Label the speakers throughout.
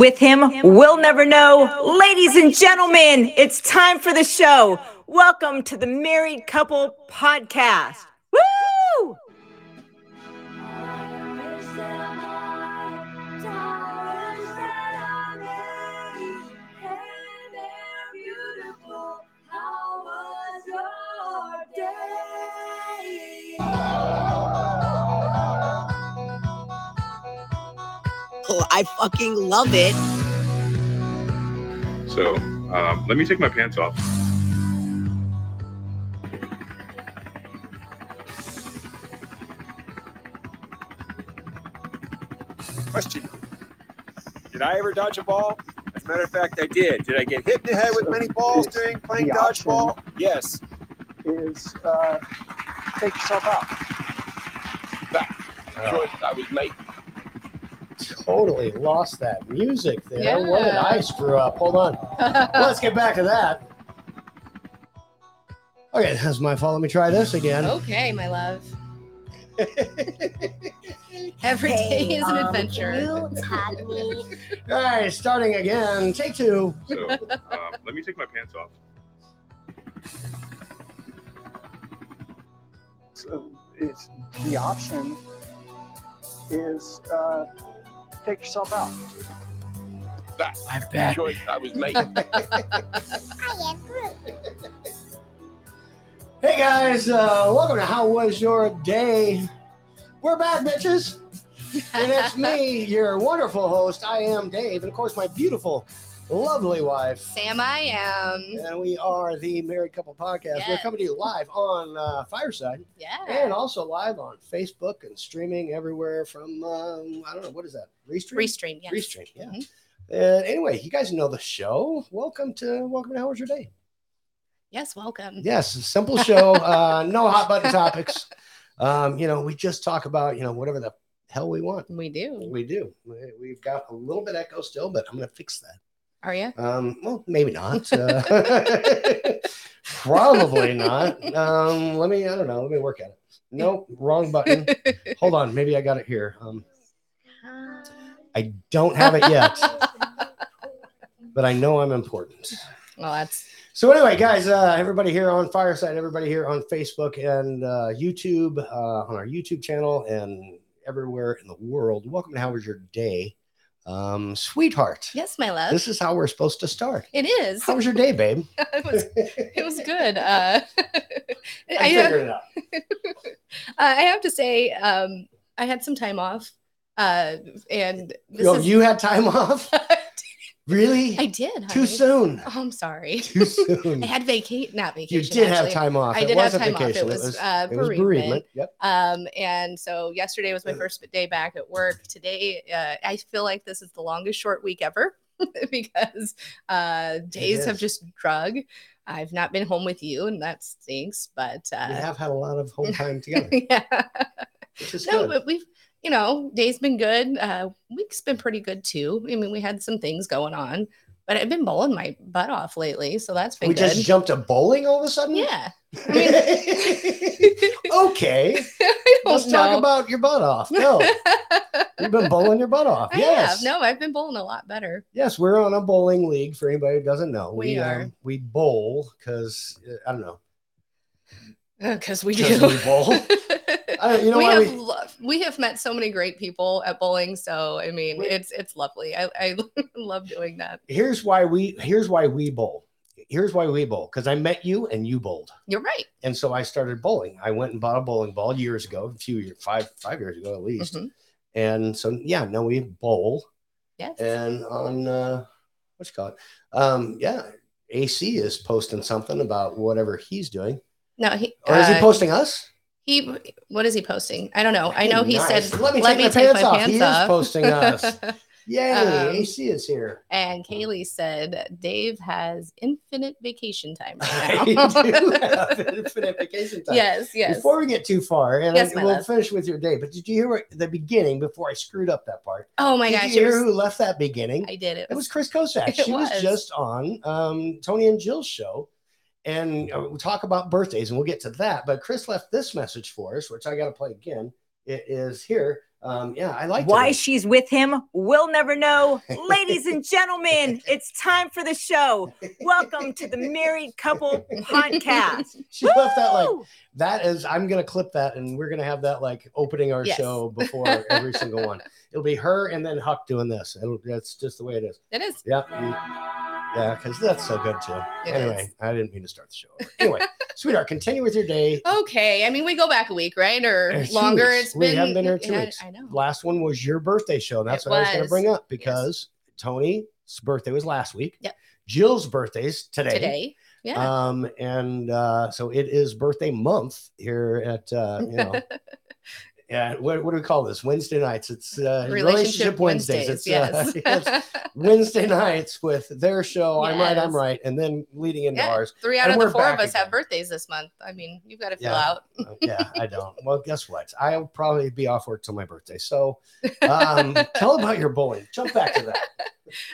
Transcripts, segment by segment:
Speaker 1: With him, we'll never know. Ladies and gentlemen, it's time for the show. Welcome to the Married Couple Podcast. Woo!
Speaker 2: I fucking love it.
Speaker 3: So um, let me take my pants off.
Speaker 4: Question. Did I ever dodge a ball? As a matter of fact, I did. Did I get hit in the head with many balls during playing
Speaker 5: The option.
Speaker 4: dodgeball? Yes.
Speaker 5: is uh, take yourself out.
Speaker 4: Good. I was late.
Speaker 5: Totally lost that music there. What did I screw up? Hold on.
Speaker 6: Oh.
Speaker 5: Let's get back to that. Okay, that's my fault. Let me try this again.
Speaker 6: okay, my love. Every day is
Speaker 2: um,
Speaker 6: an adventure.
Speaker 7: You tag me.
Speaker 5: All right, starting again. Take two.
Speaker 3: So um, let me take my pants off.
Speaker 8: So it's the option is uh, take yourself out.
Speaker 5: I bet.
Speaker 4: Good. I was late.
Speaker 7: I am Groot.
Speaker 5: Hey guys, uh, welcome to How Was Your Day? We're back, bitches. And it's me, your wonderful host. I am Dave, and of course, my beautiful, lovely wife,
Speaker 6: Sam, I am.
Speaker 5: And we are the Married Couple Podcast. We're
Speaker 6: Yes.
Speaker 5: coming to you live on uh, Fireside and
Speaker 6: Yeah.
Speaker 5: also live on Facebook and streaming everywhere from, um, I don't know, what is that? Restream?
Speaker 6: Restream. Yes.
Speaker 5: Restream, yeah.
Speaker 6: Mhm.
Speaker 5: Uh, anyway, you guys know the show. Welcome to Welcome to How Was Your Day?
Speaker 6: Yes. Welcome.
Speaker 5: Yes, a simple show. uh, no hot button topics. Um, you know, we just talk about, you know, whatever the hell we want.
Speaker 6: We do.
Speaker 5: We do. We- We've got a little bit echo still, but I'm going to fix that.
Speaker 6: Are you?
Speaker 5: Um, well, maybe not. Uh, probably not. Um, let me, I don't know. Let me work at it. Nope, wrong button. Hold on. Maybe I got it here. Um, I don't have it yet, but I know I'm important.
Speaker 6: Well, that's
Speaker 5: So anyway, guys, uh, everybody here on Fireside, everybody here on Facebook and uh, YouTube, uh, on our YouTube channel, and everywhere in the world. Welcome to How Was Your Day, um, sweetheart?
Speaker 6: yes, my love.
Speaker 5: This is how we're supposed to start.
Speaker 6: it is.
Speaker 5: How was your day, babe?
Speaker 6: it was. It was good. Uh, I,
Speaker 5: I
Speaker 6: have,
Speaker 5: figured it out.
Speaker 6: I have to say, um, I had some time off, uh, and this
Speaker 5: Yo,
Speaker 6: is.
Speaker 5: you had time off? Really?
Speaker 6: I did.
Speaker 5: Too
Speaker 6: honey.
Speaker 5: soon.
Speaker 6: Oh, I'm sorry.
Speaker 5: Too soon.
Speaker 6: I had vacate, not
Speaker 5: you
Speaker 6: vacation.
Speaker 5: did have
Speaker 6: actually.
Speaker 5: time off.
Speaker 6: I
Speaker 5: it
Speaker 6: did have
Speaker 5: wasn't
Speaker 6: time off. It
Speaker 5: vacation.
Speaker 6: was, uh,
Speaker 5: it was
Speaker 6: bereavement.
Speaker 5: bereavement. Yep.
Speaker 6: Um, and so yesterday was my first day back at work. Today, uh, I feel like this is the longest short week ever because uh, days have
Speaker 5: is.
Speaker 6: just drug. I've not been home with you, and that stinks. But
Speaker 5: we
Speaker 6: uh,
Speaker 5: have had a lot of home time together,
Speaker 6: yeah,
Speaker 5: which is
Speaker 6: no,
Speaker 5: good.
Speaker 6: but we've you know day's been good. Uh, week's been pretty good too. I mean, we had some things going on, but I've been bowling my butt off lately, so that's been
Speaker 5: we
Speaker 6: good.
Speaker 5: just jumped to bowling all of a sudden?
Speaker 6: yeah,
Speaker 5: okay. Let's talk about your butt off. No. You've been bowling your butt off.
Speaker 6: I
Speaker 5: Oh, yes.
Speaker 6: have. No, I've been bowling a lot better.
Speaker 5: Yes, we're on a bowling league for anybody who doesn't know.
Speaker 6: We are.
Speaker 5: Um, we bowl because, I don't know.
Speaker 6: Because we
Speaker 5: Uh, 'Cause
Speaker 6: do.
Speaker 5: we bowl. I don't, you know
Speaker 6: we
Speaker 5: why
Speaker 6: have
Speaker 5: we,
Speaker 6: lo- we have met so many great people at bowling. So I mean,
Speaker 5: We-
Speaker 6: it's it's lovely. I, I love doing that.
Speaker 5: here's why we here's why we bowl. Here's why we bowl because I met you and you bowled,
Speaker 6: You're right.
Speaker 5: and so I started bowling. I went and bought a bowling ball years ago, a few years, five five years ago at least.
Speaker 6: Mhm.
Speaker 5: And so yeah, now we bowl
Speaker 6: Yes.
Speaker 5: and on uh, what's it called? Um, yeah, AC is posting something about whatever he's doing,
Speaker 6: no, he,
Speaker 5: or is he
Speaker 6: uh,
Speaker 5: posting us?
Speaker 6: he what is he posting? I don't know. I know he
Speaker 5: Nice.
Speaker 6: said
Speaker 5: "Let me
Speaker 6: let
Speaker 5: take
Speaker 6: me
Speaker 5: my
Speaker 6: take
Speaker 5: pants
Speaker 6: my
Speaker 5: off."
Speaker 6: pants
Speaker 5: he
Speaker 6: off.
Speaker 5: is posting us. Yay!
Speaker 6: Um,
Speaker 5: AC is here.
Speaker 6: and Kaylee said Dave has infinite vacation time
Speaker 5: I
Speaker 6: right
Speaker 5: do
Speaker 6: now.
Speaker 5: have infinite vacation time.
Speaker 6: yes, yes.
Speaker 5: Before we get too far, and I-
Speaker 6: Yes, my
Speaker 5: we'll
Speaker 6: love.
Speaker 5: finish with your day, but did you hear what, the beginning before I screwed up that part?
Speaker 6: oh my
Speaker 5: did
Speaker 6: gosh,
Speaker 5: you
Speaker 6: it
Speaker 5: hear
Speaker 6: was,
Speaker 5: who left that beginning?
Speaker 6: I did it.
Speaker 5: it was Chris Kosak.
Speaker 6: It
Speaker 5: She was.
Speaker 6: was.
Speaker 5: just on um, Tony and Jill's show, and uh, we'll talk about birthdays, and we'll get to that. But Chris left this message for us, which I got to play again. It is here. Um, yeah, I like
Speaker 1: Why she's with him, we'll never know. Ladies and gentlemen, it's time for the show. Welcome to the Married Couple Podcast.
Speaker 5: she left that like
Speaker 1: Woo!
Speaker 5: that is. I'm gonna clip that, and we're gonna have that like opening our
Speaker 6: Yes.
Speaker 5: show before every single one. It'll be her and then Huck doing this. It'll, that's just the way it is.
Speaker 6: It is.
Speaker 5: Yeah, you- yeah, because that's so good too.
Speaker 6: It
Speaker 5: anyway,
Speaker 6: is.
Speaker 5: I didn't mean to start the show. over. Anyway, sweetheart, continue with your day.
Speaker 6: Okay. I mean, we go back a week, right?
Speaker 5: Uh,
Speaker 6: Or
Speaker 5: two
Speaker 6: longer.
Speaker 5: weeks.
Speaker 6: It's
Speaker 5: We
Speaker 6: been.
Speaker 5: haven't been here two
Speaker 6: yeah,
Speaker 5: weeks.
Speaker 6: I know.
Speaker 5: Last one was your birthday show. And that's
Speaker 6: It
Speaker 5: what I was going to
Speaker 6: was.
Speaker 5: bring up because Tony's birthday was last week.
Speaker 6: Yep.
Speaker 5: Jill's birthday's today.
Speaker 6: Today. Yeah.
Speaker 5: Um, and uh, so it is birthday month here at, uh, you know, yeah, what, what do we call this? Wednesday nights. It's uh, It's,
Speaker 6: yes.
Speaker 5: uh, it's Wednesday nights with their show. I'm right, I'm
Speaker 6: Yes.
Speaker 5: right. And then leading into
Speaker 6: Yeah.
Speaker 5: ours.
Speaker 6: Three out
Speaker 5: And
Speaker 6: of the
Speaker 5: we're
Speaker 6: four of
Speaker 5: back
Speaker 6: us have
Speaker 5: again.
Speaker 6: birthdays this month. I mean, you've got to fill
Speaker 5: Yeah.
Speaker 6: out.
Speaker 5: Uh, yeah, I don't. Well, guess what? I'll probably be off work till my birthday. So um, tell about your bowling. Jump back to that.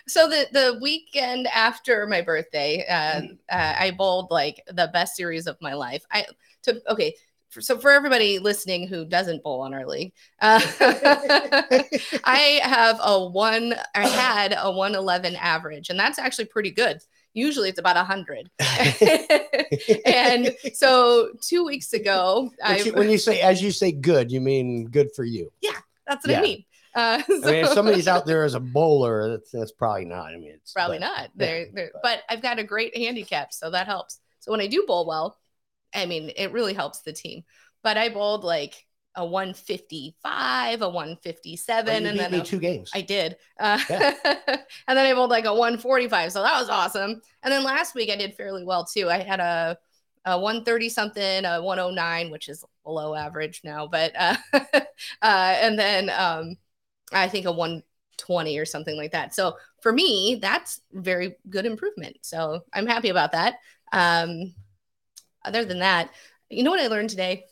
Speaker 6: So the the weekend after my birthday, uh,
Speaker 5: Mm-hmm.
Speaker 6: uh, I bowled like the best series of my life. I took okay. for- So for everybody listening who doesn't bowl on our league, uh, I have a one. I had a one eleven average, and that's actually pretty good. Usually it's about a hundred. and so two weeks ago,
Speaker 5: When
Speaker 6: I,
Speaker 5: you, when you say, as you say, good, you mean good for you.
Speaker 6: that's what
Speaker 5: yeah.
Speaker 6: I mean. Uh,
Speaker 5: I mean, if
Speaker 6: so-
Speaker 5: somebody's out there as a bowler, that's, that's probably not. I mean, it's
Speaker 6: Probably
Speaker 5: but-
Speaker 6: not.
Speaker 5: yeah,
Speaker 6: They're, they're,
Speaker 5: but-
Speaker 6: but, I've got a great handicap, so that helps. So when I do bowl well, I mean, it really helps the team. But I bowled like a 155, a
Speaker 5: But
Speaker 6: 157,
Speaker 5: Oh, you
Speaker 6: and
Speaker 5: beat
Speaker 6: then
Speaker 5: me
Speaker 6: a-
Speaker 5: two games.
Speaker 6: I did. Uh, and then I bowled like a 145, so that was awesome. And then last week I did fairly well too. I had a, a 130 something, a 109, which is below average now, but uh, uh, and then um, I think a 120 or something like that. So for me, that's very good improvement. So I'm happy about that. Um, other than that, you know what I learned today?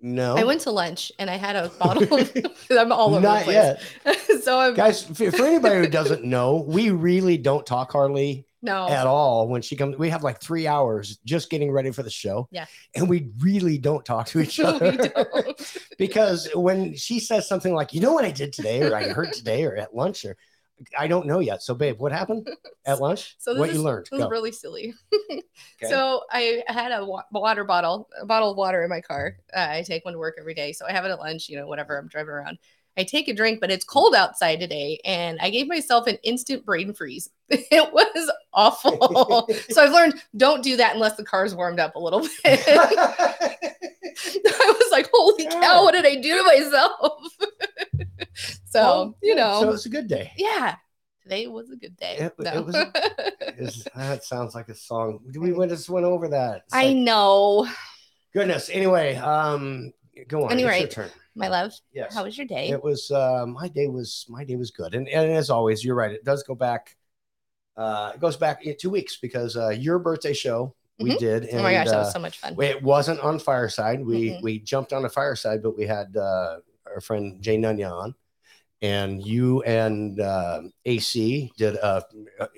Speaker 5: no,
Speaker 6: I went to lunch and I had a bottle. Of, I'm all over
Speaker 5: Oh. not
Speaker 6: the place.
Speaker 5: yet,
Speaker 6: so I'm
Speaker 5: guys. For, for anybody who doesn't know, we really don't talk hardly
Speaker 6: no.
Speaker 5: at all when she comes. We have like three hours just getting ready for the show.
Speaker 6: Yeah.
Speaker 5: and we really don't talk to each other.
Speaker 6: we don't.
Speaker 5: because when she says something like, "You know what I did today," or "I heard today," or "At lunch," or "I don't know yet," so babe, what happened at lunch?
Speaker 6: So this
Speaker 5: what
Speaker 6: is-
Speaker 5: you learned?
Speaker 6: This is
Speaker 5: Go.
Speaker 6: really silly. So I had a wa- water bottle, a bottle of water in my car. Uh, I take one to work every day, so I have it at lunch. You know, whatever I'm driving around, I take a drink, but it's cold outside today, and I gave myself an instant brain freeze. It was awful. so I've learned don't do that unless the car's warmed up a little bit. I was like, holy cow, what did I do to myself? so
Speaker 5: Well,
Speaker 6: you
Speaker 5: yeah,
Speaker 6: know,
Speaker 5: so it's a good day.
Speaker 6: yeah. Today was a good day.
Speaker 5: It- it
Speaker 6: No.
Speaker 5: was a- It's- that sounds like a song. We went just went over that. It's
Speaker 6: I
Speaker 5: like-
Speaker 6: know.
Speaker 5: goodness. Anyway, um, go on.
Speaker 6: Anyway,
Speaker 5: it's your turn.
Speaker 6: My love,
Speaker 5: Yes.
Speaker 6: how was your day?
Speaker 5: it was uh, my day was my day was good and, and as always you're right it does go back uh it goes back yeah, two weeks because uh your birthday show we
Speaker 6: Mhm.
Speaker 5: did and
Speaker 6: oh my gosh, that
Speaker 5: uh,
Speaker 6: was so much fun.
Speaker 5: it wasn't on fireside we
Speaker 6: Mhm.
Speaker 5: we jumped on a fireside but we had uh our friend jay nunya on and you and uh, ac did a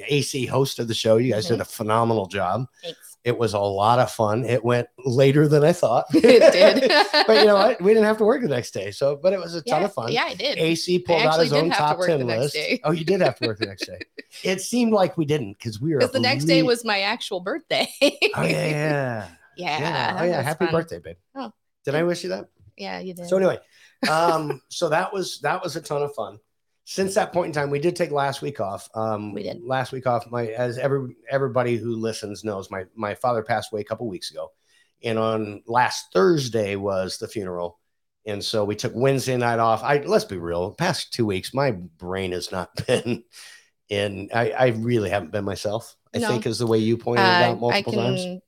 Speaker 5: ac host of the show you guys
Speaker 6: Mm-hmm.
Speaker 5: did a phenomenal job
Speaker 6: Thanks.
Speaker 5: it was a lot of fun it went later than i thought
Speaker 6: it did.
Speaker 5: but you know what we didn't have to work the next day so but it was a
Speaker 6: Yeah,
Speaker 5: ton of fun
Speaker 6: Yeah, I did.
Speaker 5: AC pulled out
Speaker 6: actually
Speaker 5: his
Speaker 6: did
Speaker 5: own
Speaker 6: have to
Speaker 5: top
Speaker 6: work the
Speaker 5: ten
Speaker 6: next
Speaker 5: list.
Speaker 6: day.
Speaker 5: Oh, you did have to work the next day. It seemed like we didn't because we were.
Speaker 6: Because the next day
Speaker 5: really-
Speaker 6: was my actual birthday.
Speaker 5: Oh yeah, yeah, yeah.
Speaker 6: yeah.
Speaker 5: yeah. Oh
Speaker 6: that
Speaker 5: yeah,
Speaker 6: was
Speaker 5: happy
Speaker 6: fun.
Speaker 5: birthday, babe.
Speaker 6: Oh.
Speaker 5: Did I wish you that?
Speaker 6: Yeah, you did.
Speaker 5: So anyway, um, so that was that was a ton of fun. Since that point in time, we did take last week off. Um,
Speaker 6: We did.
Speaker 5: last week off. My as every everybody who listens knows, my my father passed away a couple weeks ago, and on last Thursday was the funeral, and so we took Wednesday night off. I let's be real, past two weeks, my brain has not been, and I I really haven't been myself. I
Speaker 6: No.
Speaker 5: think is the way you pointed it
Speaker 6: Uh,
Speaker 5: out
Speaker 6: I
Speaker 5: multiple
Speaker 6: can.
Speaker 5: times.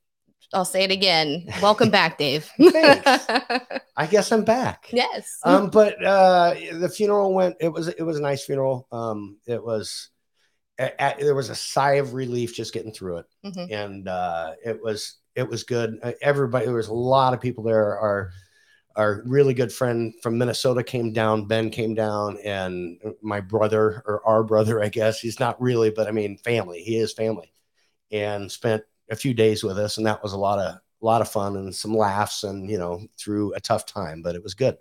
Speaker 6: I'll say it again. Welcome back, Dave.
Speaker 5: Thanks. I guess I'm back.
Speaker 6: yes.
Speaker 5: um but uh the funeral went it was it was a nice funeral um it was a- a- there was a sigh of relief just getting through it
Speaker 6: Mhm.
Speaker 5: and uh it was it was good Uh, everybody there was a lot of people there our our really good friend from minnesota came down ben came down and my brother or our brother i guess he's not really but i mean family he is family and spent a few days with us and that was a lot of a lot of fun and some laughs and you know through a tough time but it was good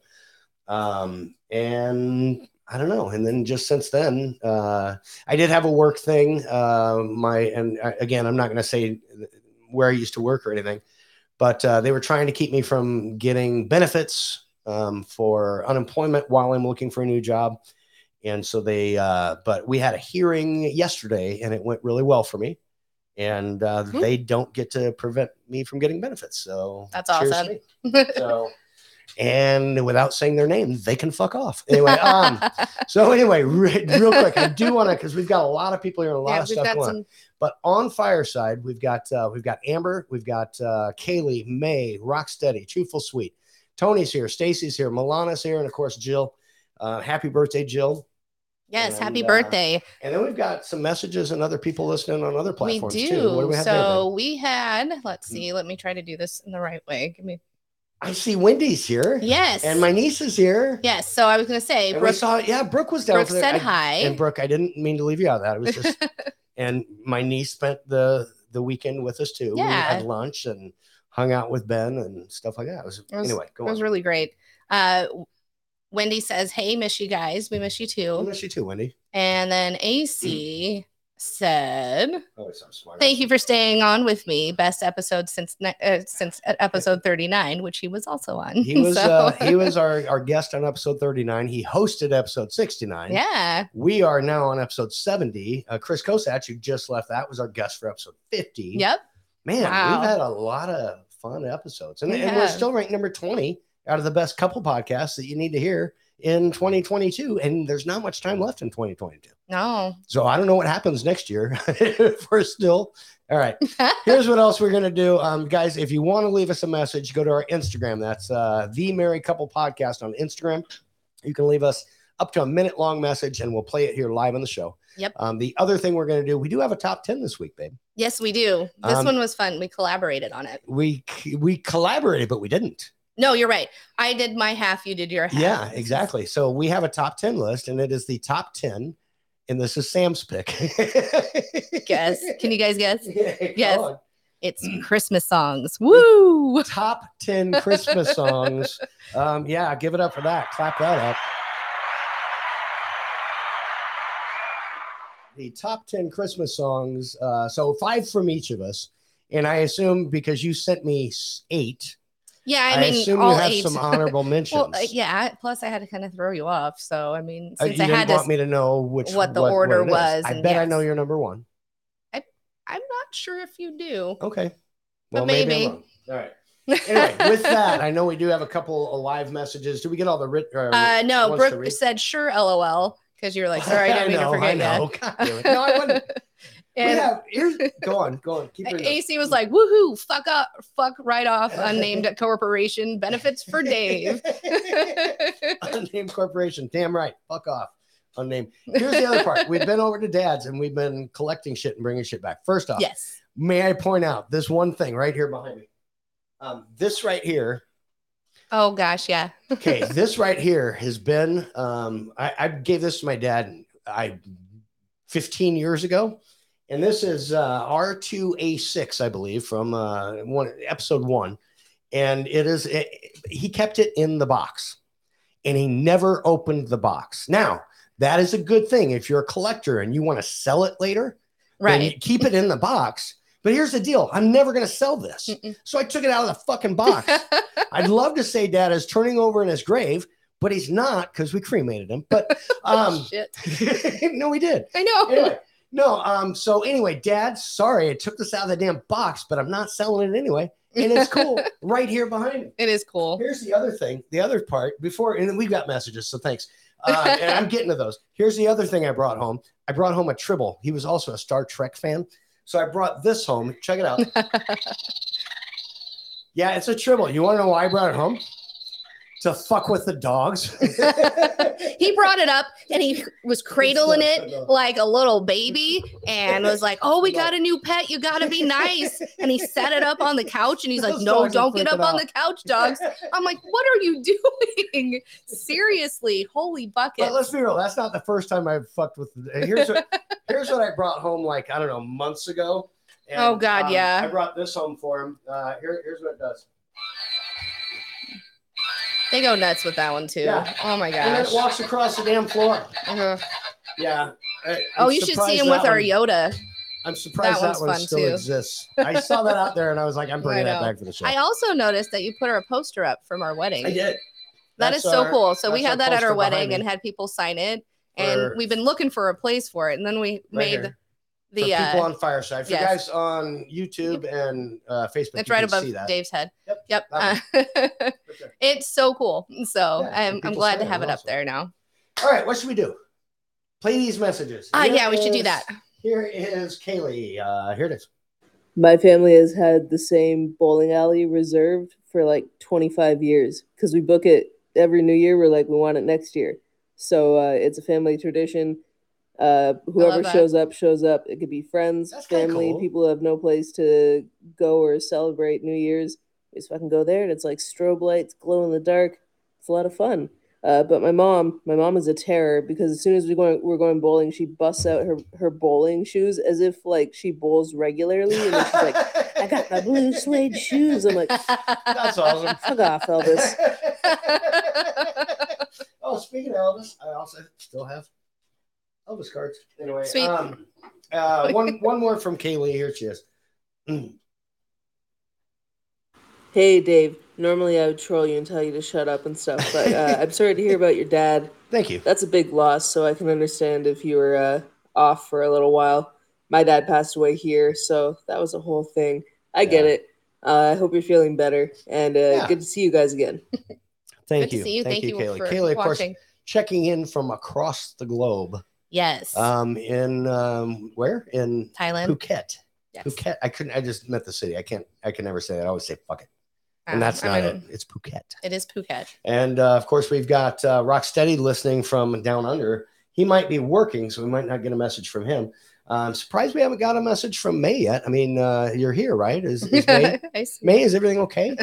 Speaker 5: Um, and I don't know. And then just since then, uh, I did have a work thing. Uh, my and uh, again, I'm not going to say where I used to work or anything, but uh, they were trying to keep me from getting benefits um, for unemployment while I'm looking for a new job. And so they, uh, but we had a hearing yesterday, and it went really well for me. And uh,
Speaker 6: Hmm.
Speaker 5: they don't get to prevent me from getting benefits. So
Speaker 6: That's
Speaker 5: cheers to
Speaker 6: awesome.
Speaker 5: me. So, and without saying their name, they can fuck off. Anyway, um, so anyway, re- real quick, I do want to because we've got a lot of people here, and a lot
Speaker 6: yeah,
Speaker 5: of
Speaker 6: we've
Speaker 5: stuff
Speaker 6: got
Speaker 5: going. on.
Speaker 6: some.
Speaker 5: But on Fireside, we've got uh, we've got Amber, we've got uh, Kaylee, May, Rocksteady, Truthful Sweet, Tony's here, Stacy's here, Milana's here, and of course Jill. Uh, happy birthday, Jill!
Speaker 6: Yes,
Speaker 5: And,
Speaker 6: happy
Speaker 5: uh,
Speaker 6: birthday.
Speaker 5: And then we've got some messages and other people listening on other
Speaker 6: We
Speaker 5: platforms
Speaker 6: do.
Speaker 5: too. What do we have there,
Speaker 6: so
Speaker 5: babe?
Speaker 6: we had. Let's see. Let me try to do this in the right way. Give me.
Speaker 5: I see Wendy's here,
Speaker 6: Yes.
Speaker 5: and my niece is here.
Speaker 6: Yes. So I was gonna say,
Speaker 5: and
Speaker 6: Brooke,
Speaker 5: we saw yeah, Brooke was down.
Speaker 6: Brooke
Speaker 5: for there.
Speaker 6: said
Speaker 5: I-
Speaker 6: hi.
Speaker 5: And Brooke, I didn't mean to leave you out of that. It was just and my niece spent the the weekend with us too. We
Speaker 6: Yeah.
Speaker 5: had lunch and hung out with Ben and stuff like that. It was,
Speaker 6: was-
Speaker 5: anyway, go
Speaker 6: It was
Speaker 5: on.
Speaker 6: really great. Uh, Wendy says, "Hey, miss you guys. We miss you
Speaker 5: I
Speaker 6: too."
Speaker 5: miss you too, Wendy.
Speaker 6: And then AC said,
Speaker 5: Always so smart.
Speaker 6: "Thank you for staying on with me. Best episode since ni- uh, since episode thirty nine, which he was also on.
Speaker 5: He was
Speaker 6: So,
Speaker 5: uh, he was our, our guest on episode 39. He hosted episode 69.
Speaker 6: yeah,
Speaker 5: We are now on episode 70. Uh, Chris Kosach, who just left that, was our guest for episode 50.
Speaker 6: yep,
Speaker 5: Man,
Speaker 6: Wow.
Speaker 5: we've had a lot of fun episodes. And,
Speaker 6: We
Speaker 5: and we're
Speaker 6: have.
Speaker 5: still ranked number 20 out of the best couple podcasts that you need to hear in 2022. And there's not much time left in 2022.
Speaker 6: no,
Speaker 5: So I don't know what happens next year if we're still. All right. Here's what else we're going to do. Um, guys, if you want to leave us a message, go to our Instagram. That's uh, The Married Couple Podcast on Instagram. You can leave us up to a minute long message and we'll play it here live on the show.
Speaker 6: Yep.
Speaker 5: Um, the other thing we're going to do, we do have a top 10 this week, babe.
Speaker 6: yes, we do. This
Speaker 5: Um,
Speaker 6: one was fun. We collaborated on it.
Speaker 5: We we collaborated, but we didn't.
Speaker 6: No, you're right. I did my half. You did your half.
Speaker 5: Yeah, exactly. So we have a top 10 list and it is the top 10. And this is Sam's pick.
Speaker 6: Guess. Can you guys guess?
Speaker 5: yes.
Speaker 6: Yes. It's Christmas songs. Woo!
Speaker 5: top 10 Christmas songs. Um, yeah, give it up for that. Clap that up. The top 10 Christmas songs. Uh, so five from each of us. And I assume because you sent me s- eight,
Speaker 6: Yeah,
Speaker 5: I,
Speaker 6: I mean,
Speaker 5: assume
Speaker 6: all
Speaker 5: you have
Speaker 6: eight.
Speaker 5: some honorable mentions.
Speaker 6: Well, uh, yeah. Plus, I had to kind of throw you off. So, I mean,
Speaker 5: Uh,
Speaker 6: since
Speaker 5: you
Speaker 6: I had
Speaker 5: didn't
Speaker 6: to,
Speaker 5: want me to know which
Speaker 6: what the order
Speaker 5: it is.
Speaker 6: was,
Speaker 5: I
Speaker 6: and
Speaker 5: bet I know
Speaker 6: yes.
Speaker 5: you're number one.
Speaker 6: I'm not sure if you do.
Speaker 5: Okay.
Speaker 6: But maybe.
Speaker 5: I'm wrong. All right. Anyway, with that, I know we do have a couple of live messages. Do we get all the writ? or
Speaker 6: uh, no,
Speaker 5: ones to
Speaker 6: Brooke
Speaker 5: read?
Speaker 6: said, sure, lol, because you're like, sorry, I didn't mean
Speaker 5: know,
Speaker 6: to forget
Speaker 5: I know.
Speaker 6: you.
Speaker 5: God damn it. No, I wouldn't. We
Speaker 6: and
Speaker 5: have- here's- go on, go on. Keep reading.
Speaker 6: AC was like, woohoo, fuck up, fuck right off, unnamed corporation, benefits for Dave.
Speaker 5: Unnamed corporation. Damn right. Fuck off. Unnamed. Here's the other part. We've been over to dad's and we've been collecting shit and bringing shit back. First off,
Speaker 6: yes.
Speaker 5: may I point out this one thing right here behind me? Um, this right here
Speaker 6: Oh, gosh. Yeah.
Speaker 5: okay, this right here has been. Um, I, I gave this to my dad. I 15 years ago, and this is uh, R2A6, I believe, from uh, one episode one, and it is. It, he kept it in the box, and he never opened the box. Now that is a good thing if you're a collector and you want to sell it later. then
Speaker 6: Right.
Speaker 5: you keep it in the box. But here's the deal: I'm never going to sell this.
Speaker 6: Mm-mm.
Speaker 5: So I took it out of the fucking box. I'd love to say dad is turning over in his grave, but he's not because we cremated him. But um,
Speaker 6: Oh, Shit.
Speaker 5: no, we did.
Speaker 6: I know.
Speaker 5: Anyway, no. Um, so anyway, dad, sorry, I took this out of the damn box, but I'm not selling it anyway. And it's cool right here behind me.
Speaker 6: it is cool.
Speaker 5: Here's the other thing, the other part before, and we got messages, so thanks. Uh, and I'm getting to those. Here's the other thing I brought home. I brought home a Tribble. He was also a Star Trek fan, so I brought this home. Check it out. yeah, it's a Tribble. You want to know why I brought it home? To fuck with the dogs.
Speaker 6: he brought it up and he was cradling it like a little baby and was like, Oh, we got a new pet. You got to be nice. And he set it up on the couch and he's like,
Speaker 5: Those
Speaker 6: No,
Speaker 5: dogs are
Speaker 6: don't get up
Speaker 5: freaking
Speaker 6: on the couch, dogs. I'm like, What are you doing? Seriously, holy bucket.
Speaker 5: But let's be real. That's not the first time I've fucked with. The, here's what, here's what I brought home. Like I don't know, months ago. um,
Speaker 6: Oh, God, yeah.
Speaker 5: I brought this home for him. Uh, here, here's what it does.
Speaker 6: They go nuts with that one too.
Speaker 5: Yeah.
Speaker 6: Oh my
Speaker 5: And then it
Speaker 6: gosh.
Speaker 5: walks across the damn floor.
Speaker 6: Uh-huh.
Speaker 5: Yeah. I- I'm
Speaker 6: Oh, you should see
Speaker 5: surprised
Speaker 6: him with
Speaker 5: that
Speaker 6: our
Speaker 5: one-
Speaker 6: Yoda.
Speaker 5: I'm surprised
Speaker 6: that one's
Speaker 5: that, one
Speaker 6: fun,
Speaker 5: still
Speaker 6: too.
Speaker 5: exists. I saw that out there and I was like, I'm bringing
Speaker 6: I
Speaker 5: that
Speaker 6: know.
Speaker 5: back for the show.
Speaker 6: I also noticed that you put our poster up from our wedding.
Speaker 5: I did.
Speaker 6: That
Speaker 5: That's
Speaker 6: is so
Speaker 5: our-
Speaker 6: cool. So we
Speaker 5: that's our
Speaker 6: had that at
Speaker 5: poster
Speaker 6: our
Speaker 5: behind
Speaker 6: wedding
Speaker 5: me.
Speaker 6: and had people sign it. And
Speaker 5: For-
Speaker 6: we've been looking for a place for it. And then we
Speaker 5: Right
Speaker 6: made
Speaker 5: here.
Speaker 6: the
Speaker 5: for
Speaker 6: uh
Speaker 5: people on Fireside. For you
Speaker 6: yes.
Speaker 5: guys on YouTube and uh, Facebook,
Speaker 6: it's
Speaker 5: you
Speaker 6: right
Speaker 5: can
Speaker 6: above
Speaker 5: see that.
Speaker 6: Dave's head.
Speaker 5: Yep,
Speaker 6: Yep.
Speaker 5: that
Speaker 6: Uh,
Speaker 5: Right there.
Speaker 6: it's so cool. So I'm,
Speaker 5: Yeah, and
Speaker 6: I'm
Speaker 5: people
Speaker 6: glad to
Speaker 5: sign it.
Speaker 6: have it up
Speaker 5: Awesome.
Speaker 6: there now.
Speaker 5: All right, what should we do? Play these messages.
Speaker 6: Ah,
Speaker 5: Here
Speaker 6: yeah, we should do
Speaker 5: is-
Speaker 6: that.
Speaker 5: Here is Kaylee. Uh, here it is.
Speaker 9: My family has had the same bowling alley reserved for like 25 years because we book it every new year. We're like, we want it next year. So uh, it's a family tradition. Uh, whoever
Speaker 6: that.
Speaker 9: shows up, shows up. It could be friends,
Speaker 5: That's kinda
Speaker 9: family,
Speaker 5: cool.
Speaker 9: people who have no place to go or celebrate New Year's. We just fucking go there and it's like strobe lights, glow in the dark. It's a lot of fun. Uh, but my mom, my mom is a terror because as soon as we going we're going bowling, she busts out her her bowling shoes as if like she bowls regularly, and then she's like, "I got my blue suede shoes." I'm like,
Speaker 5: That's awesome.
Speaker 9: "Fuck off, Elvis."
Speaker 5: oh, speaking of Elvis, I also still have Elvis cards. Anyway,
Speaker 6: Sweet.
Speaker 5: Um, uh, one one more from Kaylee. Here she is. Mm.
Speaker 9: Hey, Dave. Normally I would troll you and tell you to shut up and stuff, but uh, I'm sorry to hear about your dad.
Speaker 5: Thank you.
Speaker 9: That's a big loss, so I can understand if you were uh, off for a little while. My dad passed away here, so that was a whole thing. I get
Speaker 5: Yeah.
Speaker 9: it. Uh, I hope you're feeling better, and uh,
Speaker 5: Yeah.
Speaker 9: good to see you guys again.
Speaker 5: Thank
Speaker 6: Good
Speaker 5: you.
Speaker 6: to see you. Thank, you,
Speaker 5: Kaylee.
Speaker 6: for
Speaker 5: Kaylee, of course,
Speaker 6: watching.
Speaker 5: checking in from across the globe.
Speaker 6: yes.
Speaker 5: Um, in um, where in
Speaker 6: Thailand.
Speaker 5: Phuket.
Speaker 6: Um, Yes.
Speaker 5: Phuket. I couldn't. I just meant the city. I can't. I can never say that. I always say fuck it, and
Speaker 6: Um,
Speaker 5: that's
Speaker 6: I
Speaker 5: not
Speaker 6: mean,
Speaker 5: it. It's Phuket.
Speaker 6: It is Phuket.
Speaker 5: And uh, of course, we've got uh, Rocksteady listening from down under. He might be working, so we might not get a message from him. Uh, I'm surprised we haven't got a message from May yet. I mean, uh, you're here, right? Is, is May?
Speaker 6: I see.
Speaker 5: May, is everything okay?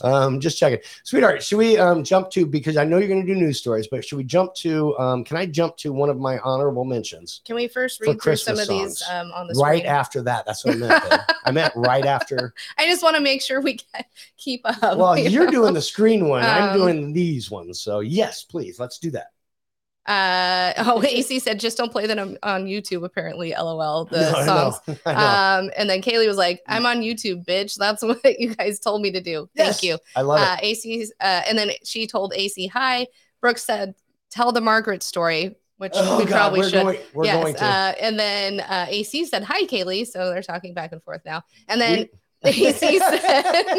Speaker 5: um, just checking, sweetheart. Should we um, jump to because I know you're going to do news stories, but should we jump to? Um, can I jump to one of my honorable mentions?
Speaker 6: Can we first
Speaker 5: For
Speaker 6: read through some
Speaker 5: Christmas
Speaker 6: of these
Speaker 5: songs.
Speaker 6: um, on the
Speaker 5: Right
Speaker 6: screen?
Speaker 5: after that, that's what I meant. babe. I meant right after.
Speaker 6: I just want to make sure we can keep up.
Speaker 5: Well,
Speaker 6: you
Speaker 5: you're
Speaker 6: know?
Speaker 5: doing the screen one. I'm
Speaker 6: Oh, Um,
Speaker 5: doing these ones. So yes, please, let's do that.
Speaker 6: Uh, oh, AC said just don't play them on, on YouTube. Apparently, LOL. The
Speaker 5: No, I know,
Speaker 6: songs.
Speaker 5: I know.
Speaker 6: Um, and then Kaylee was like, "I'm on YouTube, bitch. That's what you guys told me to do.
Speaker 5: Yes,
Speaker 6: Thank you."
Speaker 5: I love
Speaker 6: Uh, AC. Uh, and then she told AC, "Hi." Brooke said, "Tell the Margaret story," which
Speaker 5: it. Oh,
Speaker 6: we
Speaker 5: God,
Speaker 6: probably
Speaker 5: we're
Speaker 6: should.
Speaker 5: Going, we're
Speaker 6: yes.
Speaker 5: going to.
Speaker 6: Uh, and then uh, AC said, "Hi, Kaylee." So they're talking back and forth now. And then AC said.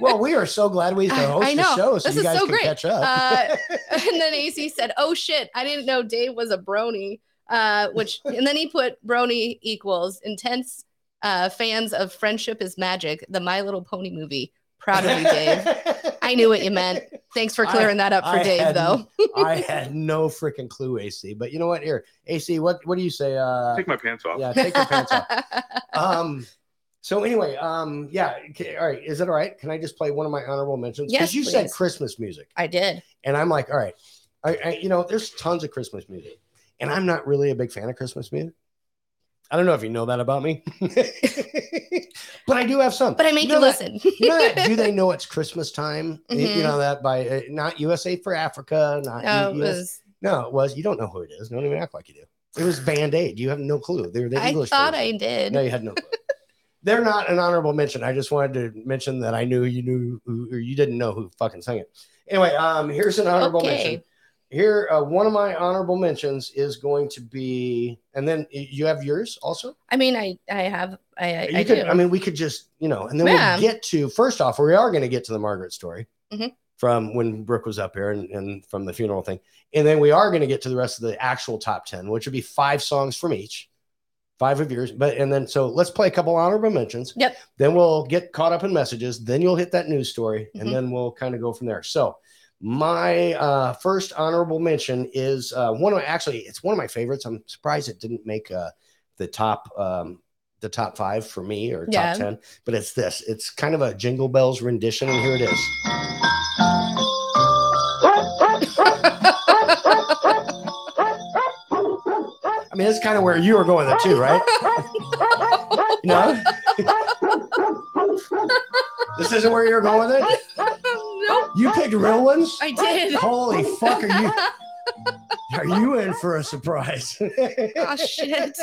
Speaker 5: well, we are so glad we can
Speaker 6: I-
Speaker 5: host
Speaker 6: I
Speaker 5: the
Speaker 6: know.
Speaker 5: show so
Speaker 6: This
Speaker 5: you
Speaker 6: is
Speaker 5: guys
Speaker 6: so
Speaker 5: can
Speaker 6: great.
Speaker 5: catch up.
Speaker 6: Uh, and then AC said, "Oh shit, I didn't know Dave was a brony." Uh, which and then he put brony equals intense uh, fans of friendship is magic, the My Little Pony movie. Proud of you, Dave. I knew what you meant Thanks for clearing that up for
Speaker 5: I
Speaker 6: Dave,
Speaker 5: had-
Speaker 6: though.
Speaker 5: I had no freaking clue, AC. But you know what? Here, AC, what what do you say? Uh,
Speaker 3: Take my pants off.
Speaker 5: yeah, take your pants off. Um, so anyway, um, yeah, okay, all right. Is it all right? Can I just play one of my honorable mentions?
Speaker 6: Yes,
Speaker 5: you said
Speaker 6: please.
Speaker 5: Christmas music.
Speaker 6: I did.
Speaker 5: and I'm like, all right, I, I you know, there's tons of Christmas music, and I'm not really a big fan of Christmas music. I don't know if you know that about me, but I do have some.
Speaker 6: But I make you,
Speaker 5: know that-
Speaker 6: listen.
Speaker 5: you know that, do they know it's Christmas time? You- You
Speaker 6: Mhm.
Speaker 5: know that by uh, not USA for Africa, not
Speaker 6: no,
Speaker 5: U-
Speaker 6: it
Speaker 5: US
Speaker 6: was,
Speaker 5: no, it was. You don't know who it is. Don't even act like you do. It was Band Aid. You have no clue. They were the
Speaker 6: I
Speaker 5: English.
Speaker 6: thought
Speaker 5: version.
Speaker 6: I did.
Speaker 5: No, you had no clue. They're not an honorable mention. I just wanted to mention that I knew you knew who, or you didn't know who fucking sang it. Anyway, um, here's an honorable
Speaker 6: Okay.
Speaker 5: mention. Here, uh, one of my honorable mentions is going to be, and then y- you have yours also.
Speaker 6: I mean, I, I have, I, I,
Speaker 5: you
Speaker 6: I
Speaker 5: could,
Speaker 6: do.
Speaker 5: I mean, we could just, you know, and then
Speaker 6: Yeah.
Speaker 5: we'll get to. First off, we are going to get to the Margaret story
Speaker 6: Mhm.
Speaker 5: from when Brooke was up here and, and from the funeral thing, and then we are going to get to the rest of the actual top ten, which would be five songs from each, five of yours. But and then so let's play a couple honorable mentions.
Speaker 6: Yep.
Speaker 5: Then we'll get caught up in messages. Then you'll hit that news story, and
Speaker 6: Mhm.
Speaker 5: then we'll kind of go from there. So my uh, first honorable mention is uh, one of actually it's one of my favorites. I'm surprised it didn't make uh, the top um, the top five for me or top
Speaker 6: Yeah.
Speaker 5: ten, but it's this. It's kind of a Jingle Bells rendition, and here it is. I mean, that's kind of where you were going there too, right? no, this isn't where you're going with it.
Speaker 6: No,
Speaker 5: You picked real ones?
Speaker 6: I did.
Speaker 5: Holy fuck, are you are you in for a surprise?
Speaker 6: oh shit.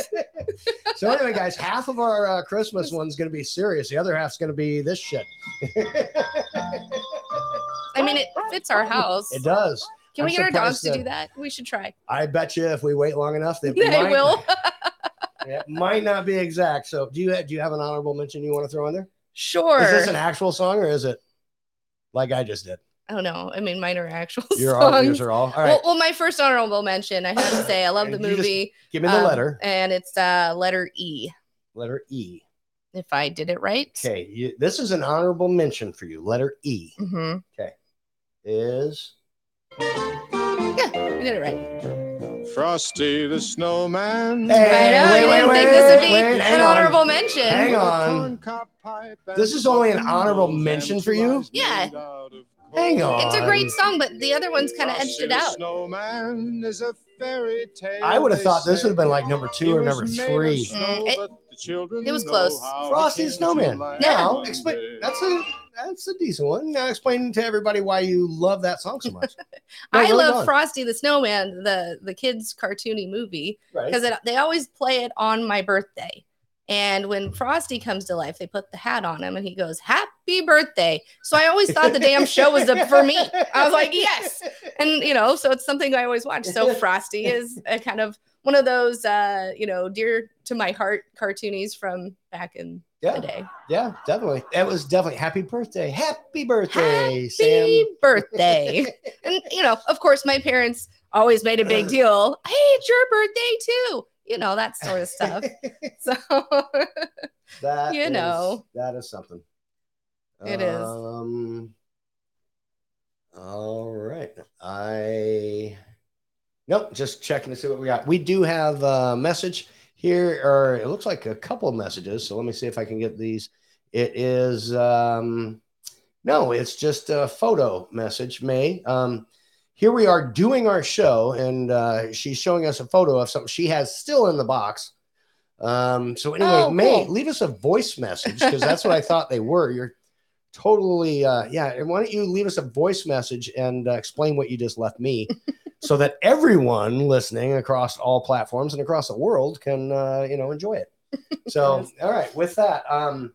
Speaker 5: so anyway, guys, half of our uh, Christmas one's gonna be serious. The other half's gonna be this shit.
Speaker 6: I mean, it fits our house.
Speaker 5: It does.
Speaker 6: Can we
Speaker 5: I'm
Speaker 6: get our dogs
Speaker 5: surprised
Speaker 6: to
Speaker 5: that-
Speaker 6: do that? We should try.
Speaker 5: I bet you if we wait long enough, they,
Speaker 6: They
Speaker 5: might,
Speaker 6: will.
Speaker 5: It might not be exact. So do you do you have an honorable mention you want to throw in there?
Speaker 6: Sure.
Speaker 5: Is this an actual song or is it like I just did?
Speaker 6: I don't know. I mean, mine are actual
Speaker 5: Your all,
Speaker 6: songs.
Speaker 5: yours are all. All right,
Speaker 6: well, well, my first honorable mention, I have to say, I love the
Speaker 5: And you just-
Speaker 6: movie.
Speaker 5: give me the
Speaker 6: um,
Speaker 5: letter.
Speaker 6: And it's uh, letter E,
Speaker 5: Letter E.
Speaker 6: if I did it right.
Speaker 5: Okay, you, this is an honorable mention for you. Letter E
Speaker 6: Mm-hmm.
Speaker 5: is
Speaker 6: I did it right.
Speaker 4: Frosty the Snowman.
Speaker 5: Hey,
Speaker 6: I know.
Speaker 5: wait,
Speaker 6: I uh, didn't think
Speaker 5: wait, wait,
Speaker 6: this would be
Speaker 5: wait, hang
Speaker 6: an
Speaker 5: on.
Speaker 6: honorable mention.
Speaker 5: Hang on. This is only an honorable mention for you?
Speaker 6: Yeah.
Speaker 5: Hang on. Oh,
Speaker 6: It's a great song, but the other one's kind of edged it out.
Speaker 4: Snowman is a fairy tale.
Speaker 5: I would have
Speaker 4: they
Speaker 5: thought this
Speaker 4: say.
Speaker 5: would have been like number
Speaker 4: He
Speaker 5: two or
Speaker 4: was
Speaker 5: number
Speaker 4: made of
Speaker 5: three.
Speaker 4: snow,
Speaker 6: Mm, it-
Speaker 4: but the children
Speaker 6: it was
Speaker 4: know
Speaker 6: close.
Speaker 4: how
Speaker 5: Frosty
Speaker 4: to
Speaker 5: the Snowman.
Speaker 4: light
Speaker 5: Now,
Speaker 4: one
Speaker 5: explain.
Speaker 4: day.
Speaker 5: That's a that's a decent one. Now explain to everybody why you love that song so much. No,
Speaker 6: I
Speaker 5: really
Speaker 6: love
Speaker 5: don't.
Speaker 6: Frosty the Snowman, the the kids' cartoony movie,
Speaker 5: Right.
Speaker 6: because they always play it on my birthday. And
Speaker 5: Hmm.
Speaker 6: when Frosty comes to life, they put the hat on him, and he goes, "Happy birthday!" So I always thought the damn show was the, for me. I was like, "Yes!" And you know, so it's something I always watch. So Frosty is a kind of one of those, uh, you know, dear to my heart cartoonies from back in the
Speaker 5: Yeah,
Speaker 6: day.
Speaker 5: yeah, definitely. That was definitely happy birthday. Happy
Speaker 6: Happy
Speaker 5: birthday, Sam.
Speaker 6: birthday! and you know, of course, my parents always made a big deal. Hey, it's your birthday too. You know that sort of stuff. So
Speaker 5: That
Speaker 6: You
Speaker 5: is-
Speaker 6: know.
Speaker 5: that is something.
Speaker 6: It is.
Speaker 5: Um, all right. I nope. Just checking to see what we got. We do have a message here, or it looks like a couple of messages. So let me see if I can get these. It is um, no, it's just a photo message. May um, here we are doing our show, and uh, she's showing us a photo of something she has still in the box. Um, so anyway,
Speaker 6: Oh,
Speaker 5: May,
Speaker 6: cool.
Speaker 5: leave us a voice message because that's what I thought they were. You're totally, uh, yeah. And why don't you leave us a voice message and uh, explain what you just left me, so that everyone listening across all platforms and across the world can, uh, you know, enjoy it. So, all right. With that, um,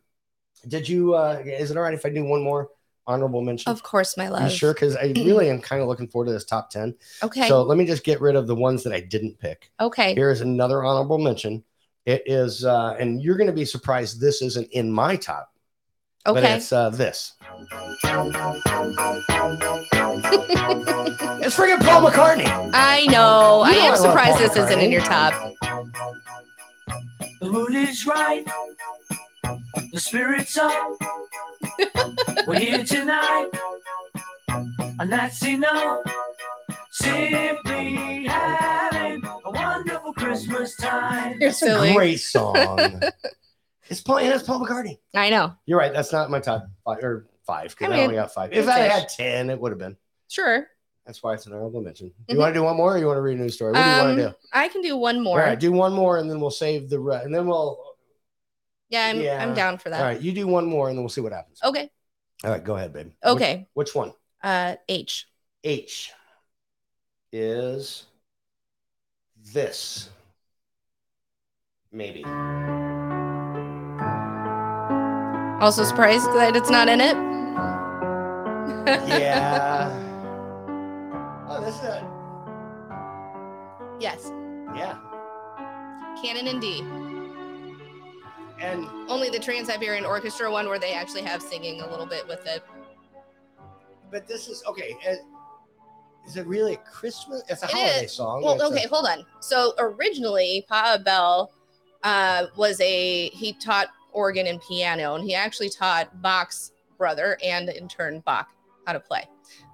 Speaker 5: did you? Uh, is it all right if I do one more honorable mention?
Speaker 6: of course, my
Speaker 5: You
Speaker 6: love.
Speaker 5: sure? Because I really am kind of looking forward to this top 10.
Speaker 6: Okay.
Speaker 5: So let me just get rid of the ones that I didn't pick.
Speaker 6: okay.
Speaker 5: Here is another honorable mention. It is, uh, and you're going to be surprised this isn't in my top, but
Speaker 6: Okay.
Speaker 5: it's uh, this. it's freaking Paul McCartney.
Speaker 6: I know. I
Speaker 5: You know I
Speaker 6: am
Speaker 5: love
Speaker 6: surprised
Speaker 5: Paul
Speaker 6: this isn't in
Speaker 5: McCartney.
Speaker 6: your top.
Speaker 10: The mood is right. The spirit's up. We're here tonight. And that's enough. Simply having a wonderful Christmas time.
Speaker 6: You're silly.
Speaker 5: Great song. it's Paul, and it's Paul McCartney.
Speaker 6: I know.
Speaker 5: You're right. That's not my top five or five because
Speaker 6: I
Speaker 5: I,
Speaker 6: mean,
Speaker 5: only got five. If I
Speaker 6: it's-ish.
Speaker 5: had 10, it would have been.
Speaker 6: Sure.
Speaker 5: That's why it's an honorable mention. You
Speaker 6: Mhm.
Speaker 5: want to do one more or you want to read a news story? What do you want to do?
Speaker 6: Um, I can do one more.
Speaker 5: All right, do one more and then we'll save the rest. And then we'll.
Speaker 6: yeah, I'm,
Speaker 5: yeah.
Speaker 6: I'm down for that.
Speaker 5: All right, you do one more and then we'll see what happens.
Speaker 6: Okay.
Speaker 5: All right, go ahead, babe.
Speaker 6: Okay.
Speaker 5: Which, which one?
Speaker 6: Uh, H.
Speaker 5: H is this. Maybe.
Speaker 6: Also surprised that it's not in it.
Speaker 5: Yeah. oh, this is a.
Speaker 6: yes.
Speaker 5: Yeah.
Speaker 6: Canon and D.
Speaker 5: And
Speaker 6: Only the Trans Siberian Orchestra one where they actually have singing a little bit with it.
Speaker 5: but this is okay. uh, is it really a Christmas? It's a
Speaker 6: It
Speaker 5: holiday
Speaker 6: is.
Speaker 5: song.
Speaker 6: Well,
Speaker 5: it's a-
Speaker 6: okay, hold on. So originally, Pa Bell uh, was a he taught organ and piano, and he actually taught Bach's brother and in turn Bach how to play.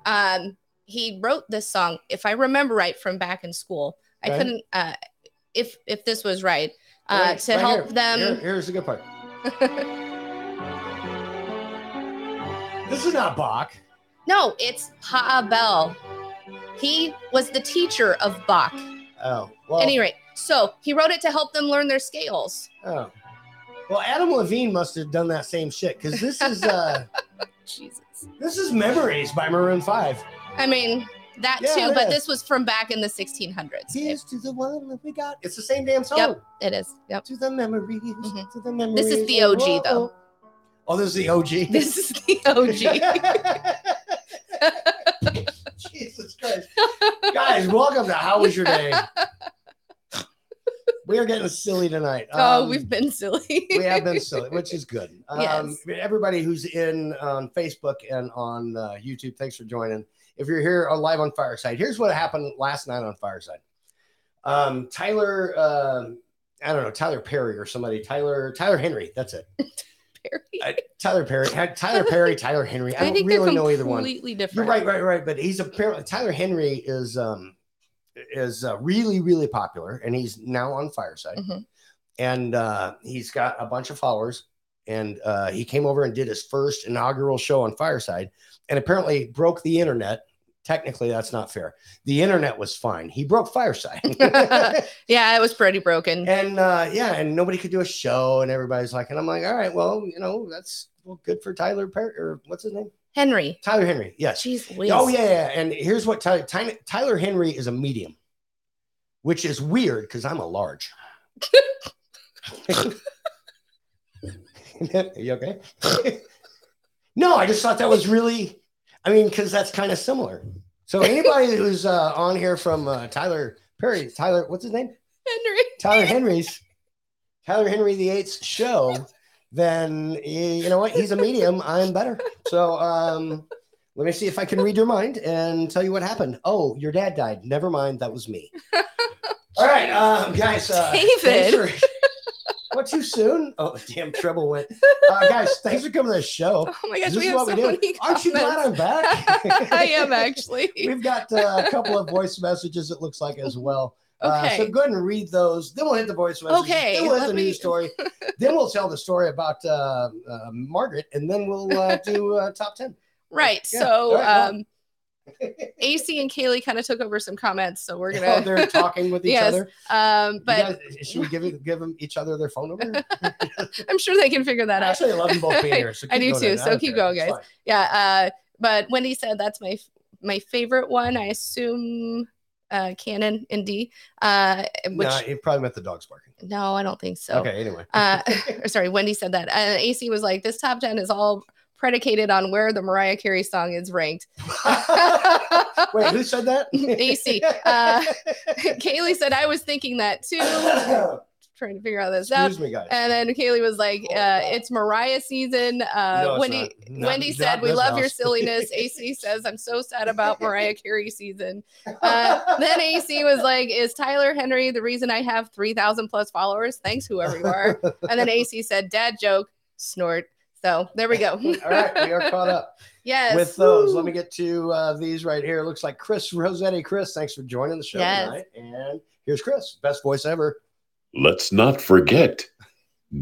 Speaker 6: Um, he wrote this song, if I remember right, from back in school. I
Speaker 5: Okay.
Speaker 6: couldn't, uh, if if this was right, uh,
Speaker 5: Right,
Speaker 6: to
Speaker 5: right
Speaker 6: help
Speaker 5: here.
Speaker 6: them.
Speaker 5: Here- here's the good part. this is not Bach.
Speaker 6: No, it's Pa Bell. He was the teacher of Bach.
Speaker 5: Oh, well.
Speaker 6: Any rate, so he wrote it to help them learn their scales.
Speaker 5: Oh. Well, Adam Levine must have done that same shit because this is uh
Speaker 6: Jesus.
Speaker 5: This is Memories by Maroon 5.
Speaker 6: I mean, that
Speaker 5: Yeah,
Speaker 6: too,
Speaker 5: it
Speaker 6: but
Speaker 5: is.
Speaker 6: this was from back in the 1600s.
Speaker 5: Here's to the one that we got. It's the same damn song.
Speaker 6: Yep, it is. Yep.
Speaker 5: To the memories,
Speaker 6: Mhm.
Speaker 5: to the memories.
Speaker 6: This is the OG, though.
Speaker 5: Oh, this is the OG.
Speaker 6: This is the OG.
Speaker 5: Jesus Christ. Guys, welcome to How Was Your Day? We are getting silly tonight.
Speaker 6: oh,
Speaker 5: Um,
Speaker 6: we've been silly.
Speaker 5: we have been silly, which is good. Um,
Speaker 6: Yes.
Speaker 5: Everybody who's in on Facebook and on uh, YouTube, thanks for joining. If you're here on live on Fireside, here's what happened last night on Fireside. Um, Tyler, um I don't know, Tyler Perry or somebody, Tyler, Tyler Henry, that's it.
Speaker 6: Perry.
Speaker 5: I- Tyler Perry, Tyler Perry, Tyler Henry. I don't
Speaker 6: think they're
Speaker 5: really know either one.
Speaker 6: Completely different.
Speaker 5: You're right, right, right. But he's apparently Tyler Henry is um is uh, really really popular, and he's now on Fireside,
Speaker 6: Mhm.
Speaker 5: and uh, he's got a bunch of followers. And uh, he came over and did his first inaugural show on Fireside, and apparently broke the internet. Technically, that's not fair. The internet was fine. He broke Fireside,
Speaker 6: Yeah, it was pretty broken.
Speaker 5: and uh, yeah, and nobody could do a show, and everybody's like, and I'm like, all right, well, you know, that's well, good for Tyler Perry, or what's his name,
Speaker 6: Henry.
Speaker 5: Tyler Henry. Yes,
Speaker 6: Jeez, Louise.
Speaker 5: Oh yeah, yeah, and here's what Tyler, Tyler Tyler Henry is a medium, which is weird because I'm a large. Are you okay? no, I just thought that was really, I mean, because that's kind of similar. So anybody who's uh, on here from uh, Tyler Perry, Tyler, what's his name?
Speaker 6: Henry.
Speaker 5: Tyler Henry's Tyler Henry the Eighth's show, then y- you know what? He's a medium. I'm better. So um, let me see if I can read your mind and tell you what happened. Oh, your dad died. Never mind. That was me. All right, um, guys. Uh, thanks
Speaker 6: David.
Speaker 5: for- what too soon? Oh, damn! Treble went. Uh, guys, thanks for coming to the show.
Speaker 6: Oh my gosh,
Speaker 5: This
Speaker 6: we
Speaker 5: is
Speaker 6: have
Speaker 5: what
Speaker 6: so
Speaker 5: we do.
Speaker 6: many.
Speaker 5: Aren't you glad I'm
Speaker 6: comments.
Speaker 5: back?
Speaker 6: I am actually.
Speaker 5: We've got uh, a couple of voice messages. It looks like as well. Uh, so
Speaker 6: Okay.
Speaker 5: go ahead and read those. Then we'll hit the voice message.
Speaker 6: Okay,
Speaker 5: Then we'll hit
Speaker 6: let
Speaker 5: the
Speaker 6: me-
Speaker 5: news story. then we'll tell the story about uh, uh, Margaret, and then we'll uh, do uh, top ten.
Speaker 6: right.
Speaker 5: Yeah,
Speaker 6: So
Speaker 5: all right,
Speaker 6: um AC and Kaylee kind of took over some comments, so we're
Speaker 5: Oh, they're
Speaker 6: gonna
Speaker 5: talking with each
Speaker 6: Yes,
Speaker 5: other.
Speaker 6: um
Speaker 5: You
Speaker 6: but
Speaker 5: guys- should we give it- give them each other their phone number?
Speaker 6: I'm sure they can figure that out.
Speaker 5: Actually, I love them both being here. So
Speaker 6: I
Speaker 5: keep
Speaker 6: do
Speaker 5: going,
Speaker 6: too,
Speaker 5: man.
Speaker 6: so
Speaker 5: don't
Speaker 6: keep
Speaker 5: care.
Speaker 6: going,
Speaker 5: It's
Speaker 6: guys. Yeah, uh but Wendy said that's my my favorite one. I assume uh Canon and D. Uh
Speaker 5: fine.
Speaker 6: which
Speaker 5: Nah, it probably meant the dogs barking.
Speaker 6: no, I don't think so.
Speaker 5: Okay, anyway.
Speaker 6: uh, or sorry, Wendy said that. Uh, AC was like, this top 10 is all predicated on where the Mariah Carey song is ranked.
Speaker 5: Wait, who said that?
Speaker 6: AC, uh, Kaylee said, I was thinking that too. Trying to figure out this out.
Speaker 5: Excuse me, guys.
Speaker 6: And then Kaylee was like,
Speaker 5: Oh,
Speaker 6: uh,
Speaker 5: God.
Speaker 6: it's Mariah season. Uh,
Speaker 5: No, it's
Speaker 6: Wendy,
Speaker 5: not. Not-
Speaker 6: Wendy
Speaker 5: not
Speaker 6: said, we
Speaker 5: this
Speaker 6: love your
Speaker 5: house.
Speaker 6: silliness. AC says, I'm so sad about Mariah Carey season. Uh, then AC was like, is Tyler Henry the reason I have 3,000 plus followers? Thanks, whoever you are. And then AC said, "Dad joke, snort." So there we go.
Speaker 5: All right, we are caught up.
Speaker 6: yes.
Speaker 5: with those. Let
Speaker 6: Woo.
Speaker 5: me get to uh, these right here. It looks like Chris Rosetti. Chris, thanks for joining the show
Speaker 6: Yes.
Speaker 5: tonight. And here's Chris, best voice ever.
Speaker 11: Let's not forget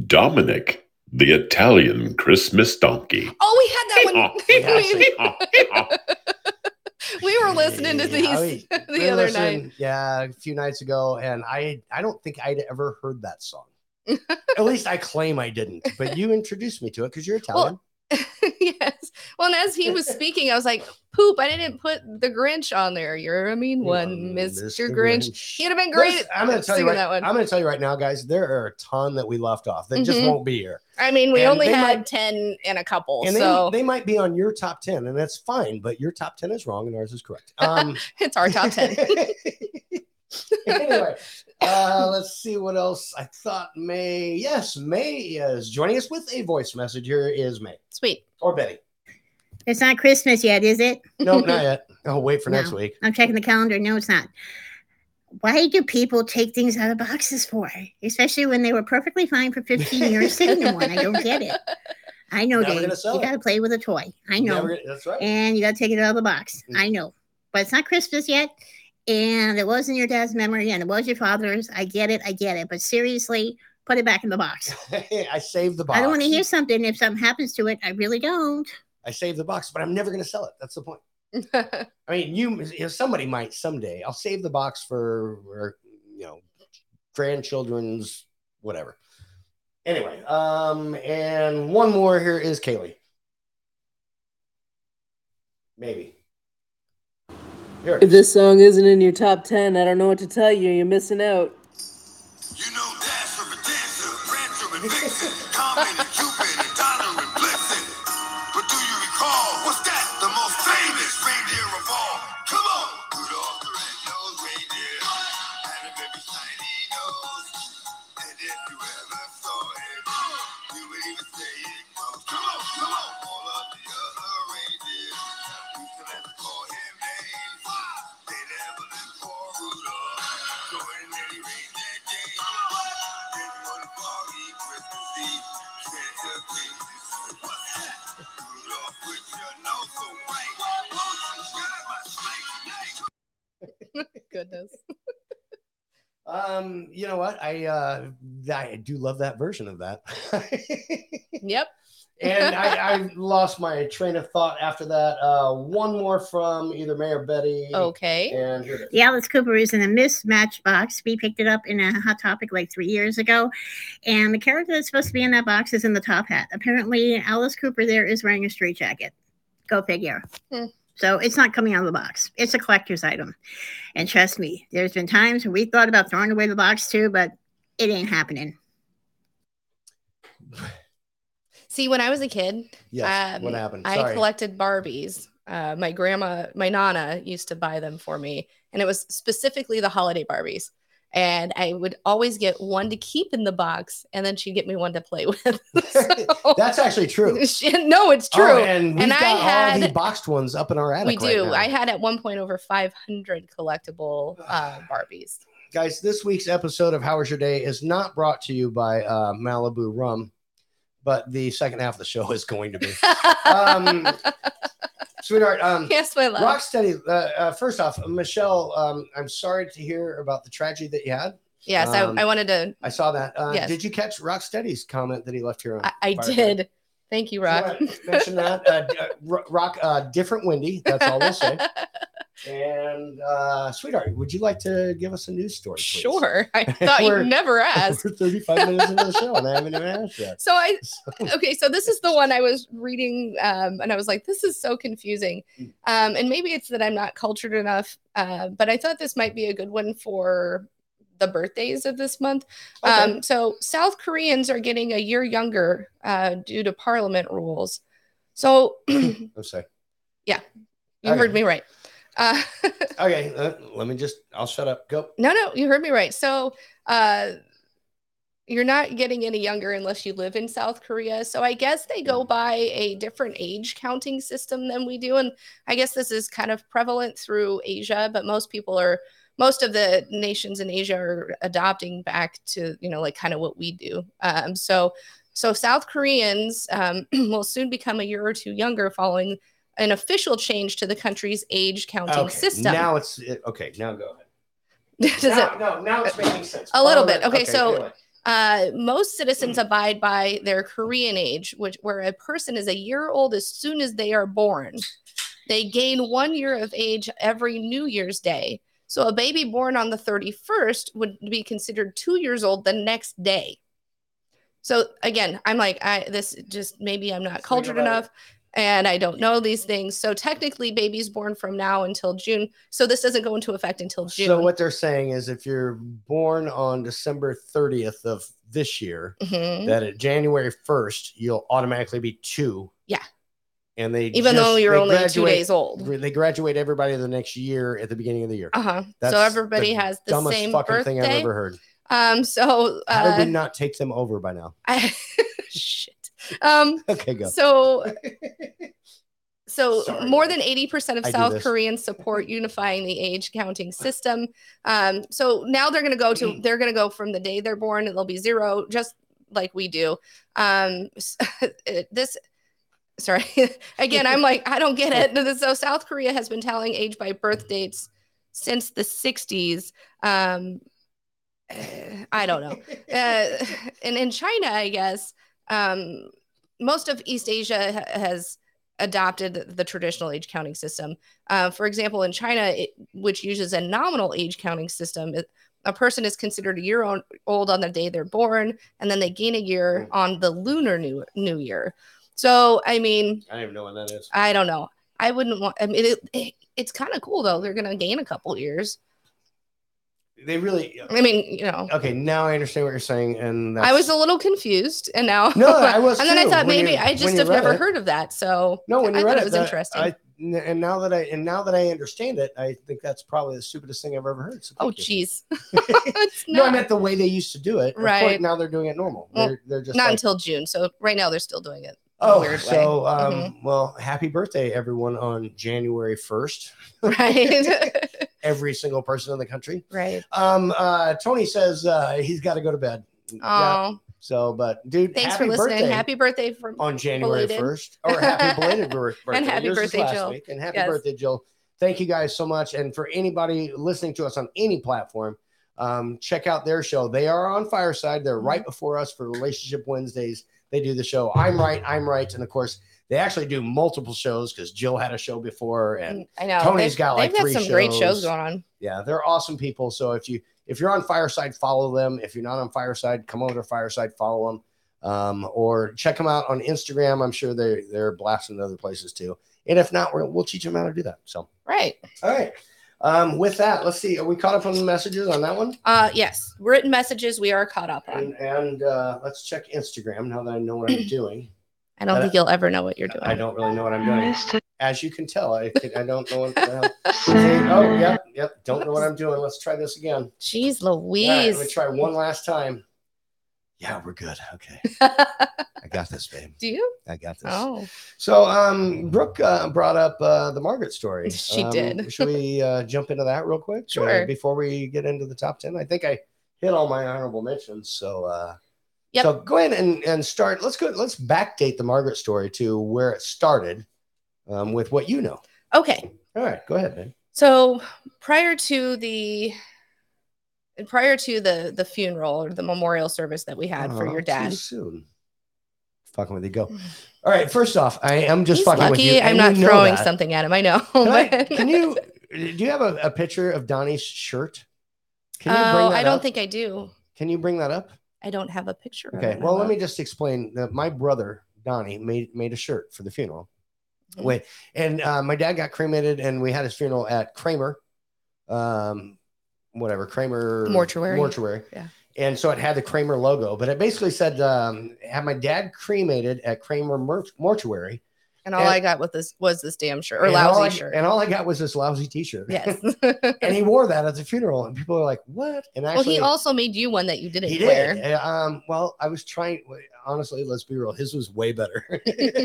Speaker 11: Dominic, the Italian Christmas donkey.
Speaker 6: Oh, we had that one.
Speaker 5: Yeah,
Speaker 6: we,
Speaker 11: Yes.
Speaker 6: we were listening to
Speaker 5: Yeah,
Speaker 6: these
Speaker 5: we
Speaker 6: the other
Speaker 5: listened,
Speaker 6: night.
Speaker 5: yeah, a few nights ago, and I I don't think I'd ever heard that song. At least I claim I didn't. But you introduced me to it because you're Italian.
Speaker 6: yes. Well, and as he was speaking, I was like, "Poop! I didn't put the Grinch on there. You're a mean one, Mr. Grinch." He'd have been great.
Speaker 5: mm, Listen, I'm going to tell you
Speaker 6: singing
Speaker 5: right,
Speaker 6: that one.
Speaker 5: I'm going to tell you right now, guys. There are a ton that we left off that just
Speaker 6: Mhm.
Speaker 5: won't be here.
Speaker 6: I mean, we
Speaker 5: and
Speaker 6: only
Speaker 5: they
Speaker 6: had
Speaker 5: might-
Speaker 6: ten and a couple,
Speaker 5: and
Speaker 6: so
Speaker 5: they, they might be on your top 10 and that's fine but your top 10 is wrong and ours is correct um
Speaker 6: it's our top ten.
Speaker 5: anyway uh let's see what else i thought may yes may is joining us with a voice message here is may
Speaker 6: Sweet.
Speaker 5: or betty
Speaker 12: It's not Christmas yet, is it?
Speaker 5: no not yet oh wait for
Speaker 12: No.
Speaker 5: next week
Speaker 12: I'm checking the calendar. No, it's not. Why do people take things out of boxes for? Especially when they were perfectly fine for 15 years sitting in one. I don't get it. I know,
Speaker 5: Now we're
Speaker 12: Dave.
Speaker 5: gonna sell
Speaker 12: You
Speaker 5: it.
Speaker 12: got to play with a toy. I know.
Speaker 5: Yeah, we're- that's right
Speaker 12: and you got to take it out of the box.
Speaker 5: Mm.
Speaker 12: I know. But it's not Christmas yet. And it wasn't your dad's memory and it was your father's. I get it. I get it. But seriously, put it back in the box.
Speaker 5: i saved the box
Speaker 12: I don't want to hear something if something happens to it. I really don't.
Speaker 5: i saved the box but i'm never going to sell it that's the point i mean you you know, somebody might someday i'll save the box for, for you know grandchildren's whatever anyway um and one more here is kaylee Maybe.
Speaker 9: If this song isn't in your top 10, I don't know what to tell you. You're missing out.
Speaker 6: Goodness.
Speaker 5: Um, you know what? I uh, I do love that version of that.
Speaker 6: Yep.
Speaker 5: and I, I lost my train of thought after that. Uh, one more from either Mayor Betty.
Speaker 6: Okay.
Speaker 5: And here it is.
Speaker 12: The Alice Cooper is in a mismatched box. We picked it up in a Hot Topic like three years ago. And the character that's supposed to be in that box is in the top hat. Apparently, Alice Cooper there is wearing a straight jacket. Go figure.
Speaker 6: Hmm.
Speaker 12: So it's not coming out of the box. It's a collector's item. And trust me, there's been times where we thought about throwing away the box too, but it ain't happening.
Speaker 6: See, when I was a kid,
Speaker 5: Yes, what happened?
Speaker 6: Um, I
Speaker 5: Sorry.
Speaker 6: collected Barbies. Uh, my grandma, my nana used to buy them for me, and it was specifically the holiday Barbies. And I would always get one to keep in the box, and then she'd get me one to play with.
Speaker 5: That's actually true.
Speaker 6: She- no, it's true.
Speaker 5: Oh, and we've
Speaker 6: And
Speaker 5: got
Speaker 6: I
Speaker 5: all
Speaker 6: had-
Speaker 5: the boxed ones up in our attic.
Speaker 6: we
Speaker 5: right
Speaker 6: do.
Speaker 5: now.
Speaker 6: I had at one point over 500 collectible uh, Barbies.
Speaker 5: guys, this week's episode of How Was Your Day is not brought to you by uh, Malibu Rum, but the second half of the show is going to be. um, sweetheart, um,
Speaker 6: Yes, my love.
Speaker 5: Rocksteady. Uh, uh, first off, Michelle, um, I'm sorry to hear about the tragedy that you had.
Speaker 6: yes,
Speaker 5: Um,
Speaker 6: I, I wanted to.
Speaker 5: I saw that. Uh,
Speaker 6: Yes.
Speaker 5: Did you catch Rocksteady's comment that he left here? On
Speaker 6: I, I
Speaker 5: Firefly?
Speaker 6: did. Thank you, Rock.
Speaker 5: Mention that. Uh, d- uh, Ro- Rock, uh, different Wendy. That's all we'll say. And uh, sweetheart, would you like to give us a news story? please?
Speaker 6: Sure. I thought
Speaker 5: We're-
Speaker 6: you'd never ask.
Speaker 5: We're 35 minutes into the show and I haven't even asked yet.
Speaker 6: So I okay, so this is the one I was reading, um, and I was like, this is so confusing. Um, and maybe it's that I'm not cultured enough, uh, but I thought this might be a good one for the birthdays of this month. Um, so South Koreans are getting a year younger uh, due to parliament rules. So you
Speaker 5: I'm sorry.
Speaker 6: heard
Speaker 5: Okay.
Speaker 6: me right. Uh,
Speaker 5: Okay, uh, let me just, I'll shut up. Go.
Speaker 6: No, no, you heard me right. So, uh, you're not getting any younger unless you live in South Korea. So, I guess they
Speaker 5: Mm.
Speaker 6: go by a different age counting system than we do. And I guess this is kind of prevalent through Asia, but most people are, most of the nations in Asia are adopting back to, you know, like kind of what we do. Um, so, so South Koreans um, will soon become a year or two younger following an official change to the country's age counting
Speaker 5: Okay,
Speaker 6: system.
Speaker 5: Now it's, it- okay, now go ahead.
Speaker 6: Does
Speaker 5: now,
Speaker 6: it-
Speaker 5: no, now it's making sense.
Speaker 6: a little
Speaker 5: Follow
Speaker 6: bit.
Speaker 5: that-
Speaker 6: Okay, so
Speaker 5: anyway.
Speaker 6: uh, most citizens abide by their Korean age, which where a person is a year old as soon as they are born. They gain one year of age every New Year's Day. So a baby born on the 31st would be considered two years old the next day. So again, I'm like, I this just maybe I'm not cultured
Speaker 7: about it.
Speaker 6: enough and I don't know these things. So technically babies born from now until June. So this doesn't go into effect until June.
Speaker 5: So what they're saying is if you're born on December 30th of this year,
Speaker 6: Mhm.
Speaker 5: that at January 1st, you'll automatically be two.
Speaker 6: Yeah.
Speaker 5: And they
Speaker 6: Even though you're
Speaker 5: they
Speaker 6: only two days old.
Speaker 5: They graduate everybody the next year at the beginning of the year.
Speaker 6: Uh huh.
Speaker 5: That's
Speaker 6: So everybody
Speaker 5: the
Speaker 6: has the
Speaker 5: dumbest
Speaker 6: same
Speaker 5: fucking
Speaker 6: birthday.
Speaker 5: thing I've ever heard.
Speaker 6: Um. So.
Speaker 5: How
Speaker 6: Uh,
Speaker 5: did we not take them over by now?
Speaker 6: I, shit. Um.
Speaker 5: Okay, go.
Speaker 6: So. So
Speaker 5: Sorry.
Speaker 6: more than eighty percent of
Speaker 5: I do
Speaker 6: South
Speaker 5: this.
Speaker 6: Koreans support unifying the age counting system. Um. So now they're going to go to they're going to go from the day they're born and they'll be zero, just like we do. Um. it- This. Sorry. Again, I'm like I don't get it. So South Korea has been telling age by birth dates since the 60s. Um, I don't know. Uh, and in China, I guess um, most of East Asia ha- has adopted the, the traditional age counting system. Uh, for example, in China, it, which uses a nominal age counting system, it- a person is considered a year on, old on the day they're born, and then they gain a
Speaker 5: Hmm.
Speaker 6: year on the lunar new, new year. So, I mean,
Speaker 5: I don't even know what that is.
Speaker 6: I don't know. I wouldn't want. I mean, it, it, it's kind of cool though. They're gonna gain a couple years.
Speaker 5: They really.
Speaker 6: I mean, you know.
Speaker 5: Okay, now I understand what you're saying, and
Speaker 6: I was a little confused, and now
Speaker 5: No, I was
Speaker 6: and then
Speaker 5: too,
Speaker 6: I thought
Speaker 5: when
Speaker 6: maybe
Speaker 5: you-
Speaker 6: I
Speaker 5: when
Speaker 6: just
Speaker 5: you
Speaker 6: have
Speaker 5: read
Speaker 6: never
Speaker 5: it.
Speaker 6: heard of that. So
Speaker 5: No, when you
Speaker 6: I
Speaker 5: read
Speaker 6: thought
Speaker 5: it,
Speaker 6: it was
Speaker 5: that-
Speaker 6: interesting.
Speaker 5: I, and now that I and now that I understand it, I think that's probably the stupidest thing I've ever heard. So
Speaker 6: oh,
Speaker 5: thank you.
Speaker 6: jeez.
Speaker 5: no, I meant the way they used to do it. Of course,
Speaker 6: Right.
Speaker 5: now they're doing it normal.
Speaker 6: Well,
Speaker 5: they're, they're just
Speaker 6: not
Speaker 5: like,
Speaker 6: until June. So right now they're still doing it. a
Speaker 5: oh,
Speaker 6: weird way.
Speaker 5: so um,
Speaker 6: Mhm.
Speaker 5: well, happy birthday everyone on January first.
Speaker 6: right,
Speaker 5: Every single person in the country.
Speaker 6: right.
Speaker 5: Um, uh, Tony says uh, he's got to go to bed. Yeah.
Speaker 6: Oh,
Speaker 5: So, but dude,
Speaker 6: thanks
Speaker 5: happy
Speaker 6: for listening.
Speaker 5: birthday Oh,
Speaker 6: Happy birthday from
Speaker 5: on January
Speaker 6: belated.
Speaker 5: first, or happy belated bir- birthday.
Speaker 6: and happy
Speaker 5: Yours was
Speaker 6: birthday,
Speaker 5: last
Speaker 6: Jill.
Speaker 5: week. and happy
Speaker 6: Yes.
Speaker 5: birthday, Jill. Thank you guys so much. And for anybody listening to us on any platform, um, check out their show. They are on Fireside. They're right
Speaker 6: Mm-hmm.
Speaker 5: before us for Relationship Wednesdays. They do the show. I'm right. I'm right. And of course, they actually do multiple shows because Jill had a show before, and
Speaker 6: I know
Speaker 5: Tony's
Speaker 6: They've-
Speaker 5: got like
Speaker 6: they've got
Speaker 5: three
Speaker 6: some great shows going on.
Speaker 5: yeah, they're awesome people. So if you if you're on Fireside, follow them. If you're not on Fireside, come over to Fireside, follow them, um, or check them out on Instagram. I'm sure they they're blasting other places too. And if not, we're, we'll teach them how to do that. So
Speaker 6: Right.
Speaker 5: all right. Um, with that, let's see. Are we caught up on the messages on that one?
Speaker 6: Uh, yes, written messages we are caught up
Speaker 5: And,
Speaker 6: on.
Speaker 5: and uh, let's check Instagram now that I know what I'm doing.
Speaker 6: I don't
Speaker 5: Uh,
Speaker 6: think you'll ever know what you're doing.
Speaker 5: I don't really know what I'm doing. As you can tell, I I don't know. What, uh, see, oh, yep, yep. Don't know what I'm doing. Let's try this again.
Speaker 6: Jeez,
Speaker 5: All right, let
Speaker 6: Louise.
Speaker 5: me try one last time. Yeah, we're good. Okay. I got this, babe.
Speaker 6: Do you?
Speaker 5: I got this.
Speaker 6: Oh,
Speaker 5: So, um, Brooke uh, brought up uh, the Margaret story.
Speaker 6: She
Speaker 5: Um,
Speaker 6: did.
Speaker 5: should we uh, jump into that real quick? uh,
Speaker 6: Sure.
Speaker 5: before we get into the top 10, I think I hit all my honorable mentions. So, uh,
Speaker 6: Yep.
Speaker 5: so go ahead and, and start. Let's go. Let's backdate the Margaret story to where it started um, with what you know.
Speaker 6: okay.
Speaker 5: All right. Go ahead, man.
Speaker 6: So prior to the prior to the the funeral or the memorial service that we had for
Speaker 5: Oh,
Speaker 6: your dad,
Speaker 5: Too soon. Fucking with you. Go. All right. First off, I am just
Speaker 6: he's
Speaker 5: fucking with you.
Speaker 6: lucky I'm
Speaker 5: and
Speaker 6: not
Speaker 5: you know
Speaker 6: throwing
Speaker 5: that.
Speaker 6: something at him. I know.
Speaker 5: Can, I-
Speaker 6: but-
Speaker 5: can you? Do you have a, a picture of Donnie's shirt? Can you
Speaker 6: Oh, I don't
Speaker 5: up?
Speaker 6: think I do.
Speaker 5: Can you bring that up?
Speaker 6: I don't have a picture. of
Speaker 5: Okay.
Speaker 6: it.
Speaker 5: Well, let
Speaker 6: Hold
Speaker 5: me
Speaker 6: on.
Speaker 5: just explain that my brother Donnie made made a shirt for the funeral.
Speaker 6: Mm-hmm.
Speaker 5: Wait, and uh, my dad got cremated, and we had his funeral at Kramer, um, whatever Kramer
Speaker 6: Mortuary.
Speaker 5: mortuary.
Speaker 6: Yeah.
Speaker 5: And so it had the Kramer logo, but it basically said, um, "Had my dad cremated at Kramer Mor- Mortuary."
Speaker 6: And all
Speaker 5: and-
Speaker 6: I got with this was this damn shirt or
Speaker 5: and all
Speaker 6: lousy
Speaker 5: I-
Speaker 6: shirt.
Speaker 5: And all I got was this lousy T-shirt.
Speaker 6: yes.
Speaker 5: and he wore that at the funeral, and people were like, "What?" And
Speaker 6: well,
Speaker 5: actually,
Speaker 6: he also made you one that you didn't
Speaker 5: he
Speaker 6: wear.
Speaker 5: did. Uh, Um, well, I was trying. Honestly, let's be real. His was way better.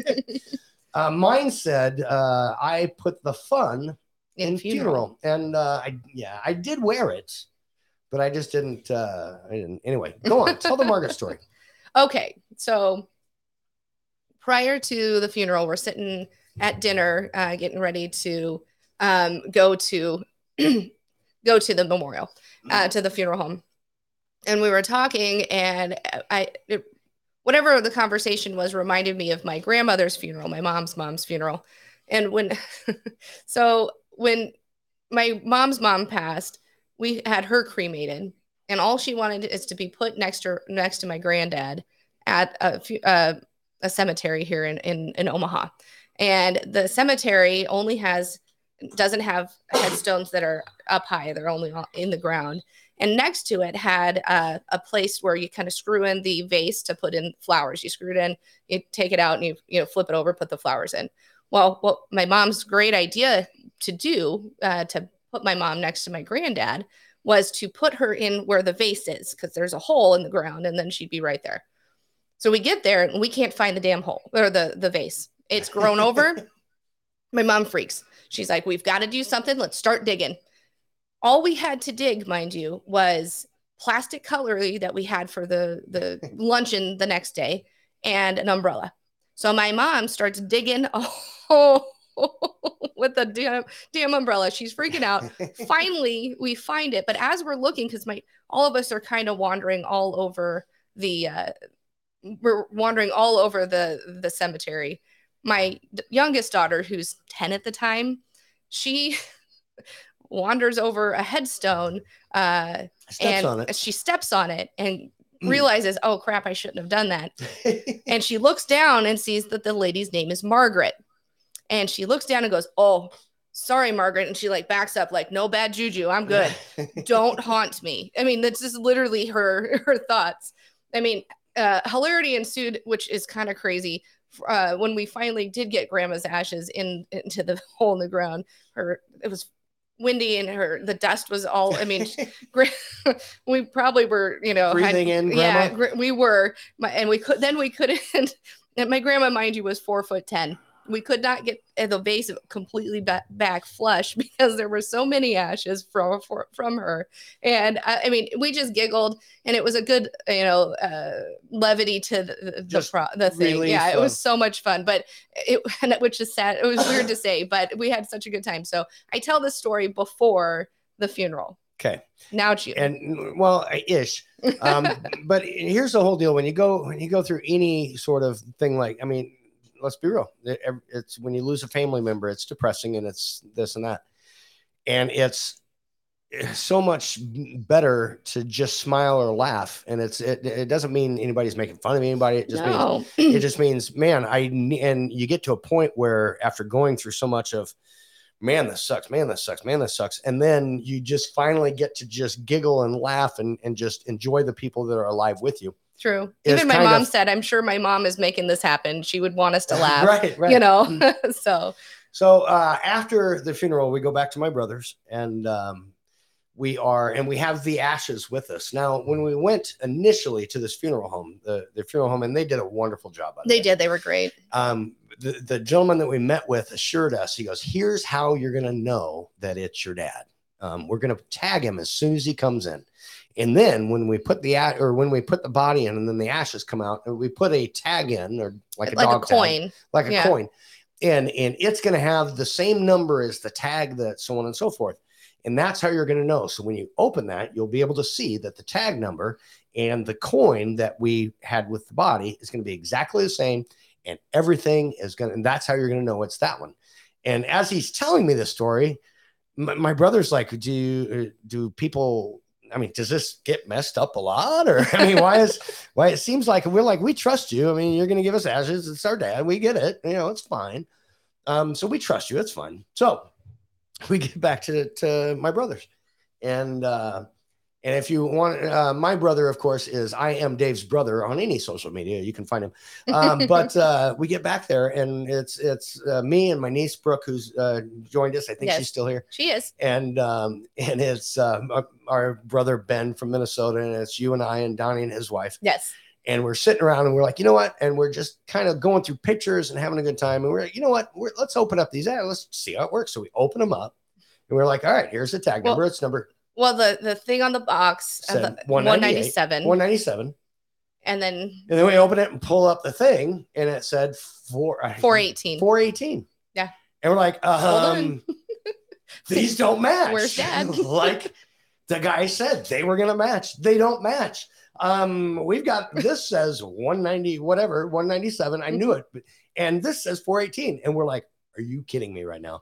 Speaker 5: uh, mine said, uh, "I put the fun in, funeral. and uh, I yeah, I did wear it, but I just didn't. Uh, I didn't. Anyway, go on. tell the Margaret story.
Speaker 6: Okay, so prior to the funeral, we're sitting at dinner, uh, getting ready to um, go to go to the memorial, uh, to the funeral home, and we were talking, and I. It, Whatever the conversation was reminded me of my grandmother's funeral, my mom's mom's funeral. And when, so when my mom's mom passed, we had her cremated, and all she wanted is to be put next to next to my granddad at a fu- uh, a cemetery here in, in in Omaha, and the cemetery only has doesn't have headstones that are up high; they're only on- in the ground. And next to it had uh, a place where you kind of screw in the vase to put in flowers. You screw it in, you take it out, and you you know flip it over, put the flowers in. Well, what my mom's great idea to do uh, to put my mom next to my granddad was to put her in where the vase is because there's a hole in the ground and then she'd be right there. So we get there and we can't find the damn hole or the, the vase. It's grown over. My mom freaks. She's like, We've got to do something. Let's start digging. All we had to dig, mind you, was plastic cutlery that we had for the, the luncheon the next day and an umbrella. So my mom starts digging oh, with the damn, damn umbrella. She's freaking out finally we find it but as we're looking because my all of us are kind of wandering all over the uh we're wandering all over the the cemetery my d- youngest daughter who's 10 at the time she wanders over a headstone uh
Speaker 5: Steps
Speaker 6: and
Speaker 5: on it.
Speaker 6: she steps on it and
Speaker 5: Mm.
Speaker 6: realizes oh crap i shouldn't have done that and she looks down and sees that the lady's name is margaret And she looks down and goes, Oh, sorry, Margaret. And she like backs up, like, no bad juju. I'm good. Don't haunt me. I mean, that's just literally her her thoughts. I mean, uh, hilarity ensued, which is kind of crazy. Uh, when we finally did get grandma's ashes in into the hole in the ground, her it was windy and her the dust was all i mean gra- we probably were you know
Speaker 5: Breathing in,
Speaker 6: yeah
Speaker 5: Grandma?
Speaker 6: gr- we were my, and we could then we couldn't and my grandma mind you was four foot ten we could not get the vase completely ba- back flush because there were so many ashes from for, from her and I, I mean we just giggled and it was a good you know uh, levity to the, the, the, pro- the thing
Speaker 13: relief
Speaker 6: yeah it was
Speaker 13: of-
Speaker 6: so much fun but it and it- which is sad it was weird to say but we had such a good time so i tell this story before the funeral
Speaker 5: Okay.
Speaker 6: now it's you
Speaker 5: And well, ish. Um, but here's the whole deal: when you go when you go through any sort of thing, like I mean, let's be real. It- It's when you lose a family member, it's depressing, and it's this and that, and it's so much better to just smile or laugh. And it's it, it doesn't mean anybody's making fun of anybody. It just
Speaker 6: No.
Speaker 5: means it just means man, I ne- and you get to a point where after going through so much of man, this sucks, man, this sucks, man, this sucks. And then you just finally get to just giggle and laugh and, and just enjoy the people that are alive with you.
Speaker 6: true
Speaker 5: It's
Speaker 6: even my
Speaker 5: kind
Speaker 6: mom
Speaker 5: of-
Speaker 6: said i'm sure my mom is making this happen she would want us to laugh
Speaker 5: Right, right. Mm.
Speaker 6: you know so
Speaker 5: So uh, after the funeral, we go back to my brother's and um, we are, and we have the ashes with us. Now, when we went initially to this funeral home, the, the funeral home, and they did a wonderful job on it.
Speaker 6: they did they were great
Speaker 5: Um, the, the gentleman that we met with assured us, he goes, Here's how you're going to know that it's your dad. Um, we're going to tag him as soon as he comes in. And then when we put the a- or when we put the body in and then the ashes come out, and we put a tag in or like a
Speaker 6: Like a
Speaker 5: dog tag,
Speaker 6: coin.
Speaker 5: like a
Speaker 6: Yeah.
Speaker 5: coin, and and it's going to have the same number as the tag that so on and so forth, and that's how you're going to know. So when you open that, you'll be able to see that the tag number and the coin that we had with the body is going to be exactly the same, and everything is going. to And that's how you're going to know it's that one. And as he's telling me this story, my, my brother's like, do you, er, do people? I mean, does this get messed up a lot? Or I mean, why is why it seems like we're like we trust you. I mean, you're gonna give us ashes. It's our dad. We get it. You know, it's fine. Um, so we trust you. It's fine. So we get back to to my brothers, and uh, and if you want, uh, my brother, of course, is I am Dave's brother on any social media. You can find him. Um, but uh, we get back there, and it's it's uh, me and my niece Brooke, who's uh, joined us. I think
Speaker 6: Yes.
Speaker 5: she's still here
Speaker 6: she is
Speaker 5: and um, and it's uh, our- our brother Ben from Minnesota, and it's you and I and Donnie and his wife.
Speaker 6: Yes.
Speaker 5: And we're sitting around, and we're like, you know what? And we're just kind of going through pictures and having a good time. And we're like, you know what? We're, let's open up these ads. Let's see how it works. So we open them up, and we're like, all right, here's the tag number. It's number
Speaker 6: well the the thing on the box uh, the-
Speaker 5: 197.
Speaker 6: 197
Speaker 5: 197.
Speaker 6: and then
Speaker 5: And then we open it and pull up the thing, and it said four,
Speaker 6: 418
Speaker 5: 418.
Speaker 6: yeah
Speaker 5: And we're like,
Speaker 6: Hold
Speaker 5: um, these don't match.
Speaker 6: Where's dad?
Speaker 5: like the guy said, they were going to match. They don't match. Um, we've got this says 190, whatever, 197. I
Speaker 6: Mhm.
Speaker 5: knew it. but- And this says 418. And we're like, are you kidding me right now?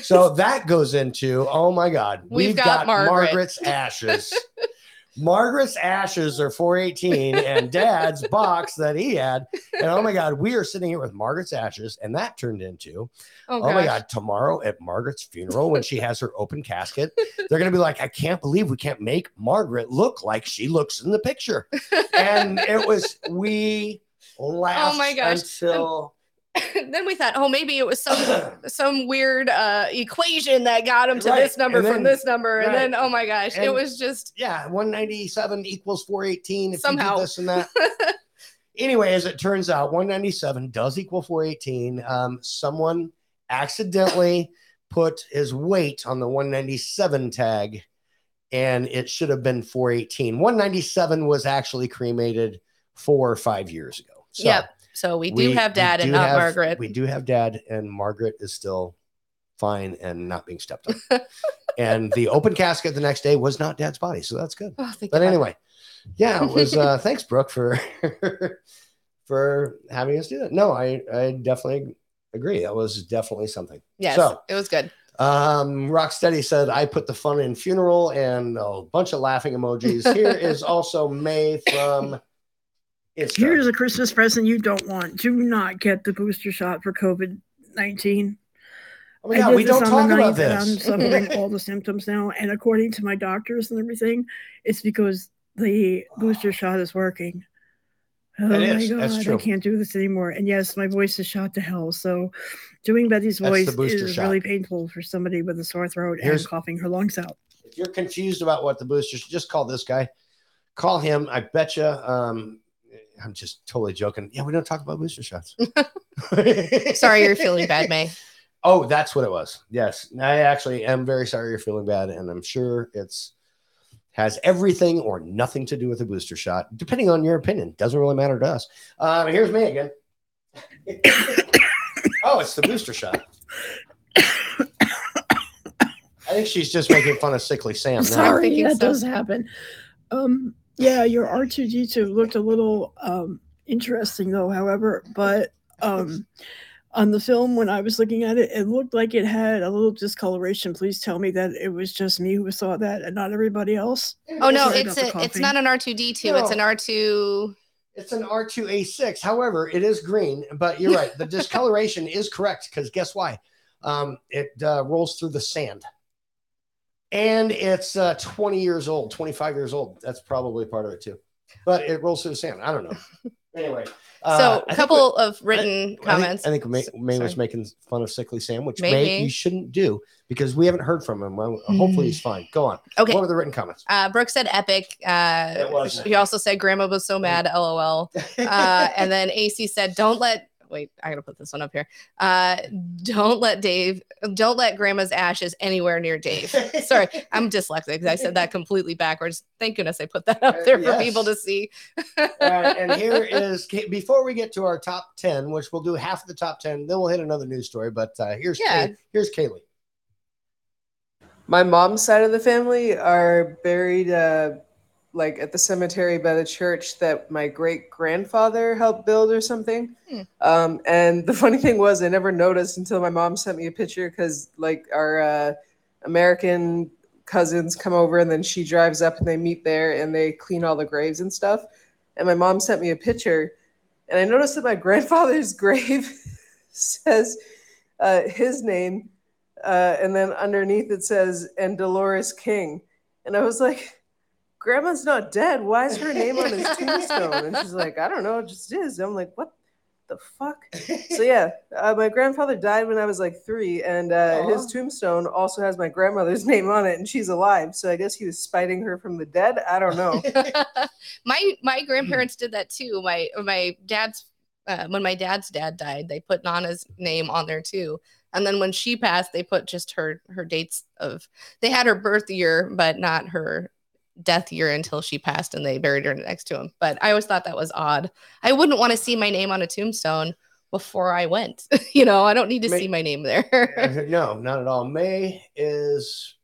Speaker 5: So that goes into, oh my God,
Speaker 6: We've got Margaret.
Speaker 5: Margaret's ashes. Margaret's ashes are 418 and dad's box that he had. And oh my God, we are sitting here with Margaret's ashes. And that turned into,
Speaker 6: Oh,
Speaker 5: oh, my
Speaker 6: gosh.
Speaker 5: God, tomorrow at Margaret's funeral when she has her open casket, they're going to be like, I can't believe we can't make Margaret look like she looks in the picture. And it was, we laughed
Speaker 6: Oh my gosh.
Speaker 5: until.
Speaker 6: then we thought, oh, maybe it was some some weird uh, equation that got him to this
Speaker 5: Right,
Speaker 6: number
Speaker 5: and
Speaker 6: from
Speaker 5: then-
Speaker 6: this number, and
Speaker 5: right.
Speaker 6: then oh my gosh, it
Speaker 5: And-
Speaker 6: was just
Speaker 5: yeah, 197 equals 418. If you
Speaker 6: Somehow.
Speaker 5: do this and that. anyway, as it turns out, 197 does equal 418. Um, someone accidentally put his weight on the 197 tag, and it should have been 418. 197 was actually cremated four or five years ago. So
Speaker 6: yep. So we do have dad
Speaker 5: we
Speaker 6: and
Speaker 5: do
Speaker 6: not
Speaker 5: have-
Speaker 6: Margaret.
Speaker 5: We do have dad, and Margaret is still fine and not being stepped on. and the open casket the next day was not dad's body, so that's good.
Speaker 6: Oh, thank
Speaker 5: but
Speaker 6: God.
Speaker 5: anyway, yeah, it was. Uh, thanks, Brooke, for for having us do that. No, I I definitely agree. That was definitely something.
Speaker 6: yes,
Speaker 5: So
Speaker 6: it was good.
Speaker 5: um, Rocksteady said, I put the fun in funeral and a bunch of laughing emojis. Here is also May from
Speaker 12: Here's a Christmas present you don't want. Do not get the booster shot for COVID 19.
Speaker 5: Oh my God, we don't talk about
Speaker 13: I'm
Speaker 5: this.
Speaker 13: suffering all the symptoms now, and according to my doctors and everything, it's because the booster shot is working. Oh
Speaker 5: It
Speaker 13: my
Speaker 5: is.
Speaker 13: god,
Speaker 5: That's
Speaker 13: I
Speaker 5: true.
Speaker 13: can't do this anymore. And yes, my voice is shot to hell. So doing Betty's
Speaker 5: That's the
Speaker 13: voice
Speaker 5: booster
Speaker 13: is
Speaker 5: shot.
Speaker 13: really painful for somebody with a sore throat
Speaker 5: Here's-
Speaker 13: and coughing her lungs out.
Speaker 5: if you're confused about what the boosters, just call this guy. Call him. I bet you. Um, I'm just totally joking. Yeah, we don't talk about booster shots.
Speaker 6: Sorry, you're feeling bad, May.
Speaker 5: Oh, that's what it was. Yes, I actually am very sorry you're feeling bad, and I'm sure it's has everything or nothing to do with the booster shot, depending on your opinion. Doesn't really matter to us. Um, here's me again. oh, it's the booster shot. I think she's just making fun of sickly Sam. now.
Speaker 13: Sorry, that does happen. Um, yeah, your R two D two looked a little um, interesting though. However, but um, on the film when I was looking at it, it looked like it had a little discoloration. Please tell me that it was just me who saw that and not everybody else.
Speaker 6: Oh no,
Speaker 13: Sorry
Speaker 6: it's
Speaker 13: about the
Speaker 6: a, it's
Speaker 13: coughing.
Speaker 6: not an R two D two. It's an
Speaker 5: No.
Speaker 6: R two.
Speaker 5: It's an R2A6. However, it is green, but you're right. The discoloration is correct because guess why? Um, it uh, rolls through the sand. And it's uh, 20 years old, 25 years old. That's probably part of it too. But it rolls through the sand. I don't know. Anyway. uh,
Speaker 6: So
Speaker 5: I
Speaker 6: a
Speaker 5: think
Speaker 6: couple of written
Speaker 5: we- I think-
Speaker 6: comments.
Speaker 5: I think, May, May was making fun of sickly Sam, which
Speaker 6: May-
Speaker 5: May,
Speaker 6: May.
Speaker 5: you shouldn't do because we haven't heard from him. Well, hopefully he's fine. Go on.
Speaker 6: Hmm. Okay.
Speaker 5: What were the written comments?
Speaker 6: Uh, Brooke said epic. Uh,
Speaker 5: It was
Speaker 6: He also said grandma was so mad. LOL. Uh, and then AC said, don't let, wait, I gotta put this one up here. Uh, don't let Dave, don't let grandma's ashes anywhere near Dave. Sorry, I'm dyslexic. I said that completely backwards. Thank goodness I put that up there for
Speaker 5: Uh, yes.
Speaker 6: people to see.
Speaker 5: All right, and here is before we get to our top ten, which we'll do half the top ten, then we'll hit another news story. But uh, here's
Speaker 9: Yeah.
Speaker 5: Kay, here's Kaylee.
Speaker 9: my mom's side of the family are buried uh, like at the cemetery by the church that my great grandfather helped build or something.
Speaker 6: Hmm.
Speaker 9: Um, and the funny thing was, I never noticed until my mom sent me a picture because like our uh, American cousins come over and then she drives up and they meet there and they clean all the graves and stuff. And my mom sent me a picture, and I noticed that my grandfather's grave says uh, his name uh, and then underneath it says and Dolores King, and I was like, Grandma's not dead. Why is her name on his tombstone? And she's like, I don't know, it just is. I'm like, what the fuck? So yeah, uh, my grandfather died when I was like three, and uh, his tombstone also has my grandmother's name on it, and she's alive. So I guess he was spiting her from the dead. I don't know.
Speaker 6: my my grandparents did that too. My my dad's uh, when my dad's dad died, they put Nana's name on there too. And then when she passed, they put just her her dates of they had her birth year, but not her death year until she passed, and they buried her next to him. But I always thought that was odd. I wouldn't want to see my name on a tombstone before I went. you know, I don't need to
Speaker 5: May-
Speaker 6: see my name there.
Speaker 5: Uh, no, not at all. May is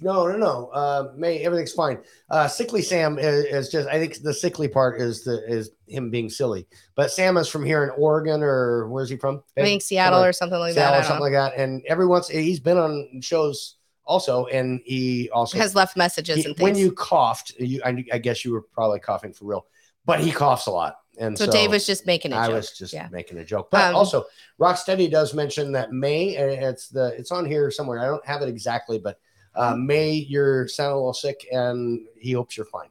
Speaker 5: no, no, no. Uh, May everything's fine. Uh, sickly Sam is, is just. I think the sickly part is the is him being silly. But Sam is from here in Oregon, or where's he from?
Speaker 6: I think Seattle or something like
Speaker 5: Seattle
Speaker 6: that. I
Speaker 5: or
Speaker 6: don't
Speaker 5: something like that. And every once he's been on shows also, and he also
Speaker 6: know. has left messages
Speaker 5: He-
Speaker 6: and things.
Speaker 5: when you coughed, you I, I guess you were probably coughing for real, but he coughs a lot, and
Speaker 6: so,
Speaker 5: so,
Speaker 6: Dave was just making a
Speaker 5: I
Speaker 6: joke.
Speaker 5: was just
Speaker 6: yeah.
Speaker 5: making a joke, but
Speaker 6: Um,
Speaker 5: also Rocksteady does mention that May, and it's the it's on here somewhere. I don't have it exactly, but
Speaker 6: Mm-hmm.
Speaker 5: uh, May, you're sound a little sick, and he hopes you're fine,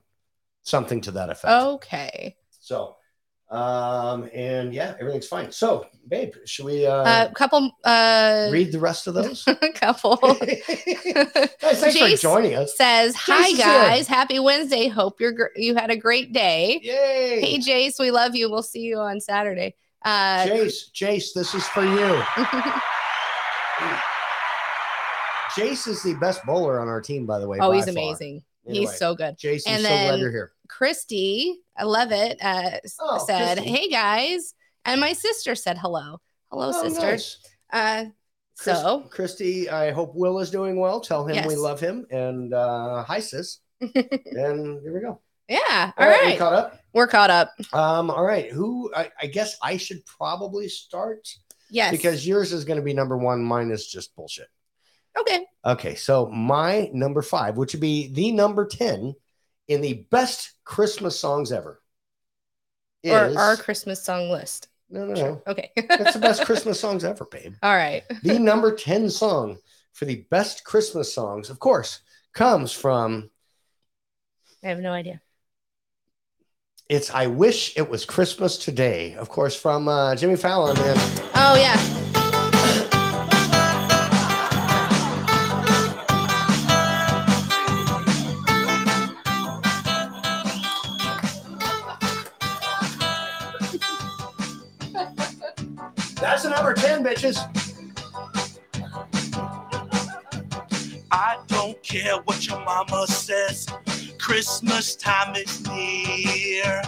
Speaker 5: something to that effect.
Speaker 6: Oh. Okay.
Speaker 5: So, um, and yeah, everything's fine. So, babe, should we
Speaker 6: A
Speaker 5: uh,
Speaker 6: couple. Uh,
Speaker 5: read the rest of those?
Speaker 6: couple.
Speaker 5: Guys, thanks for
Speaker 6: Jace
Speaker 5: joining us.
Speaker 6: Says hi
Speaker 5: Jace is
Speaker 6: guys, happy Wednesday. Hope you're gr- you had a great day.
Speaker 5: Yay!
Speaker 6: Hey Jace, we love you. We'll see you on Saturday. Uh,
Speaker 5: Jace, Jace, this is for you. Jace is the best bowler on our team, by the way.
Speaker 6: oh,
Speaker 5: by
Speaker 6: he's
Speaker 5: far.
Speaker 6: amazing.
Speaker 5: Anyway,
Speaker 6: he's so good.
Speaker 5: Jace, I'm
Speaker 6: and
Speaker 5: so
Speaker 6: then
Speaker 5: glad you're here.
Speaker 6: Christy, I love it. Uh, s-
Speaker 5: Oh,
Speaker 6: said
Speaker 5: Christy.
Speaker 6: hey guys, and my sister said hello. Hello,
Speaker 5: Oh,
Speaker 6: sister.
Speaker 5: nice.
Speaker 6: Uh,
Speaker 5: Chris-
Speaker 6: so
Speaker 5: Christy, I hope Will is doing well. Tell him we
Speaker 6: Yes.
Speaker 5: love him. And uh, hi, sis. and here we go.
Speaker 6: yeah,
Speaker 5: All
Speaker 6: all
Speaker 5: right, we
Speaker 6: right.
Speaker 5: caught up?
Speaker 6: We're caught up.
Speaker 5: Um, all right. Who? I, I guess I should probably start.
Speaker 6: Yes.
Speaker 5: Because yours is going to be number one. Mine is just bullshit.
Speaker 6: Okay.
Speaker 5: Okay, so my number five, which would be the number 10 in the best Christmas songs ever.
Speaker 6: Or
Speaker 5: is-
Speaker 6: our Christmas song list.
Speaker 5: No, no, no.
Speaker 6: Okay.
Speaker 5: That's the best Christmas songs ever, babe.
Speaker 6: All right.
Speaker 5: The number 10 song for the best Christmas songs, of course, comes from
Speaker 6: I have no idea.
Speaker 5: It's I Wish It Was Christmas Today, of course, from uh, Jimmy Fallon. And
Speaker 6: Oh yeah.
Speaker 5: that's the number 10, bitches.
Speaker 10: I don't care what your mama says. Christmas time is near.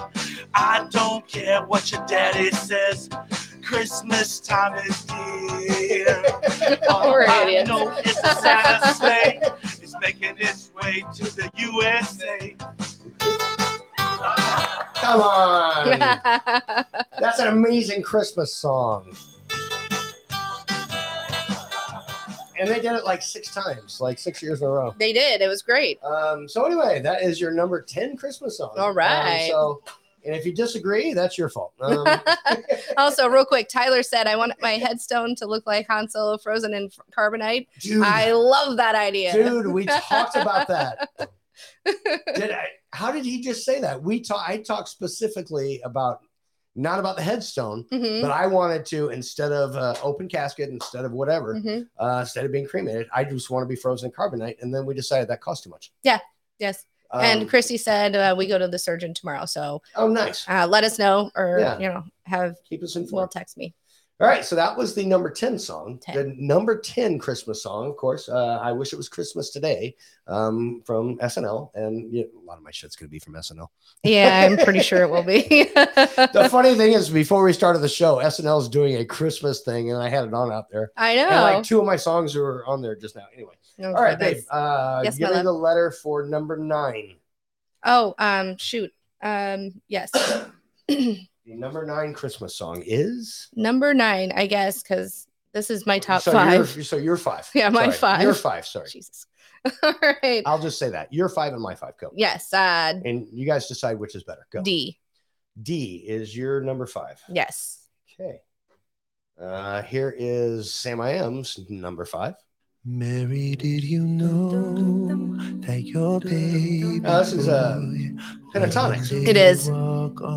Speaker 10: I don't care what your daddy says. Christmas time is near.
Speaker 5: Oh,
Speaker 10: All
Speaker 6: We're
Speaker 10: I
Speaker 6: idiots.
Speaker 10: know is the Santa sleigh is making its way to the USA.
Speaker 5: Come on. that's an amazing Christmas song. And they did it like six times, like six years in a row.
Speaker 6: They did. It was great.
Speaker 5: Um, so anyway, that is your number 10 Christmas song.
Speaker 6: All right.
Speaker 5: Um, so, and if you disagree, that's your fault. Um,
Speaker 6: also, real quick, Tyler said, I want my headstone to look like Han Solo frozen in f- carbonite.
Speaker 5: Dude.
Speaker 6: I love that idea.
Speaker 5: dude, we talked about that. Did I, how did he just say that? We talk, I talked specifically about not about the headstone,
Speaker 6: Mhm.
Speaker 5: but I wanted to instead of uh, open casket, instead of whatever,
Speaker 6: Mhm.
Speaker 5: uh, instead of being cremated, I just want to be frozen in carbonite. And then we decided that cost too much.
Speaker 6: Yeah. Yes.
Speaker 5: Um,
Speaker 6: and Christy said uh, we go to the surgeon tomorrow. So
Speaker 5: Oh, nice.
Speaker 6: uh, let us know or,
Speaker 5: Yeah.
Speaker 6: you know, have
Speaker 5: keep us informed.
Speaker 6: Well, text me.
Speaker 5: All right, so that was the number 10 song. The number 10 Christmas song, of course. Uh, I wish it was Christmas today um, from SNL. And you know, a lot of my shit's going to be from SNL.
Speaker 6: Yeah, I'm pretty sure it will be.
Speaker 5: the funny thing is, before we started the show, SNL is doing a Christmas thing, and I had it on out there.
Speaker 6: I know.
Speaker 5: And like two of my songs were on there just now. Anyway.
Speaker 6: No,
Speaker 5: All right,
Speaker 6: that's-
Speaker 5: babe. Uh,
Speaker 6: Yes,
Speaker 5: give
Speaker 6: my
Speaker 5: me
Speaker 6: love.
Speaker 5: the letter for number nine.
Speaker 6: Oh, um, shoot. Um, yes.
Speaker 5: The number nine Christmas song is.
Speaker 6: Number nine, I guess, because this is my top
Speaker 5: so
Speaker 6: five.
Speaker 5: You're, so you're five.
Speaker 6: Yeah, my
Speaker 5: Sorry.
Speaker 6: five.
Speaker 5: You're five. Sorry.
Speaker 6: Jesus. All right.
Speaker 5: I'll just say that. You're five and my five. Go.
Speaker 6: Yes. Uh,
Speaker 5: And you guys decide which is better. Go.
Speaker 6: D.
Speaker 5: D is your number five.
Speaker 6: Yes.
Speaker 5: Okay. Uh, here is Sam I Am's number five.
Speaker 10: Mary, did you know that your baby?
Speaker 5: Uh, this is uh, Pentatonics.
Speaker 6: It is.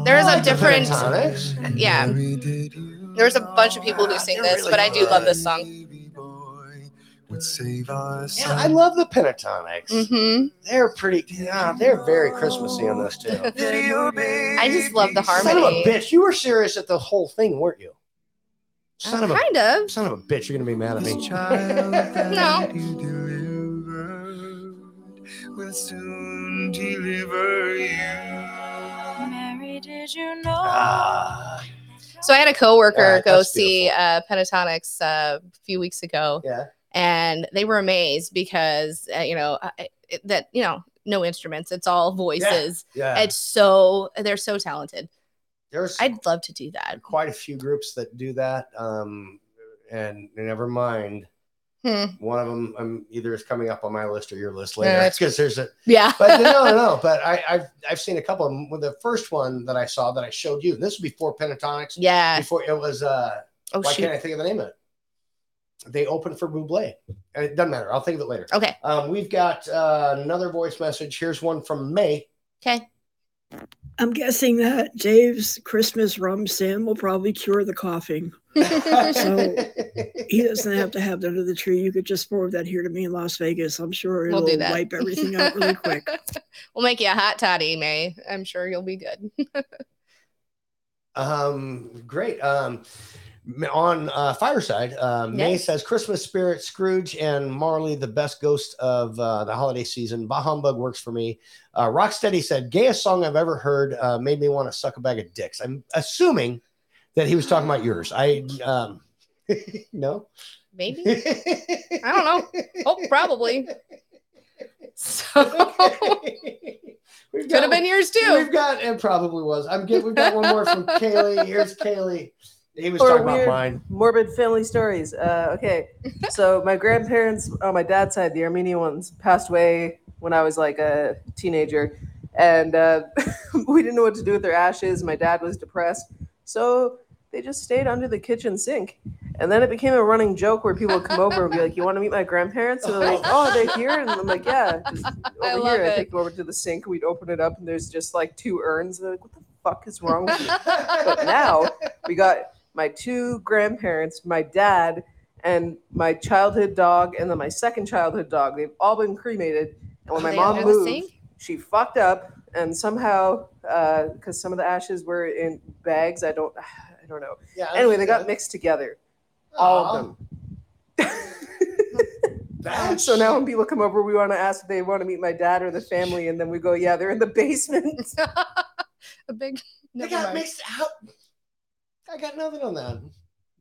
Speaker 6: There is a different.
Speaker 5: Pentatonics.
Speaker 6: Yeah. There's a bunch of people who sing this, but I do love this song.
Speaker 5: Yeah, I love the Pentatonics.
Speaker 6: Mm-hmm.
Speaker 5: They're pretty. Yeah, they're very Christmassy on this too.
Speaker 6: I just love the
Speaker 5: Son of a
Speaker 6: harmony.
Speaker 5: bitch! You were serious at the whole thing, weren't you? Son of a
Speaker 6: Uh, Kind of.
Speaker 5: son of a bitch! You're gonna be mad at me.
Speaker 6: No.
Speaker 10: Will soon deliver you.
Speaker 7: Mary, did you know?
Speaker 6: So I had a coworker
Speaker 7: Alright,
Speaker 6: go
Speaker 7: that's
Speaker 6: see uh, Pentatonics uh, a few weeks ago.
Speaker 5: Yeah.
Speaker 6: And they were amazed because uh, you know I, it, that you know no instruments, it's all voices.
Speaker 5: yeah.
Speaker 6: It's so they're so talented.
Speaker 5: There's
Speaker 6: I'd love to do that.
Speaker 5: Quite a few groups that do that. Um, and never mind.
Speaker 6: Hmm.
Speaker 5: One of them um, either is coming up on my list or your list later.
Speaker 6: that's-
Speaker 5: because there's a
Speaker 6: Yeah.
Speaker 5: but no, no, no. But I, I've I've seen a couple of them. Well, The first one that I saw that I showed you. This was before Pentatonics.
Speaker 6: Yeah.
Speaker 5: Before it was. uh
Speaker 6: Oh,
Speaker 5: Why
Speaker 6: shoot.
Speaker 5: can't I think of the name of it? They opened for Buble. And It doesn't matter. I'll think of it later.
Speaker 6: Okay.
Speaker 5: Um, we've got uh, another voice message. Here's one from May.
Speaker 6: Okay.
Speaker 13: I'm guessing that Dave's Christmas rum sim will probably cure the coughing. so he doesn't have to have it under the tree. You could just forward that here to me in Las Vegas. I'm sure
Speaker 6: We'll
Speaker 13: it'll
Speaker 6: do that.
Speaker 13: wipe everything out really quick.
Speaker 6: We'll make you a hot toddy, May. I'm sure you'll be good.
Speaker 5: Um, great. Um, m- on uh, Fireside, uh, May
Speaker 6: Yes.
Speaker 5: says Christmas spirit, Scrooge and Marley, the best ghost of uh, the holiday season. Bah humbug works for me. Uh, Rocksteady said, gayest song I've ever heard uh, made me want to suck a bag of dicks. I'm assuming that he was talking about yours. I um, no.
Speaker 6: Maybe. I don't know. Oh, probably. So
Speaker 5: We've
Speaker 6: could have been yours too.
Speaker 5: We've got it probably was. I'm getting we've got one more from Kaylee. Here's Kaylee. He was
Speaker 9: Or
Speaker 5: talking about
Speaker 9: weird,
Speaker 5: mine.
Speaker 9: Morbid family stories. Uh, okay, so my grandparents on my dad's side, the Armenian ones, passed away when I was like a teenager, and uh, we didn't know what to do with their ashes. My dad was depressed, so They just stayed under the kitchen sink. And then it became a running joke where people would come over and be like, You want to meet my grandparents? And they're like, Oh, they're here. And I'm like, Yeah. Just over
Speaker 6: I
Speaker 9: here.
Speaker 6: love
Speaker 9: I
Speaker 6: it.
Speaker 9: take them over to the sink. We'd open it up and there's just like two urns. And they're like, What the fuck is wrong with you? but now we got my two grandparents, my dad, and my childhood dog, and then my second childhood dog. They've all been cremated. And
Speaker 6: Are
Speaker 9: when my
Speaker 6: they
Speaker 9: mom
Speaker 6: under the
Speaker 9: moved,
Speaker 6: sink?
Speaker 9: she fucked up, and somehow, because some of the ashes were in bags, I don't, I don't know.
Speaker 6: Oh,
Speaker 5: Yeah,
Speaker 9: anyway, they
Speaker 5: yeah. Oh,
Speaker 9: got mixed together, all of them.
Speaker 6: Oh,
Speaker 9: So now when people come over, we want to ask if they want to meet my dad or the family, and then we go, yeah, they're in the basement.
Speaker 6: a big.
Speaker 5: They
Speaker 6: never
Speaker 5: got
Speaker 6: mind.
Speaker 5: mixed out. I got nothing on that.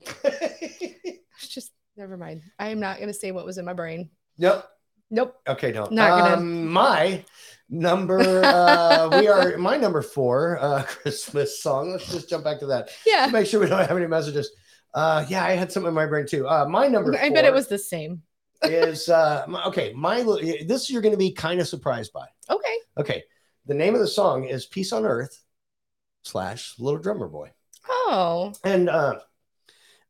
Speaker 6: It's Just never mind. I am not gonna say what was in my brain.
Speaker 5: Nope.
Speaker 6: Nope.
Speaker 5: Okay, no.
Speaker 6: Not gonna-
Speaker 5: um, my number uh we are my number four uh Christmas song. Let's just jump back to that.
Speaker 6: Yeah.
Speaker 5: To make sure we don't have any messages. Uh yeah, I had something in my brain too. Uh my number
Speaker 6: I bet it
Speaker 5: four
Speaker 6: was the same.
Speaker 5: is uh my, okay, my li- this you're gonna be kind of surprised by.
Speaker 6: Okay.
Speaker 5: Okay. The name of the song is Peace on Earth slash Little Drummer Boy.
Speaker 6: Oh.
Speaker 5: And uh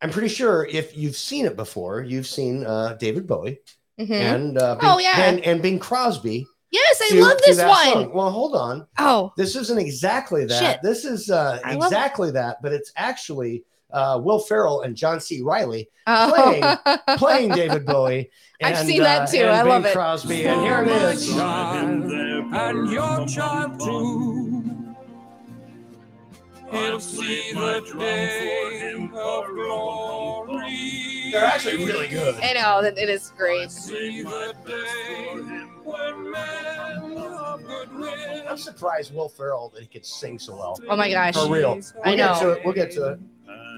Speaker 5: I'm pretty sure if you've seen it before, you've seen uh David Bowie
Speaker 6: Mhm.
Speaker 5: and uh
Speaker 6: Oh,
Speaker 5: Bing-
Speaker 6: yeah.
Speaker 5: and, and Bing Crosby
Speaker 6: yes, I
Speaker 5: to-
Speaker 6: love
Speaker 5: to
Speaker 6: this
Speaker 5: that
Speaker 6: one.
Speaker 5: song. Well, hold on.
Speaker 6: Oh.
Speaker 5: This isn't exactly that.
Speaker 6: Shit.
Speaker 5: This is uh,
Speaker 6: I love it.
Speaker 5: exactly that, but it's actually uh, Will Ferrell and John C. Riley
Speaker 6: Oh.
Speaker 5: playing, playing David Bowie.
Speaker 6: I've seen that too.
Speaker 5: and
Speaker 6: I love
Speaker 5: Bing
Speaker 6: it.
Speaker 5: Crosby, and here it is.
Speaker 10: and your child too. He'll see the day of glory.
Speaker 5: They're actually really good.
Speaker 6: I know that it is great.
Speaker 5: I'm surprised Will Ferrell that he could sing so well.
Speaker 6: Oh my gosh.
Speaker 5: For real.
Speaker 6: I
Speaker 5: We'll get
Speaker 6: know.
Speaker 5: to it. We'll get to it.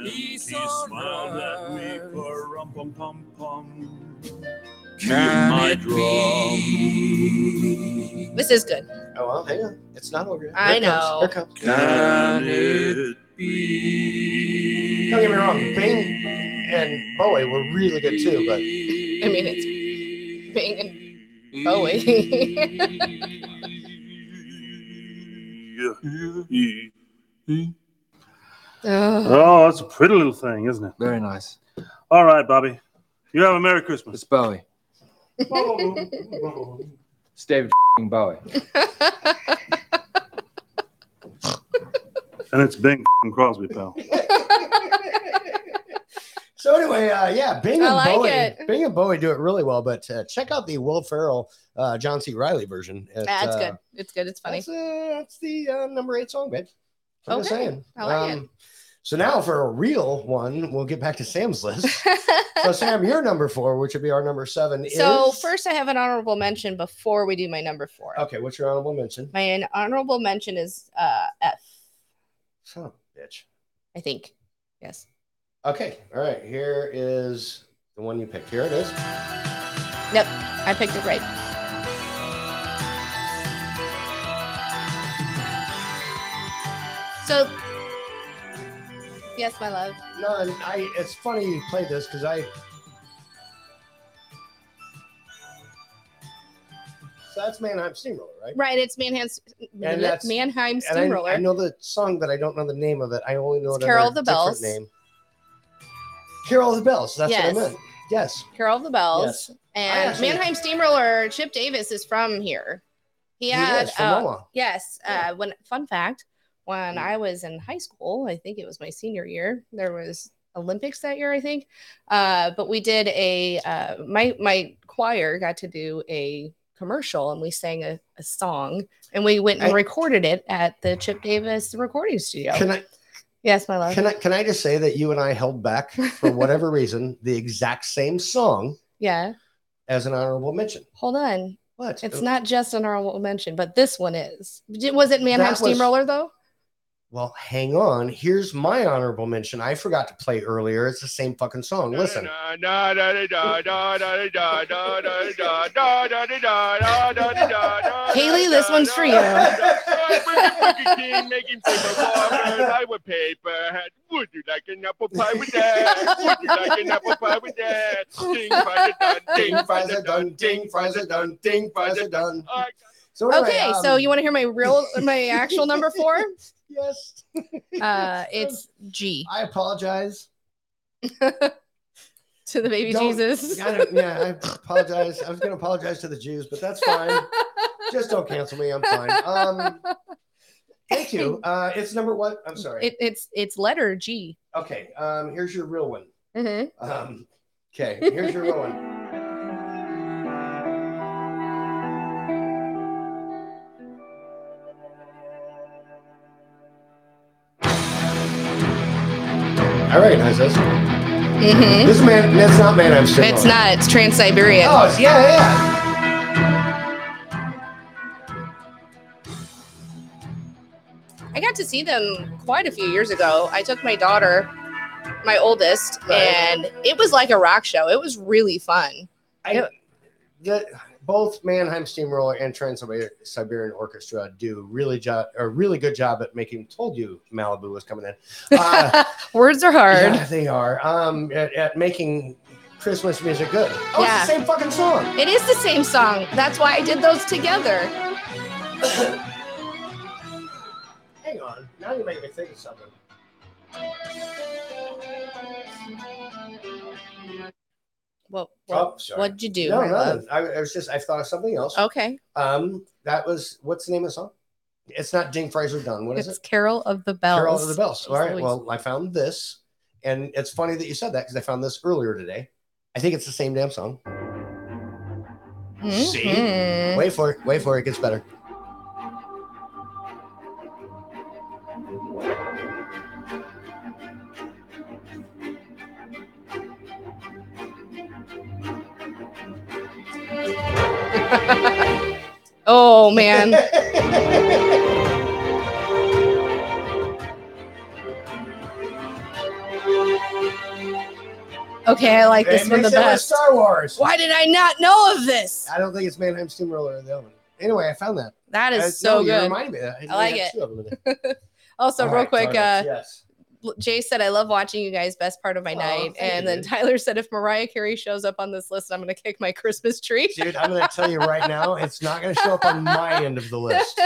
Speaker 10: He smiled at me for rum pum pum pum.
Speaker 5: Can
Speaker 10: my
Speaker 5: it
Speaker 10: drum.
Speaker 6: This is good.
Speaker 5: Oh, well, hang on. It's not over yet.
Speaker 6: I
Speaker 5: Here it
Speaker 6: know.
Speaker 5: comes. Here it comes.
Speaker 10: Can it be?
Speaker 5: Don't get me wrong. Bing and Bowie were really good too, but
Speaker 6: I mean, it's Bing and Bowie. oh.
Speaker 14: Oh, that's a pretty little thing, isn't it?
Speaker 15: Very nice.
Speaker 14: All right, Bobby. You have a Merry Christmas.
Speaker 15: It's Bowie. It's David f***ing Bowie.
Speaker 14: And it's Bing f***ing Crosby, pal.
Speaker 5: So anyway, uh, yeah, Bing
Speaker 6: I
Speaker 5: and
Speaker 6: like
Speaker 5: Bowie,
Speaker 6: it.
Speaker 5: Bing and Bowie do it really well. But uh, check out the Will Ferrell, uh, John C. Riley version. At,
Speaker 6: That's
Speaker 5: uh,
Speaker 6: good. It's good. It's funny.
Speaker 5: That's, uh, that's the uh, number eight song, babe. I'm just
Speaker 6: Okay.
Speaker 5: saying. Um,
Speaker 6: I like it.
Speaker 5: So now for a real one, we'll get back to Sam's list. so Sam, your number four, which would be our number seven,
Speaker 6: So
Speaker 5: is
Speaker 6: first, I have an honorable mention before we do my number four.
Speaker 5: okay. What's your honorable mention?
Speaker 6: My honorable mention is uh, F.
Speaker 5: Son of a bitch.
Speaker 6: I think. Yes.
Speaker 5: Okay. All right. Here is the one you picked. Here it is.
Speaker 6: Yep. I picked it right. So, yes, my love.
Speaker 5: No, and I. It's funny you played this because I. So that's Mannheim Steamroller, right?
Speaker 6: Right, it's Manheim,
Speaker 5: And that's-
Speaker 6: Manheim
Speaker 5: And I-
Speaker 6: Steamroller.
Speaker 5: I, know the song, but I don't know the name of it. I only know
Speaker 6: It's
Speaker 5: it
Speaker 6: Carol
Speaker 5: under
Speaker 6: of
Speaker 5: a
Speaker 6: the Bells.
Speaker 5: different Name. Carol of the Bells. That's
Speaker 6: Yes.
Speaker 5: what I meant. Yes.
Speaker 6: Carol of the Bells.
Speaker 5: Yes.
Speaker 6: And
Speaker 5: actually-
Speaker 6: Mannheim Steamroller, Chip Davis is from here. He
Speaker 5: He
Speaker 6: had
Speaker 5: is, from
Speaker 6: uh,
Speaker 5: Omaha.
Speaker 6: yes, uh when fun fact,
Speaker 5: Mm.
Speaker 6: when I was in high school, I think it was my senior year, there was Olympics that year, I think. Uh, but we did a uh, my my choir got to do a commercial and we sang a, a song and we went and
Speaker 5: I-
Speaker 6: recorded it at the Chip Davis recording studio.
Speaker 5: Can I
Speaker 6: yes, my love.
Speaker 5: can I can I just say that you and I held back for whatever reason the exact same song
Speaker 6: yeah.
Speaker 5: as an honorable mention. uh,
Speaker 6: Hold on.
Speaker 5: What?
Speaker 6: It's not just an honorable mention, but this one is. Did- Was it Mannheim
Speaker 5: That was-
Speaker 6: Steamroller though?
Speaker 5: Well, hang on. Here's my honorable mention. I forgot to play earlier. It's the same fucking song. Listen.
Speaker 6: Haley, this one's for you.
Speaker 10: I would paper hat. Would you like an apple pie with that? Would you like an apple pie with that? Ding, fries, dun, ding,
Speaker 5: Ding fries are done. Ding fries are done. Ding fries are done. So anyway,
Speaker 6: okay,
Speaker 5: um,
Speaker 6: so you want to hear my real, my actual number four?
Speaker 5: Yes.
Speaker 6: Uh, it's G.
Speaker 5: I apologize.
Speaker 6: to the baby
Speaker 5: Don't-
Speaker 6: Jesus.
Speaker 5: I don't- yeah, I apologize. I was going to apologize to the Jews, but that's fine. Just don't cancel me. I'm fine. Um, thank you. Uh, it's number one. I'm sorry.
Speaker 6: It, it's it's letter G.
Speaker 5: okay. Um, here's your real one.
Speaker 6: Mhm.
Speaker 5: Um, okay. Here's your real one. I recognize this.
Speaker 6: Mhm.
Speaker 5: This man, that's not man I'm sitting
Speaker 6: It's
Speaker 5: on.
Speaker 6: not. It's Trans Siberian.
Speaker 5: Oh, it's- yeah, yeah.
Speaker 6: I got to see them quite a few years ago. I took my daughter, my oldest, and it was like a rock show. It was really fun.
Speaker 5: I, the, both Mannheim Steamroller and Trans Siberian Orchestra do really job a really good job at making. Told you Malibu was coming in. Uh,
Speaker 6: Words are hard.
Speaker 5: yeah, they are um, at, at making Christmas music good. Oh,
Speaker 6: yeah.
Speaker 5: it's the same fucking song.
Speaker 6: It is the same song. That's why I did those together.
Speaker 5: Hang on, now you make me think of something.
Speaker 6: Well,
Speaker 5: Oh, sorry.
Speaker 6: what'd you do?
Speaker 5: No,
Speaker 6: my
Speaker 5: no,
Speaker 6: love? Oh.
Speaker 5: I, I was just I thought of something else.
Speaker 6: Okay.
Speaker 5: Um, that was what's the name of the song? It's not Jing Fraser Dunn. What is
Speaker 6: it's
Speaker 5: it?
Speaker 6: Carol of the Bells.
Speaker 5: Carol of the Bells. All
Speaker 6: She's
Speaker 5: right.
Speaker 6: always-
Speaker 5: Well, I found this, and it's funny that you said that because I found this earlier today. I think it's the same damn song. See?
Speaker 6: Mhm.
Speaker 5: Wait for it. Wait for it. It gets better.
Speaker 6: Oh man. okay, I like this
Speaker 5: It
Speaker 6: one the
Speaker 5: makes it with
Speaker 6: best.
Speaker 5: Star Wars.
Speaker 6: Why did I not know of this?
Speaker 5: I don't think it's Mannheim Steamroller or the other one. Anyway, I found that.
Speaker 6: That is
Speaker 5: Uh,
Speaker 6: so
Speaker 5: no,
Speaker 6: good.
Speaker 5: You reminded me of that.
Speaker 6: I like
Speaker 5: had
Speaker 6: it.
Speaker 5: two of them in there.
Speaker 6: Also,
Speaker 5: All
Speaker 6: real
Speaker 5: right,
Speaker 6: quick, uh,
Speaker 5: Starbucks, yes.
Speaker 6: L- Jay said, I love watching you guys, best part of
Speaker 5: Oh,
Speaker 6: my night. And then Tyler said, if Mariah Carey shows up on this list, I'm going to kick my Christmas tree.
Speaker 5: Dude, I'm going to tell you right now, it's not going to show up on my end of the list.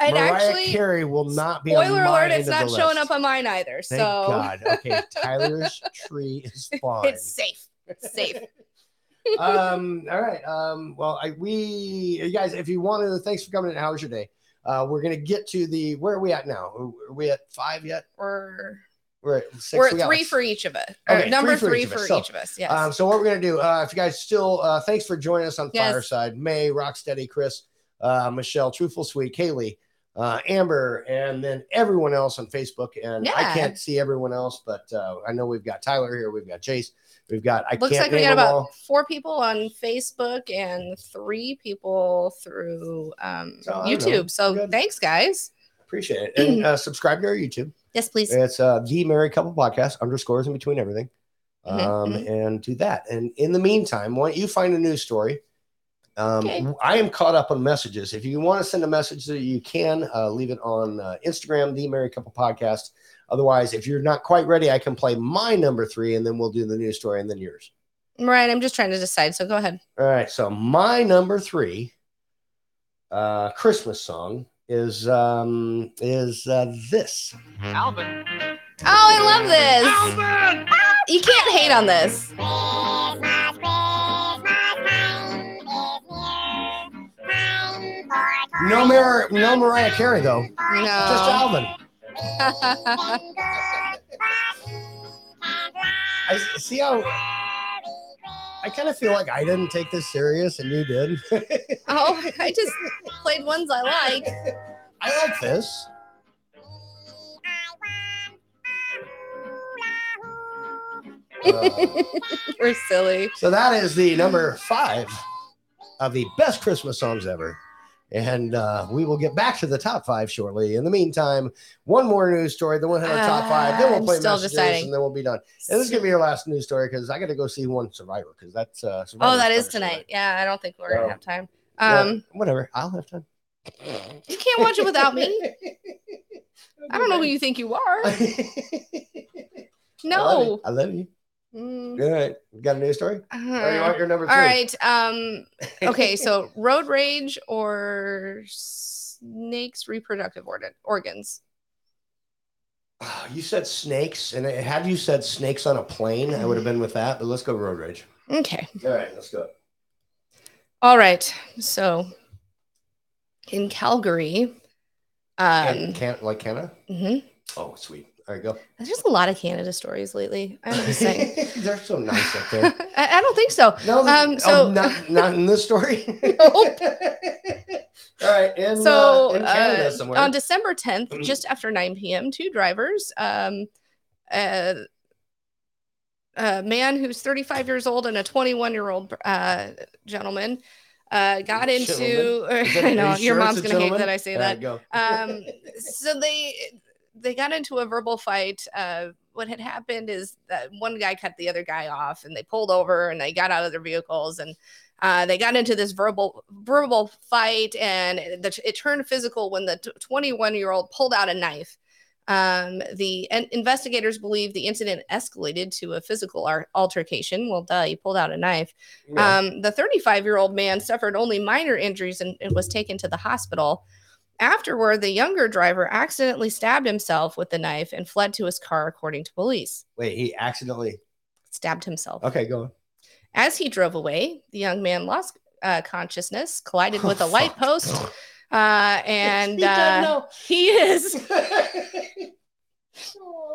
Speaker 6: and
Speaker 5: Mariah
Speaker 6: actually,
Speaker 5: Carey will not be. on
Speaker 6: spoiler
Speaker 5: my
Speaker 6: alert,
Speaker 5: end
Speaker 6: it's
Speaker 5: of
Speaker 6: not
Speaker 5: the
Speaker 6: showing
Speaker 5: list.
Speaker 6: up on mine either.
Speaker 5: Thank
Speaker 6: so
Speaker 5: God. Okay, Tyler's tree is fine.
Speaker 6: it's safe. It's safe.
Speaker 5: um, all right. Um, well, I, we you guys, if you want to, thanks for coming in. How was your day? Uh, we're gonna get to the where are we at now? Are we at five yet?
Speaker 6: We're
Speaker 5: We're at 6
Speaker 6: we're
Speaker 5: We
Speaker 6: at
Speaker 5: got
Speaker 6: three
Speaker 5: like
Speaker 6: for each of us.
Speaker 5: Okay,
Speaker 6: or number
Speaker 5: three
Speaker 6: three
Speaker 5: for each
Speaker 6: for
Speaker 5: of us.
Speaker 6: each
Speaker 5: So,
Speaker 6: of us. Yes.
Speaker 5: Um, so what we're gonna do, uh, if you guys still, uh, thanks for joining us on
Speaker 6: Yes.
Speaker 5: Fireside. May, Rocksteady, Chris, uh, Michelle, Truthful Sweet, Kaylee, uh, Amber, and then everyone else on Facebook. And I
Speaker 6: Yeah.
Speaker 5: can't see everyone else, but uh, I know we've got Tyler here, we've got Chase, we've got. I
Speaker 6: Looks
Speaker 5: can't
Speaker 6: like we
Speaker 5: name
Speaker 6: got
Speaker 5: them
Speaker 6: about
Speaker 5: all.
Speaker 6: four people on Facebook and three people through um,
Speaker 5: So, I don't know.
Speaker 6: YouTube. So thanks, guys.
Speaker 5: Appreciate it, and uh, subscribe to our YouTube.
Speaker 6: Yes, please.
Speaker 5: It's uh, the Married Couple Podcast underscores in between everything. Um,
Speaker 6: Mhm.
Speaker 5: and do that. And in the meantime, why don't you find a news story? Um,
Speaker 6: Okay.
Speaker 5: I am caught up on messages. If you want to send a message, that you can uh, leave it on uh, Instagram, the Married Couple Podcast. Otherwise, if you're not quite ready, I can play my number three, and then we'll do the news story, and then yours.
Speaker 6: Right. I'm just trying to decide. So go ahead.
Speaker 5: All right. So my number three uh, Christmas song is um, is uh, this.
Speaker 10: Alvin.
Speaker 6: Oh, I love this. Ah, You can't hate on this.
Speaker 5: No, Mar- no Mariah Carey though. Just
Speaker 6: No.
Speaker 5: Alvin. I see how. I kind of feel like I didn't take this serious and you did.
Speaker 6: oh, I just played ones I like.
Speaker 5: I like this. Uh,
Speaker 6: We're silly.
Speaker 5: so that is the number five of the best Christmas songs ever. And uh, we will get back to the top five shortly. In the meantime, one more news story, then we'll hit our top five, then
Speaker 6: Ah,
Speaker 5: we'll
Speaker 6: I'm
Speaker 5: play
Speaker 6: still
Speaker 5: messages,
Speaker 6: deciding.
Speaker 5: and then we'll be done. And this is gonna be your last news story because I got to go see one Survivor because that's uh, Survivor.
Speaker 6: Oh, that is tonight. Yeah, I don't think we're
Speaker 5: No.
Speaker 6: gonna have time. Um,
Speaker 5: whatever. I'll have time.
Speaker 6: you can't watch it without me. I don't know who you think you are.
Speaker 5: I love
Speaker 6: No,
Speaker 5: you. I love you.
Speaker 6: Mm. Uh-huh.
Speaker 5: All right. Got a news story? There you are. Oh, You're number three.
Speaker 6: All right. Um, okay, so road rage or snakes' reproductive organ- organs.
Speaker 5: You said snakes, and had you said snakes on a plane, I would have been with that. But let's go road rage.
Speaker 6: Okay.
Speaker 5: All right, let's go.
Speaker 6: All right. So in Calgary,
Speaker 5: Can,
Speaker 6: um,
Speaker 5: can like Canada?
Speaker 6: mhm.
Speaker 5: Oh, sweet. All right, go.
Speaker 6: there's just a lot of Canada stories lately. I'm just saying.
Speaker 5: They're so nice up there.
Speaker 6: I, I don't think so.
Speaker 5: No,
Speaker 6: um, so
Speaker 5: oh, not, not in this story. All right, in,
Speaker 6: so
Speaker 5: uh, in Canada
Speaker 6: uh,
Speaker 5: somewhere. Mm.
Speaker 6: on December 10th, just after 9 p.m., two drivers, um, uh, a man who's 35 years old and a 21 year old uh, gentleman uh, got into.
Speaker 5: Gentleman? Is that-
Speaker 6: I
Speaker 5: are you
Speaker 6: know
Speaker 5: sure
Speaker 6: your mom's
Speaker 5: it's a
Speaker 6: gonna hate
Speaker 5: gentleman?
Speaker 6: that I say
Speaker 5: All
Speaker 6: that.
Speaker 5: right, go.
Speaker 6: um, so they they got into a verbal fight. Uh, what had happened is that one guy cut the other guy off, and they pulled over, and they got out of their vehicles, and uh, they got into this verbal verbal fight, and the, it turned physical when the 21 year old pulled out a knife. Um, the en- investigators believe the incident escalated to a physical ar- altercation. Well, duh, he pulled out a knife.
Speaker 16: Yeah.
Speaker 6: Um, the 35 year old man suffered only minor injuries and, and was taken to the hospital. Afterward, the younger driver accidentally stabbed himself with the knife and fled to his car, according to police.
Speaker 5: Wait, he accidentally.
Speaker 6: Stabbed himself.
Speaker 5: Okay, go on.
Speaker 6: As he drove away, the young man lost uh, consciousness, collided
Speaker 5: Oh,
Speaker 6: with a light post, uh, and
Speaker 16: He doesn't
Speaker 6: uh,
Speaker 16: know.
Speaker 6: he is.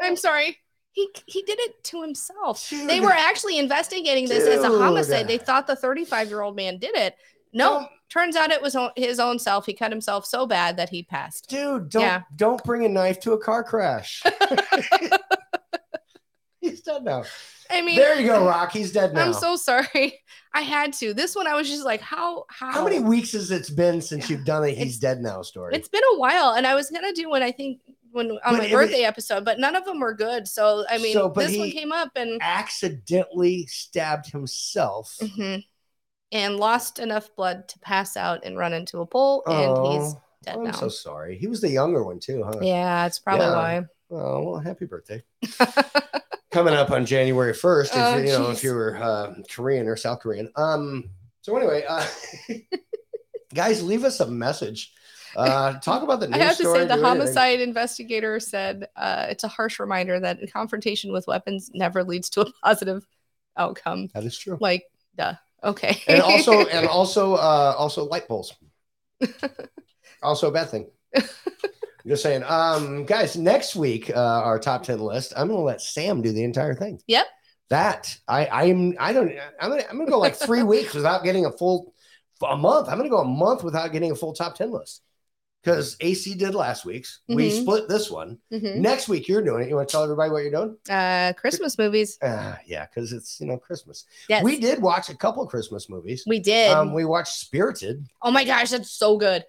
Speaker 6: I'm sorry. He, he did it to himself. They were actually investigating this as a
Speaker 16: Dude.
Speaker 6: homicide. They thought the 35 year old man did it. No, turns out it was o- his own self. He cut himself so bad that he passed.
Speaker 5: Dude, Don't
Speaker 6: Yeah.
Speaker 5: don't bring a knife to a car crash. He's done now.
Speaker 6: I mean,
Speaker 5: there you go, Rock. He's dead now.
Speaker 6: I'm so sorry. I had to. This one, I was just like, how? How?
Speaker 5: How many weeks has it been since you've done a he's dead now story?
Speaker 6: It's been a while, and I was gonna do one. I think when on
Speaker 5: But
Speaker 6: my
Speaker 5: it was-
Speaker 6: birthday episode, but none of them were good. So I mean,
Speaker 5: So, but
Speaker 6: this one
Speaker 5: he
Speaker 6: came up and
Speaker 5: accidentally stabbed himself.
Speaker 6: Mhm. and lost enough blood to pass out and run into a pole, and he's
Speaker 5: Oh,
Speaker 6: dead
Speaker 5: I'm
Speaker 6: now.
Speaker 5: so sorry. He was the younger one too, huh?
Speaker 6: Yeah, that's probably
Speaker 5: Yeah.
Speaker 6: why.
Speaker 5: Oh well, happy birthday. Coming up on January first,
Speaker 6: Oh,
Speaker 5: if you know if
Speaker 6: jeez.
Speaker 5: you were uh, Korean or South Korean. Um. So anyway, uh, guys, leave us a message. Uh, talk about the
Speaker 6: I
Speaker 5: news
Speaker 6: have to
Speaker 5: story.
Speaker 6: say, the
Speaker 5: do anything.
Speaker 6: homicide investigator said uh, it's a harsh reminder that confrontation with weapons never leads to a positive outcome.
Speaker 5: That is true.
Speaker 6: Like, duh. Okay.
Speaker 5: and also and also uh also light bulbs also a bad thing I'm just saying um guys next week uh our top 10 list i'm gonna let sam do the entire thing
Speaker 6: Yep.
Speaker 5: that i i'm i don't i'm gonna, I'm gonna go like three weeks without getting a full a month i'm gonna go a month without getting a full top 10 list because ac did last week's we
Speaker 6: Mhm.
Speaker 5: split this one
Speaker 6: Mhm.
Speaker 5: next week you're doing it you want to tell everybody what you're doing
Speaker 6: Uh, Christmas movies.
Speaker 5: uh, yeah because it's you know christmas
Speaker 6: Yes.
Speaker 5: we did watch a couple of christmas movies
Speaker 6: We did.
Speaker 5: um, we watched Spirited.
Speaker 6: oh my gosh, that's so good.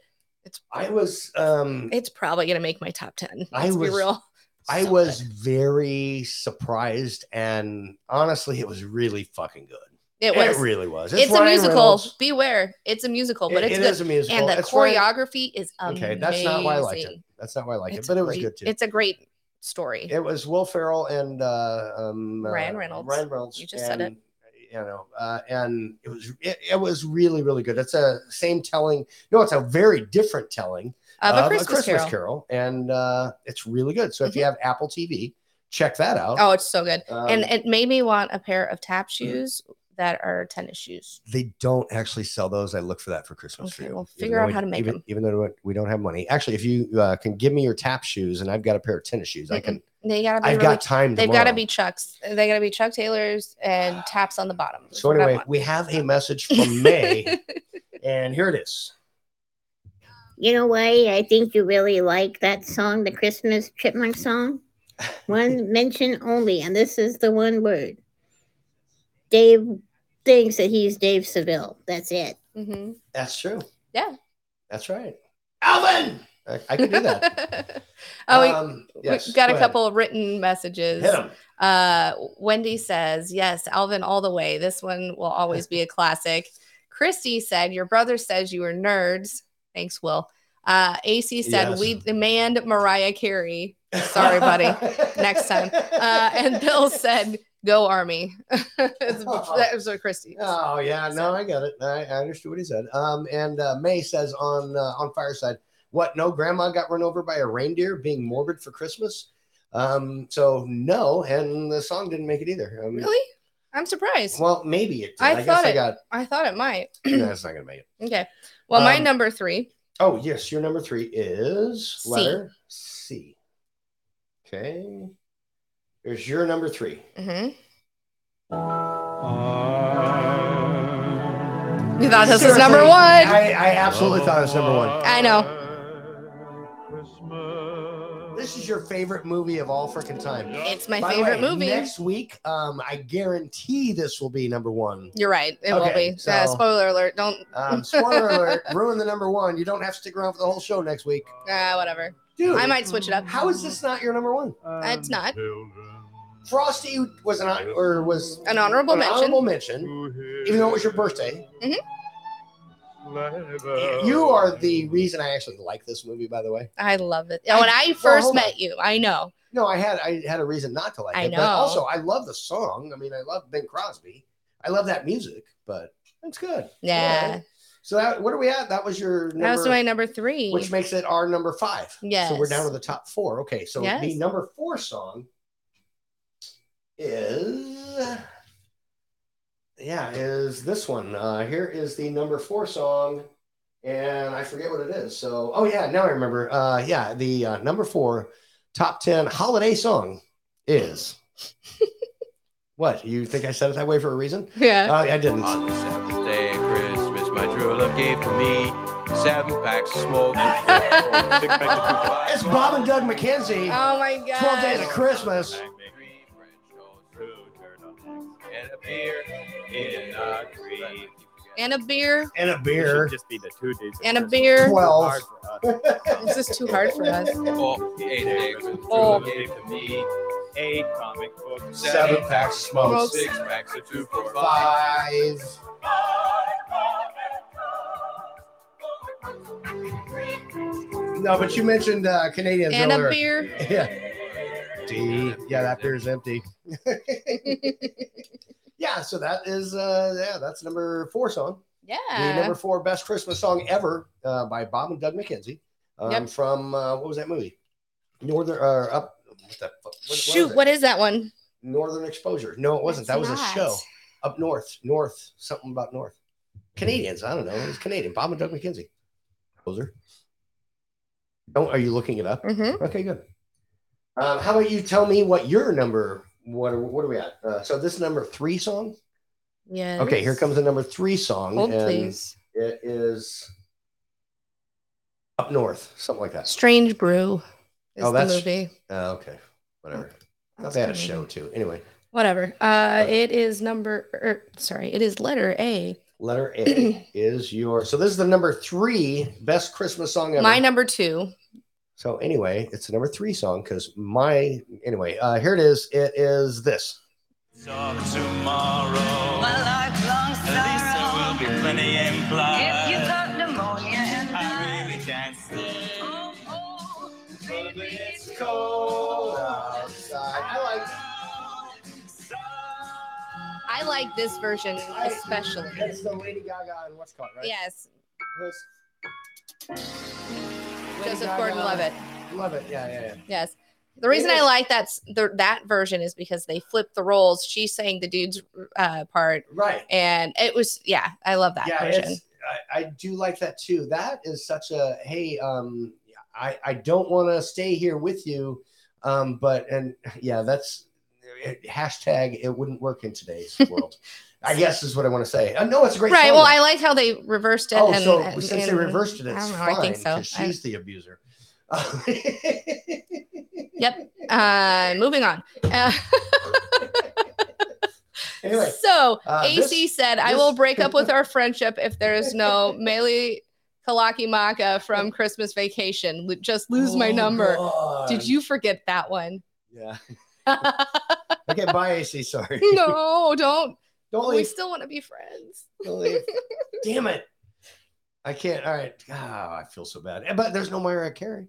Speaker 5: I was um
Speaker 6: It's probably gonna make my top ten. Let's
Speaker 5: I was-
Speaker 6: be real.
Speaker 5: I was very surprised and honestly it was really fucking good.
Speaker 6: It was.
Speaker 5: really was.
Speaker 6: It's, a
Speaker 5: Ryan
Speaker 6: musical.
Speaker 5: Reynolds.
Speaker 6: Beware, it's a musical, but
Speaker 5: It-
Speaker 6: it's
Speaker 5: it
Speaker 6: good.
Speaker 5: is a musical.
Speaker 6: And the
Speaker 5: It's Ryan-
Speaker 6: choreography is amazing.
Speaker 5: Okay, that's not why I liked it. That's not why I liked
Speaker 6: It's
Speaker 5: it, but it was
Speaker 6: great.
Speaker 5: good too.
Speaker 6: It's a great story.
Speaker 5: it was Will Ferrell and uh um uh,
Speaker 6: Ryan Reynolds.
Speaker 5: Ryan Reynolds.
Speaker 6: You just said it.
Speaker 5: and, You know, uh, and it was it, it was really really good. It's a same telling. No, it's a very different telling
Speaker 6: Of a Christmas Mm-hmm.
Speaker 5: Carol. and uh, it's really good. So if you have Apple TV, check that out.
Speaker 6: Oh, it's so good. and
Speaker 5: Um, Mm-hmm.
Speaker 6: it made me want a pair of tap shoes that are tennis shoes.
Speaker 5: They don't actually sell those. I look for that for Christmas.
Speaker 6: Okay,
Speaker 5: for you,
Speaker 6: well,
Speaker 5: even
Speaker 6: figure
Speaker 5: though
Speaker 6: out
Speaker 5: we-
Speaker 6: how to make
Speaker 5: even,
Speaker 6: them.
Speaker 5: Even though we don't have money, actually, if you uh, can give me your tap shoes, and I've got a pair of tennis shoes, I can.
Speaker 6: They gotta be.
Speaker 5: I've
Speaker 6: really-
Speaker 5: got time
Speaker 6: They've gotta
Speaker 5: tomorrow.
Speaker 6: be Chucks. They gotta be Chuck Taylors and taps on the bottom. That's
Speaker 5: So
Speaker 6: what I
Speaker 5: anyway,
Speaker 6: want.
Speaker 5: we have a message from May, and here it is.
Speaker 12: You know why I think you really like that song, the Christmas Chipmunk song? One mention only, and this is the one word. Dave thinks that he's Dave Seville. That's it.
Speaker 6: Mm-hmm.
Speaker 5: That's true.
Speaker 6: Yeah.
Speaker 5: That's right. Alvin! I, I can do that.
Speaker 6: Oh, we-
Speaker 5: Um, yes,
Speaker 6: we got
Speaker 5: go
Speaker 6: a
Speaker 5: ahead.
Speaker 6: couple of written messages.
Speaker 5: Hit 'em.
Speaker 6: Uh, Wendy says, "Yes, Alvin, all the way. This one will always be a classic." Christy said, "Your brother says you were nerds." Thanks, Will. Uh, AC said,
Speaker 16: Yes.
Speaker 6: "We demand Mariah Carey." Sorry, buddy. Next time. Uh, and Bill said, Go Army. That's- that was what Christy.
Speaker 5: Oh yeah, no, I got it. I, I understood what he said. Um, and uh, May says on uh, on Fireside, what? No, Grandma got run over by a reindeer being morbid for Christmas. Um, so no, and the song didn't make it either. Um,
Speaker 6: Really? I'm surprised.
Speaker 5: Well, maybe it. Did.
Speaker 6: I,
Speaker 5: I, guess
Speaker 6: thought
Speaker 5: I
Speaker 6: it.
Speaker 5: got.
Speaker 6: I thought it might.
Speaker 5: no, it's not gonna make it.
Speaker 6: okay. Well, my
Speaker 5: Um,
Speaker 6: number three.
Speaker 5: Oh yes, your number three is
Speaker 6: C.
Speaker 5: letter C. Okay. Here's your number three.
Speaker 6: Mhm. You thought this was number
Speaker 5: Seriously,
Speaker 6: one.
Speaker 5: I, I
Speaker 17: Oh,
Speaker 5: absolutely thought it was number one.
Speaker 6: I know.
Speaker 5: This is your favorite movie of all freaking time.
Speaker 6: It's my
Speaker 5: By the
Speaker 6: favorite
Speaker 5: way,
Speaker 6: movie.
Speaker 5: Next week, um, I guarantee this will be number one.
Speaker 6: You're right. It
Speaker 5: Okay,
Speaker 6: will be. Uh,
Speaker 5: so-
Speaker 6: spoiler alert. Don't.
Speaker 5: Um, spoiler alert, ruin the number one. You don't have to stick around for the whole show next week.
Speaker 6: Ah, whatever.
Speaker 5: Dude,
Speaker 6: I might switch it up.
Speaker 5: How is this not your number one?
Speaker 6: it's not.
Speaker 5: Frosty was an hon- or was
Speaker 6: An honorable
Speaker 5: an
Speaker 6: mention.
Speaker 5: honorable mention, even though it was your birthday.
Speaker 6: Mhm.
Speaker 5: You are the reason I actually like this movie, by the way.
Speaker 6: I love it. Oh,
Speaker 5: I-
Speaker 6: when I
Speaker 5: well,
Speaker 6: first
Speaker 5: hold on.
Speaker 6: met you, I know.
Speaker 5: No, I had I had a reason not to like
Speaker 6: I
Speaker 5: it,
Speaker 6: know.
Speaker 5: but also I love the song. I mean, I love Bing Crosby. I love that music, but it's good.
Speaker 6: Yeah.
Speaker 5: All right. So that what are we at? That was your number,
Speaker 6: that was my number three.
Speaker 5: which makes it our number five. So we're
Speaker 6: Yes.
Speaker 5: down to the top four. Okay, so the
Speaker 6: Yes.
Speaker 5: number four song is yeah is this one. Uh, here is the number four song, and I forget what it is. So oh yeah, now I remember. Uh, yeah, the uh, number four top ten holiday song is. What you think I said it that way for a reason?
Speaker 6: Yeah.
Speaker 5: Uh, I didn't.
Speaker 16: On the seventh day of Christmas, my true love gave to me seven packs of smoke.
Speaker 5: It's Bob and Doug McKenzie.
Speaker 6: Oh my god.
Speaker 5: 12 Days of Christmas.
Speaker 16: and a beer in a green.
Speaker 6: And a beer.
Speaker 5: And a beer.
Speaker 17: just be the two days.
Speaker 6: And a beer.
Speaker 5: Twelve.
Speaker 6: This is too hard for us.
Speaker 16: Oh, eight day of Christmas, my true
Speaker 6: Oh.
Speaker 16: love gave to me eight comic books,
Speaker 5: Seven packs of smokes.
Speaker 16: six packs of two for five.
Speaker 5: Five. No, but you mentioned uh, Canadians
Speaker 6: And a
Speaker 5: earlier.
Speaker 6: beer.
Speaker 5: Yeah. D. Yeah, that beer's empty. yeah, so that is uh yeah, that's number four song. The
Speaker 6: Yeah.
Speaker 5: number four best Christmas song ever uh, by Bob and Doug McKenzie. Um,
Speaker 6: Yep.
Speaker 5: from uh, what was that movie? Northern or up what the fuck? what- what
Speaker 6: Shoot,
Speaker 5: was it?
Speaker 6: what is that one?
Speaker 5: Northern Exposure. No, it wasn't.
Speaker 6: It's
Speaker 5: that was a
Speaker 6: not.
Speaker 5: show up north, north, something about north. Canadians. I don't know. It was Canadian. Bob and Doug McKenzie. Exposure. Don't, are you looking it up?
Speaker 6: Mhm.
Speaker 5: Okay, good. Um, how about you tell me what your number, what are, what are we at? Uh, so this is number three song.
Speaker 6: Yeah.
Speaker 5: Okay, here comes the number three song.
Speaker 6: Hold,
Speaker 5: and
Speaker 6: please.
Speaker 5: It is up north, something like that.
Speaker 6: Strange Brew. Is
Speaker 5: Oh, that's-
Speaker 6: the movie.
Speaker 5: Uh, okay, whatever.
Speaker 6: Oh, That's
Speaker 5: they had a
Speaker 6: Canadian.
Speaker 5: show too. Anyway,
Speaker 6: Whatever. Uh, it is number. Er, sorry, it is letter A.
Speaker 5: Letter A is your. So this is the number three best Christmas song ever.
Speaker 6: My number two.
Speaker 5: so anyway, it's the number three song because my anyway. Uh, here it is. It is this.
Speaker 10: Tomorrow,
Speaker 7: My lifelong
Speaker 10: at least there
Speaker 7: sorrow.
Speaker 10: will be plenty implied.
Speaker 7: If you got pneumonia and
Speaker 10: I
Speaker 7: die.
Speaker 10: really can't sleep.
Speaker 7: Oh, oh, baby, it's
Speaker 5: cold outside. I like.
Speaker 6: I like this version especially.
Speaker 5: That's the Lady Gaga and what's called right.
Speaker 6: Yes,
Speaker 5: This-
Speaker 6: Joseph Gordon-Levitt.
Speaker 5: Love it. Yeah, yeah, yeah.
Speaker 6: Yes. The reason I
Speaker 5: Yes.
Speaker 6: like that's the, that version is because they flipped the roles. She sang the dude's uh, part,
Speaker 5: Right.
Speaker 6: and it was yeah, I love that
Speaker 5: yeah,
Speaker 6: version.
Speaker 5: it's, I, I do like that too. That is such a hey, um, I I don't want to stay here with you, um, but and yeah, that's it, hashtag it wouldn't work in today's world. I guess is what I want to say. Uh, no, it's a great
Speaker 6: Right.
Speaker 5: song,
Speaker 6: Well,
Speaker 5: though.
Speaker 6: I liked how they reversed it.
Speaker 5: Oh,
Speaker 6: and,
Speaker 5: so
Speaker 6: and-
Speaker 5: since they
Speaker 6: and-
Speaker 5: reversed it,
Speaker 6: I
Speaker 5: it's
Speaker 6: don't know.
Speaker 5: fine.
Speaker 6: I think so.
Speaker 5: 'cause
Speaker 6: I-
Speaker 5: She's the abuser.
Speaker 6: yep. Uh, moving on. Uh,
Speaker 5: anyway,
Speaker 6: so
Speaker 5: uh,
Speaker 6: AC
Speaker 5: this-
Speaker 6: said, "I
Speaker 5: this-
Speaker 6: will break up with our friendship if there is no Mele Kalaki Maka from Christmas Vacation. Lo- Just lose my
Speaker 5: Oh,
Speaker 6: number."
Speaker 5: God.
Speaker 6: Did you forget that one?
Speaker 5: Yeah. okay, bye, AC. Sorry.
Speaker 6: no, don't.
Speaker 5: Don't
Speaker 6: We
Speaker 5: leave.
Speaker 6: still want to be friends.
Speaker 5: Don't leave. Damn it. I can't. All right. Oh, I feel so bad. But there's no Mariah Carey.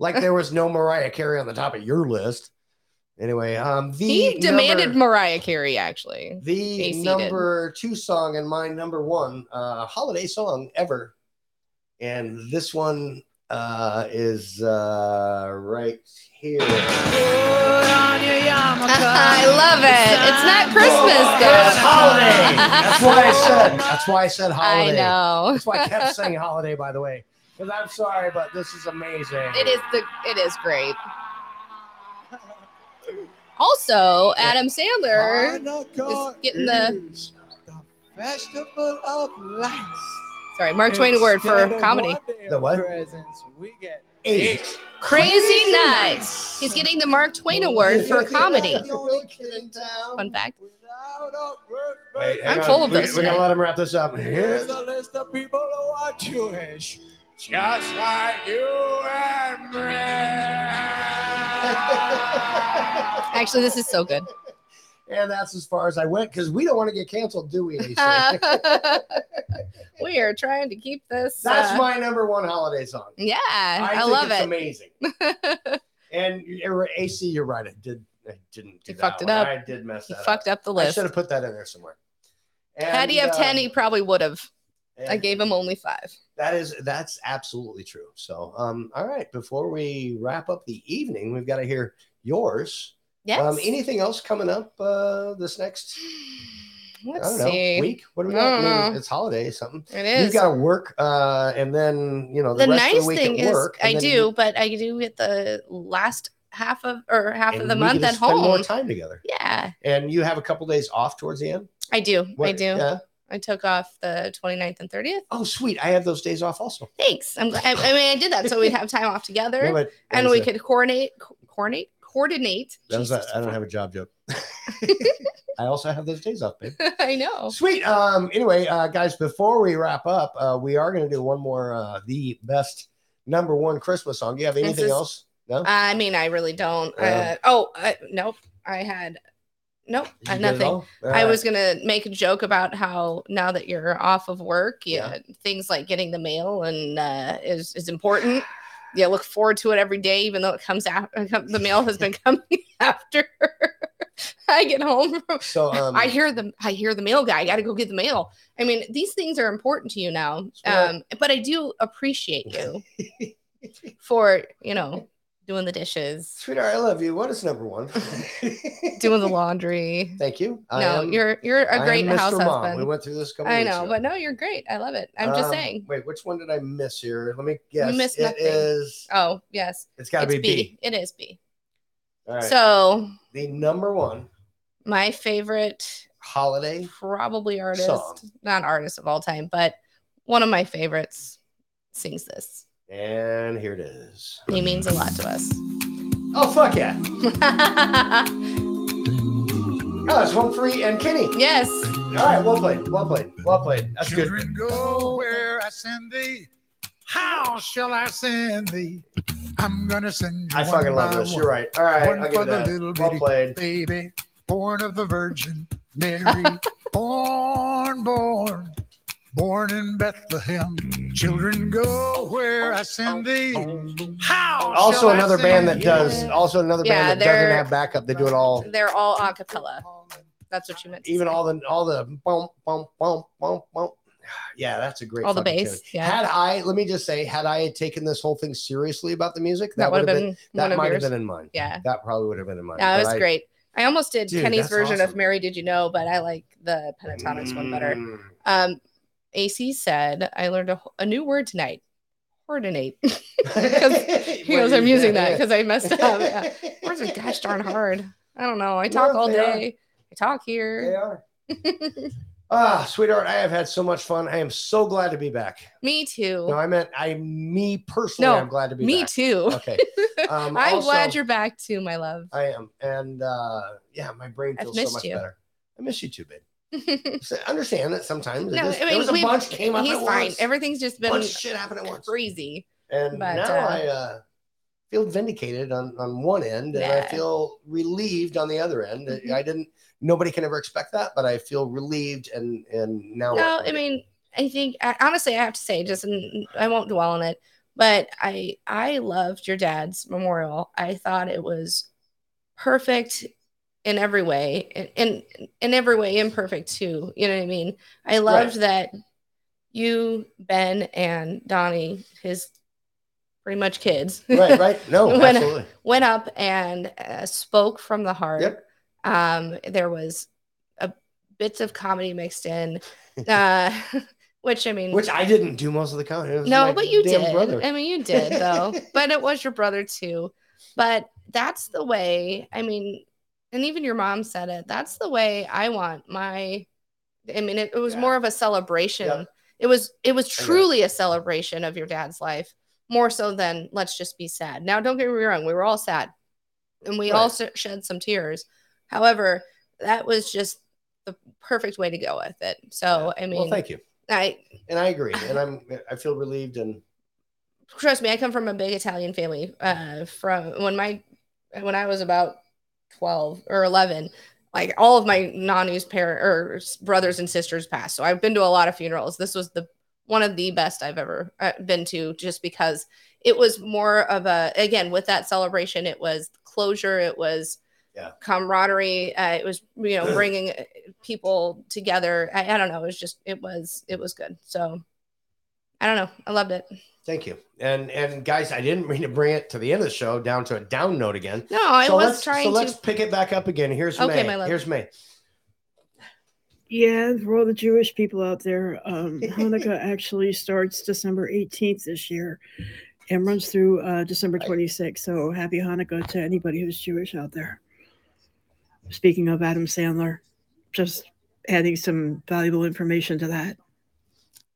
Speaker 5: Like there was no Mariah Carey on the top of your list. Anyway, um, the
Speaker 6: he demanded
Speaker 5: number-
Speaker 6: Mariah Carey actually.
Speaker 5: the
Speaker 6: AC did.
Speaker 5: number two song and my number one uh, holiday song ever. And this one uh, is uh, right here.
Speaker 6: I love it. It's not Christmas though.
Speaker 5: Oh, It's holiday. That's why I said. That's why I said holiday.
Speaker 6: know.
Speaker 5: That's why I kept saying holiday. By the way, because I'm sorry, but this is amazing.
Speaker 6: It is the it is great. Also, Adam Sandler is getting the
Speaker 17: Festival of Lights.
Speaker 6: sorry Mark Twain Award for
Speaker 17: Instead of
Speaker 6: comedy.
Speaker 5: The what?
Speaker 17: Presents, we get
Speaker 5: Eight.
Speaker 6: Crazy Nights. He's getting the Mark Twain Award for comedy. Fun fact.
Speaker 5: Wait, hang
Speaker 6: I'm
Speaker 5: on.
Speaker 6: full of
Speaker 5: We-
Speaker 6: this
Speaker 5: We're gonna
Speaker 6: today.
Speaker 5: let him wrap this up.
Speaker 17: Here's
Speaker 5: Here's
Speaker 17: a list of people who are Jewish, just like you and me.
Speaker 6: Actually, this is so good.
Speaker 5: And that's as far as I went because we don't want to get canceled, do we? AC?
Speaker 6: Uh, we are trying to keep this.
Speaker 5: That's
Speaker 6: uh,
Speaker 5: my number one holiday song.
Speaker 6: Yeah,
Speaker 5: I,
Speaker 6: I,
Speaker 5: think
Speaker 6: love
Speaker 5: it's
Speaker 6: it.
Speaker 5: Amazing. and you're- AC, you're right. I did. I didn't.
Speaker 6: He
Speaker 5: Do that
Speaker 6: fucked it
Speaker 5: one.
Speaker 6: up.
Speaker 5: I did mess
Speaker 6: He
Speaker 5: that
Speaker 6: fucked up the
Speaker 5: I
Speaker 6: list.
Speaker 5: should have put that in there somewhere.
Speaker 6: Had he have
Speaker 5: uh, Um,
Speaker 6: ten, he probably would have. I
Speaker 5: and
Speaker 6: gave him only five.
Speaker 5: That is that's absolutely true. So, um, all right. Before we wrap up the evening, we've got to hear yours.
Speaker 6: Yes.
Speaker 5: Um, anything else coming up uh, this next
Speaker 6: Let's
Speaker 5: I don't know,
Speaker 6: see.
Speaker 5: week? What do we
Speaker 6: I
Speaker 5: got? I
Speaker 6: don't
Speaker 5: mean,
Speaker 6: know.
Speaker 5: it's holiday or something.
Speaker 6: It
Speaker 5: You've
Speaker 6: is.
Speaker 5: got to work, uh, and then you know the,
Speaker 6: the
Speaker 5: rest of
Speaker 6: nice
Speaker 5: the week
Speaker 6: thing
Speaker 5: at
Speaker 6: is
Speaker 5: work. and
Speaker 6: I
Speaker 5: then
Speaker 6: do, but I do get the last half of or half
Speaker 5: and
Speaker 6: of the
Speaker 5: we
Speaker 6: month
Speaker 5: get to
Speaker 6: at
Speaker 5: spend
Speaker 6: home.
Speaker 5: More time together.
Speaker 6: Yeah,
Speaker 5: And you have a couple days off towards the end.
Speaker 6: I do. I
Speaker 5: What-
Speaker 6: do.
Speaker 5: yeah.
Speaker 6: I took off the 29th and 30th.
Speaker 5: Oh, sweet! I have those days off also.
Speaker 6: Thanks. I'm glad. I, I mean, I did that so we'd have time off together
Speaker 5: No, but
Speaker 6: and
Speaker 5: that
Speaker 6: we
Speaker 5: was a-
Speaker 6: could coordinate, co- coordinate, coordinate.
Speaker 5: That was a, I don't have a job joke. I also have those days off, babe.
Speaker 6: I know.
Speaker 5: Sweet. Um. Anyway, uh, guys, before we wrap up, uh, we are going to do one more. Uh, the best number one Christmas song. Do you have
Speaker 6: This
Speaker 5: anything
Speaker 6: is-
Speaker 5: else? No.
Speaker 6: I mean, I really don't.
Speaker 5: Yeah.
Speaker 6: Uh, oh, uh, nope. I had nope.
Speaker 5: You
Speaker 6: Uh,
Speaker 5: did it
Speaker 6: nothing.
Speaker 5: all? All
Speaker 6: I
Speaker 5: right.
Speaker 6: was gonna make a joke about how now that you're off of work, yeah,
Speaker 5: Yeah.
Speaker 6: things like getting the mail and uh, is is important. Yeah, look forward to it every day, even though it comes after the mail has been coming after I get home. From,
Speaker 5: So um,
Speaker 6: I hear the I hear the mail guy. I got to go get the mail. I mean, these things are important to you now. Um, but I do appreciate you for you know doing the dishes,
Speaker 5: Sweetheart, I love you. What is number one?
Speaker 6: doing the laundry.
Speaker 5: Thank you. I
Speaker 6: no,
Speaker 5: am-
Speaker 6: you're you're
Speaker 5: I
Speaker 6: a
Speaker 5: am
Speaker 6: great
Speaker 5: Mr.
Speaker 6: house
Speaker 5: Mom.
Speaker 6: husband.
Speaker 5: We went through this a couple
Speaker 6: I
Speaker 5: weeks
Speaker 6: know,
Speaker 5: ago.
Speaker 6: but no, you're great. I love it. I'm just
Speaker 5: Um,
Speaker 6: saying.
Speaker 5: Wait, which one did I miss here? Let me guess.
Speaker 6: You missed
Speaker 5: It
Speaker 6: nothing.
Speaker 5: is-
Speaker 6: Oh yes,
Speaker 5: It's gotta
Speaker 6: It's
Speaker 5: be B.
Speaker 6: It is B.
Speaker 5: All right.
Speaker 6: So
Speaker 5: the number one
Speaker 6: my favorite,
Speaker 5: holiday
Speaker 6: probably artist,
Speaker 5: Song.
Speaker 6: not artist of all time, but one of my favorites sings this.
Speaker 5: and here it is.
Speaker 6: He means a lot to us.
Speaker 5: Oh fuck yeah.
Speaker 6: yes.
Speaker 5: Oh, it's Humphrey and Kenny. All right, well played. Well played. Well played. That's good.
Speaker 17: Children, go where I send thee. How shall I send thee? I'm gonna send you.
Speaker 5: I
Speaker 17: one
Speaker 5: fucking love
Speaker 17: by
Speaker 5: this.
Speaker 17: one.
Speaker 5: You're right. All right,
Speaker 17: One
Speaker 5: I'll give
Speaker 17: for
Speaker 5: you
Speaker 17: the
Speaker 5: that.
Speaker 17: little
Speaker 5: Well
Speaker 17: bitty
Speaker 5: played.
Speaker 17: baby, born of the Virgin Mary, born, born, born in Bethlehem. Children, go where I send thee. How?
Speaker 5: Also
Speaker 17: shall I
Speaker 5: another
Speaker 17: send
Speaker 5: band that
Speaker 17: thee?
Speaker 5: does also another
Speaker 6: Yeah,
Speaker 5: band that doesn't
Speaker 6: they're-
Speaker 5: have backup. They do it all
Speaker 6: They're all a cappella. That's what you meant. to
Speaker 5: even
Speaker 6: say.
Speaker 5: all the all the bump bump bump bump bump. Yeah, that's a great.
Speaker 6: All the
Speaker 5: fucking
Speaker 6: bass,
Speaker 5: tune.
Speaker 6: yeah.
Speaker 5: Had I, let me just say, had I had taken this whole thing seriously about the music, that, would have been,
Speaker 6: one
Speaker 5: that
Speaker 6: of
Speaker 5: might have
Speaker 6: yours.
Speaker 5: been in mine.
Speaker 6: Yeah.
Speaker 5: That probably would have been in mine.
Speaker 6: That
Speaker 5: but
Speaker 6: was
Speaker 5: I-
Speaker 6: great. I almost did
Speaker 5: Dude,
Speaker 6: Kenny's
Speaker 5: that's
Speaker 6: version
Speaker 5: awesome.
Speaker 6: of Mary Did You Know, but I like the pentatonics one better.
Speaker 5: Mm.
Speaker 6: Um, AC said, I learned a, a new word tonight. Coordinate. 'Cause he goes,
Speaker 5: Wait,
Speaker 6: I'm using
Speaker 5: yeah,
Speaker 6: that
Speaker 5: yeah.
Speaker 6: because I messed up. Yeah. Words are gosh darn hard. I don't know. I
Speaker 5: No,
Speaker 6: talk all
Speaker 5: they are.
Speaker 6: day. I talk
Speaker 5: They
Speaker 6: here.
Speaker 5: are. Ah, sweetheart, I have had so much fun. I am so glad to be back.
Speaker 6: Me too.
Speaker 5: No, I meant I, me personally,
Speaker 6: No,
Speaker 5: I'm glad to be
Speaker 6: me
Speaker 5: back.
Speaker 6: too.
Speaker 5: Okay. Um,
Speaker 6: I'm glad
Speaker 5: also-
Speaker 6: you're back too, my love.
Speaker 5: I am, and uh, yeah, my brain
Speaker 6: I've
Speaker 5: feels so
Speaker 6: missed
Speaker 5: much
Speaker 6: you.
Speaker 5: better. I miss you too, babe. So understand that sometimes it
Speaker 6: No,
Speaker 5: is-
Speaker 6: I
Speaker 5: there
Speaker 6: mean,
Speaker 5: was a
Speaker 6: we-
Speaker 5: bunch came up
Speaker 6: He's
Speaker 5: at
Speaker 6: fine.
Speaker 5: once,
Speaker 6: Everything's just been
Speaker 5: bunch of shit happened at once,
Speaker 6: crazy.
Speaker 5: and
Speaker 6: but,
Speaker 5: now
Speaker 6: uh,
Speaker 5: I uh, feel vindicated on on one end, and I
Speaker 6: Yeah.
Speaker 5: feel relieved on the other end.
Speaker 6: Mhm.
Speaker 5: I didn't. Nobody can ever expect that, but I feel relieved, and and now
Speaker 6: No, I mean, I think I, honestly, I have to say, just n- I won't dwell on it, but I I loved your dad's memorial. I thought it was perfect in every way and in, in every way imperfect too you know what i mean i loved
Speaker 7: Right.
Speaker 6: that you ben and donnie his pretty much kids
Speaker 5: Right, right. No,
Speaker 6: went,
Speaker 5: absolutely.
Speaker 6: went up and uh, spoke from the heart
Speaker 5: Yep.
Speaker 6: um there was a bits of comedy mixed in uh which i mean
Speaker 5: Which I didn't do most of the comedy. It was
Speaker 6: no,
Speaker 5: my
Speaker 6: but you
Speaker 5: damn
Speaker 6: did.
Speaker 5: brother.
Speaker 6: I mean, you did though. but it was your brother too. But that's the way. I mean, and even your mom said it. That's the way I want my. I mean, it, it was more of a celebration. It was it was truly a celebration of your dad's life, more so than let's just be sad. Now, don't get me wrong. We were all sad, and we all s- shed some tears. However, that was just the perfect way to go with it. So, I mean,
Speaker 5: well, thank you.
Speaker 6: I
Speaker 5: And I agree. And I'm I feel relieved and
Speaker 6: trust me, I come from a big Italian family. Uh, from when my when I was about twelve or eleven, like all of my nanny's parent or s- brothers and sisters passed. So I've been to a lot of funerals. This was the one of the best I've ever uh, been to, just because it was more of a again with that celebration. It was closure. It was camaraderie. Uh, it was you know bringing uh, people together. I, I don't know. It was just it was it was good. So I don't know. I loved it.
Speaker 5: thank you. And and guys, I didn't mean to bring it to the end of the show down to a down note again.
Speaker 6: No, Oh, I was
Speaker 5: let's,
Speaker 6: trying
Speaker 5: So
Speaker 6: to-
Speaker 5: let's pick it back up again. Here's
Speaker 6: Okay,
Speaker 5: May.
Speaker 6: my love.
Speaker 5: Here's May.
Speaker 13: Yeah, and for all the Jewish people out there, um, Hanukkah actually starts December 18th this year and runs through uh, December 26th. So happy Hanukkah to anybody who's Jewish out there. Speaking of Adam Sandler, just adding some valuable information to that.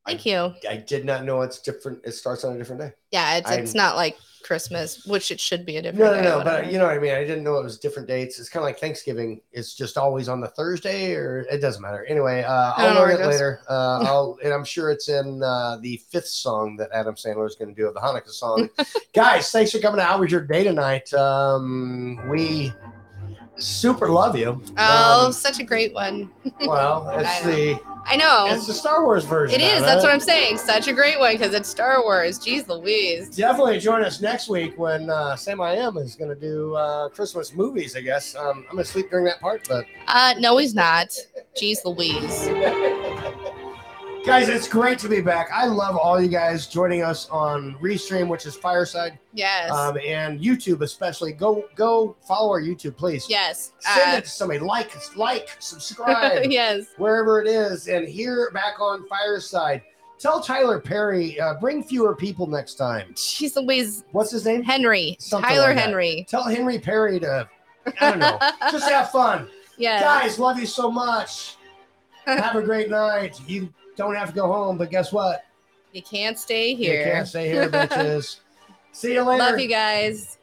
Speaker 6: Thank you.
Speaker 5: I did not know it's different. It starts on a different day.
Speaker 6: Yeah, it's, it's
Speaker 5: I'm-
Speaker 6: not like Christmas, which it should be a different.
Speaker 5: No, no,
Speaker 6: day,
Speaker 5: no.
Speaker 6: whatever.
Speaker 5: But you know what I mean. I didn't know it was different dates. It's kind of like Thanksgiving. It's just always on the Thursday, or it doesn't matter. Anyway, uh,
Speaker 6: Oh, I don't
Speaker 5: I'll
Speaker 6: know where
Speaker 5: learn
Speaker 6: it
Speaker 5: it
Speaker 6: goes.
Speaker 5: later. Uh, I'll, and I'm sure it's in uh, the fifth song that Adam Sandler is going to do of the Hanukkah song. Guys, thanks for coming to How Was Your Day tonight? Um, we super love you. um,
Speaker 6: Oh, such a great one.
Speaker 5: Well, it's
Speaker 6: I know.
Speaker 5: the
Speaker 6: I know.
Speaker 5: it's the Star Wars version.
Speaker 6: It is.
Speaker 5: of
Speaker 6: That's
Speaker 5: it.
Speaker 6: what I'm saying. Such a great one because it's Star Wars. Jeez Louise.
Speaker 5: Definitely join us next week when uh, Sam I Am is going to do uh, Christmas movies. I guess um, I'm going to sleep during that part, but
Speaker 6: Uh, no, he's not. Jeez Louise.
Speaker 5: guys, it's great to be back. I love all you guys joining us on Restream, which is Fireside,
Speaker 6: Yes.
Speaker 5: um, and YouTube especially. Go go follow our YouTube, please.
Speaker 6: yes.
Speaker 5: Send
Speaker 6: Uh,
Speaker 5: it to somebody. Like, like, subscribe.
Speaker 6: Yes.
Speaker 5: Wherever it is, and here back on Fireside. Tell Tyler Perry, uh, bring fewer people next time.
Speaker 6: Jeez Louise.
Speaker 5: What's his name?
Speaker 6: Henry.
Speaker 5: Something
Speaker 6: Tyler
Speaker 5: like that.
Speaker 6: Henry.
Speaker 5: Tell Henry Perry to, I don't know, just have fun.
Speaker 6: Yeah.
Speaker 5: Guys, love you so much. Have a great night. You don't have to go home, but guess what?
Speaker 6: You can't stay
Speaker 5: You
Speaker 6: here.
Speaker 5: can't stay here, bitches. See you later.
Speaker 6: Love you guys.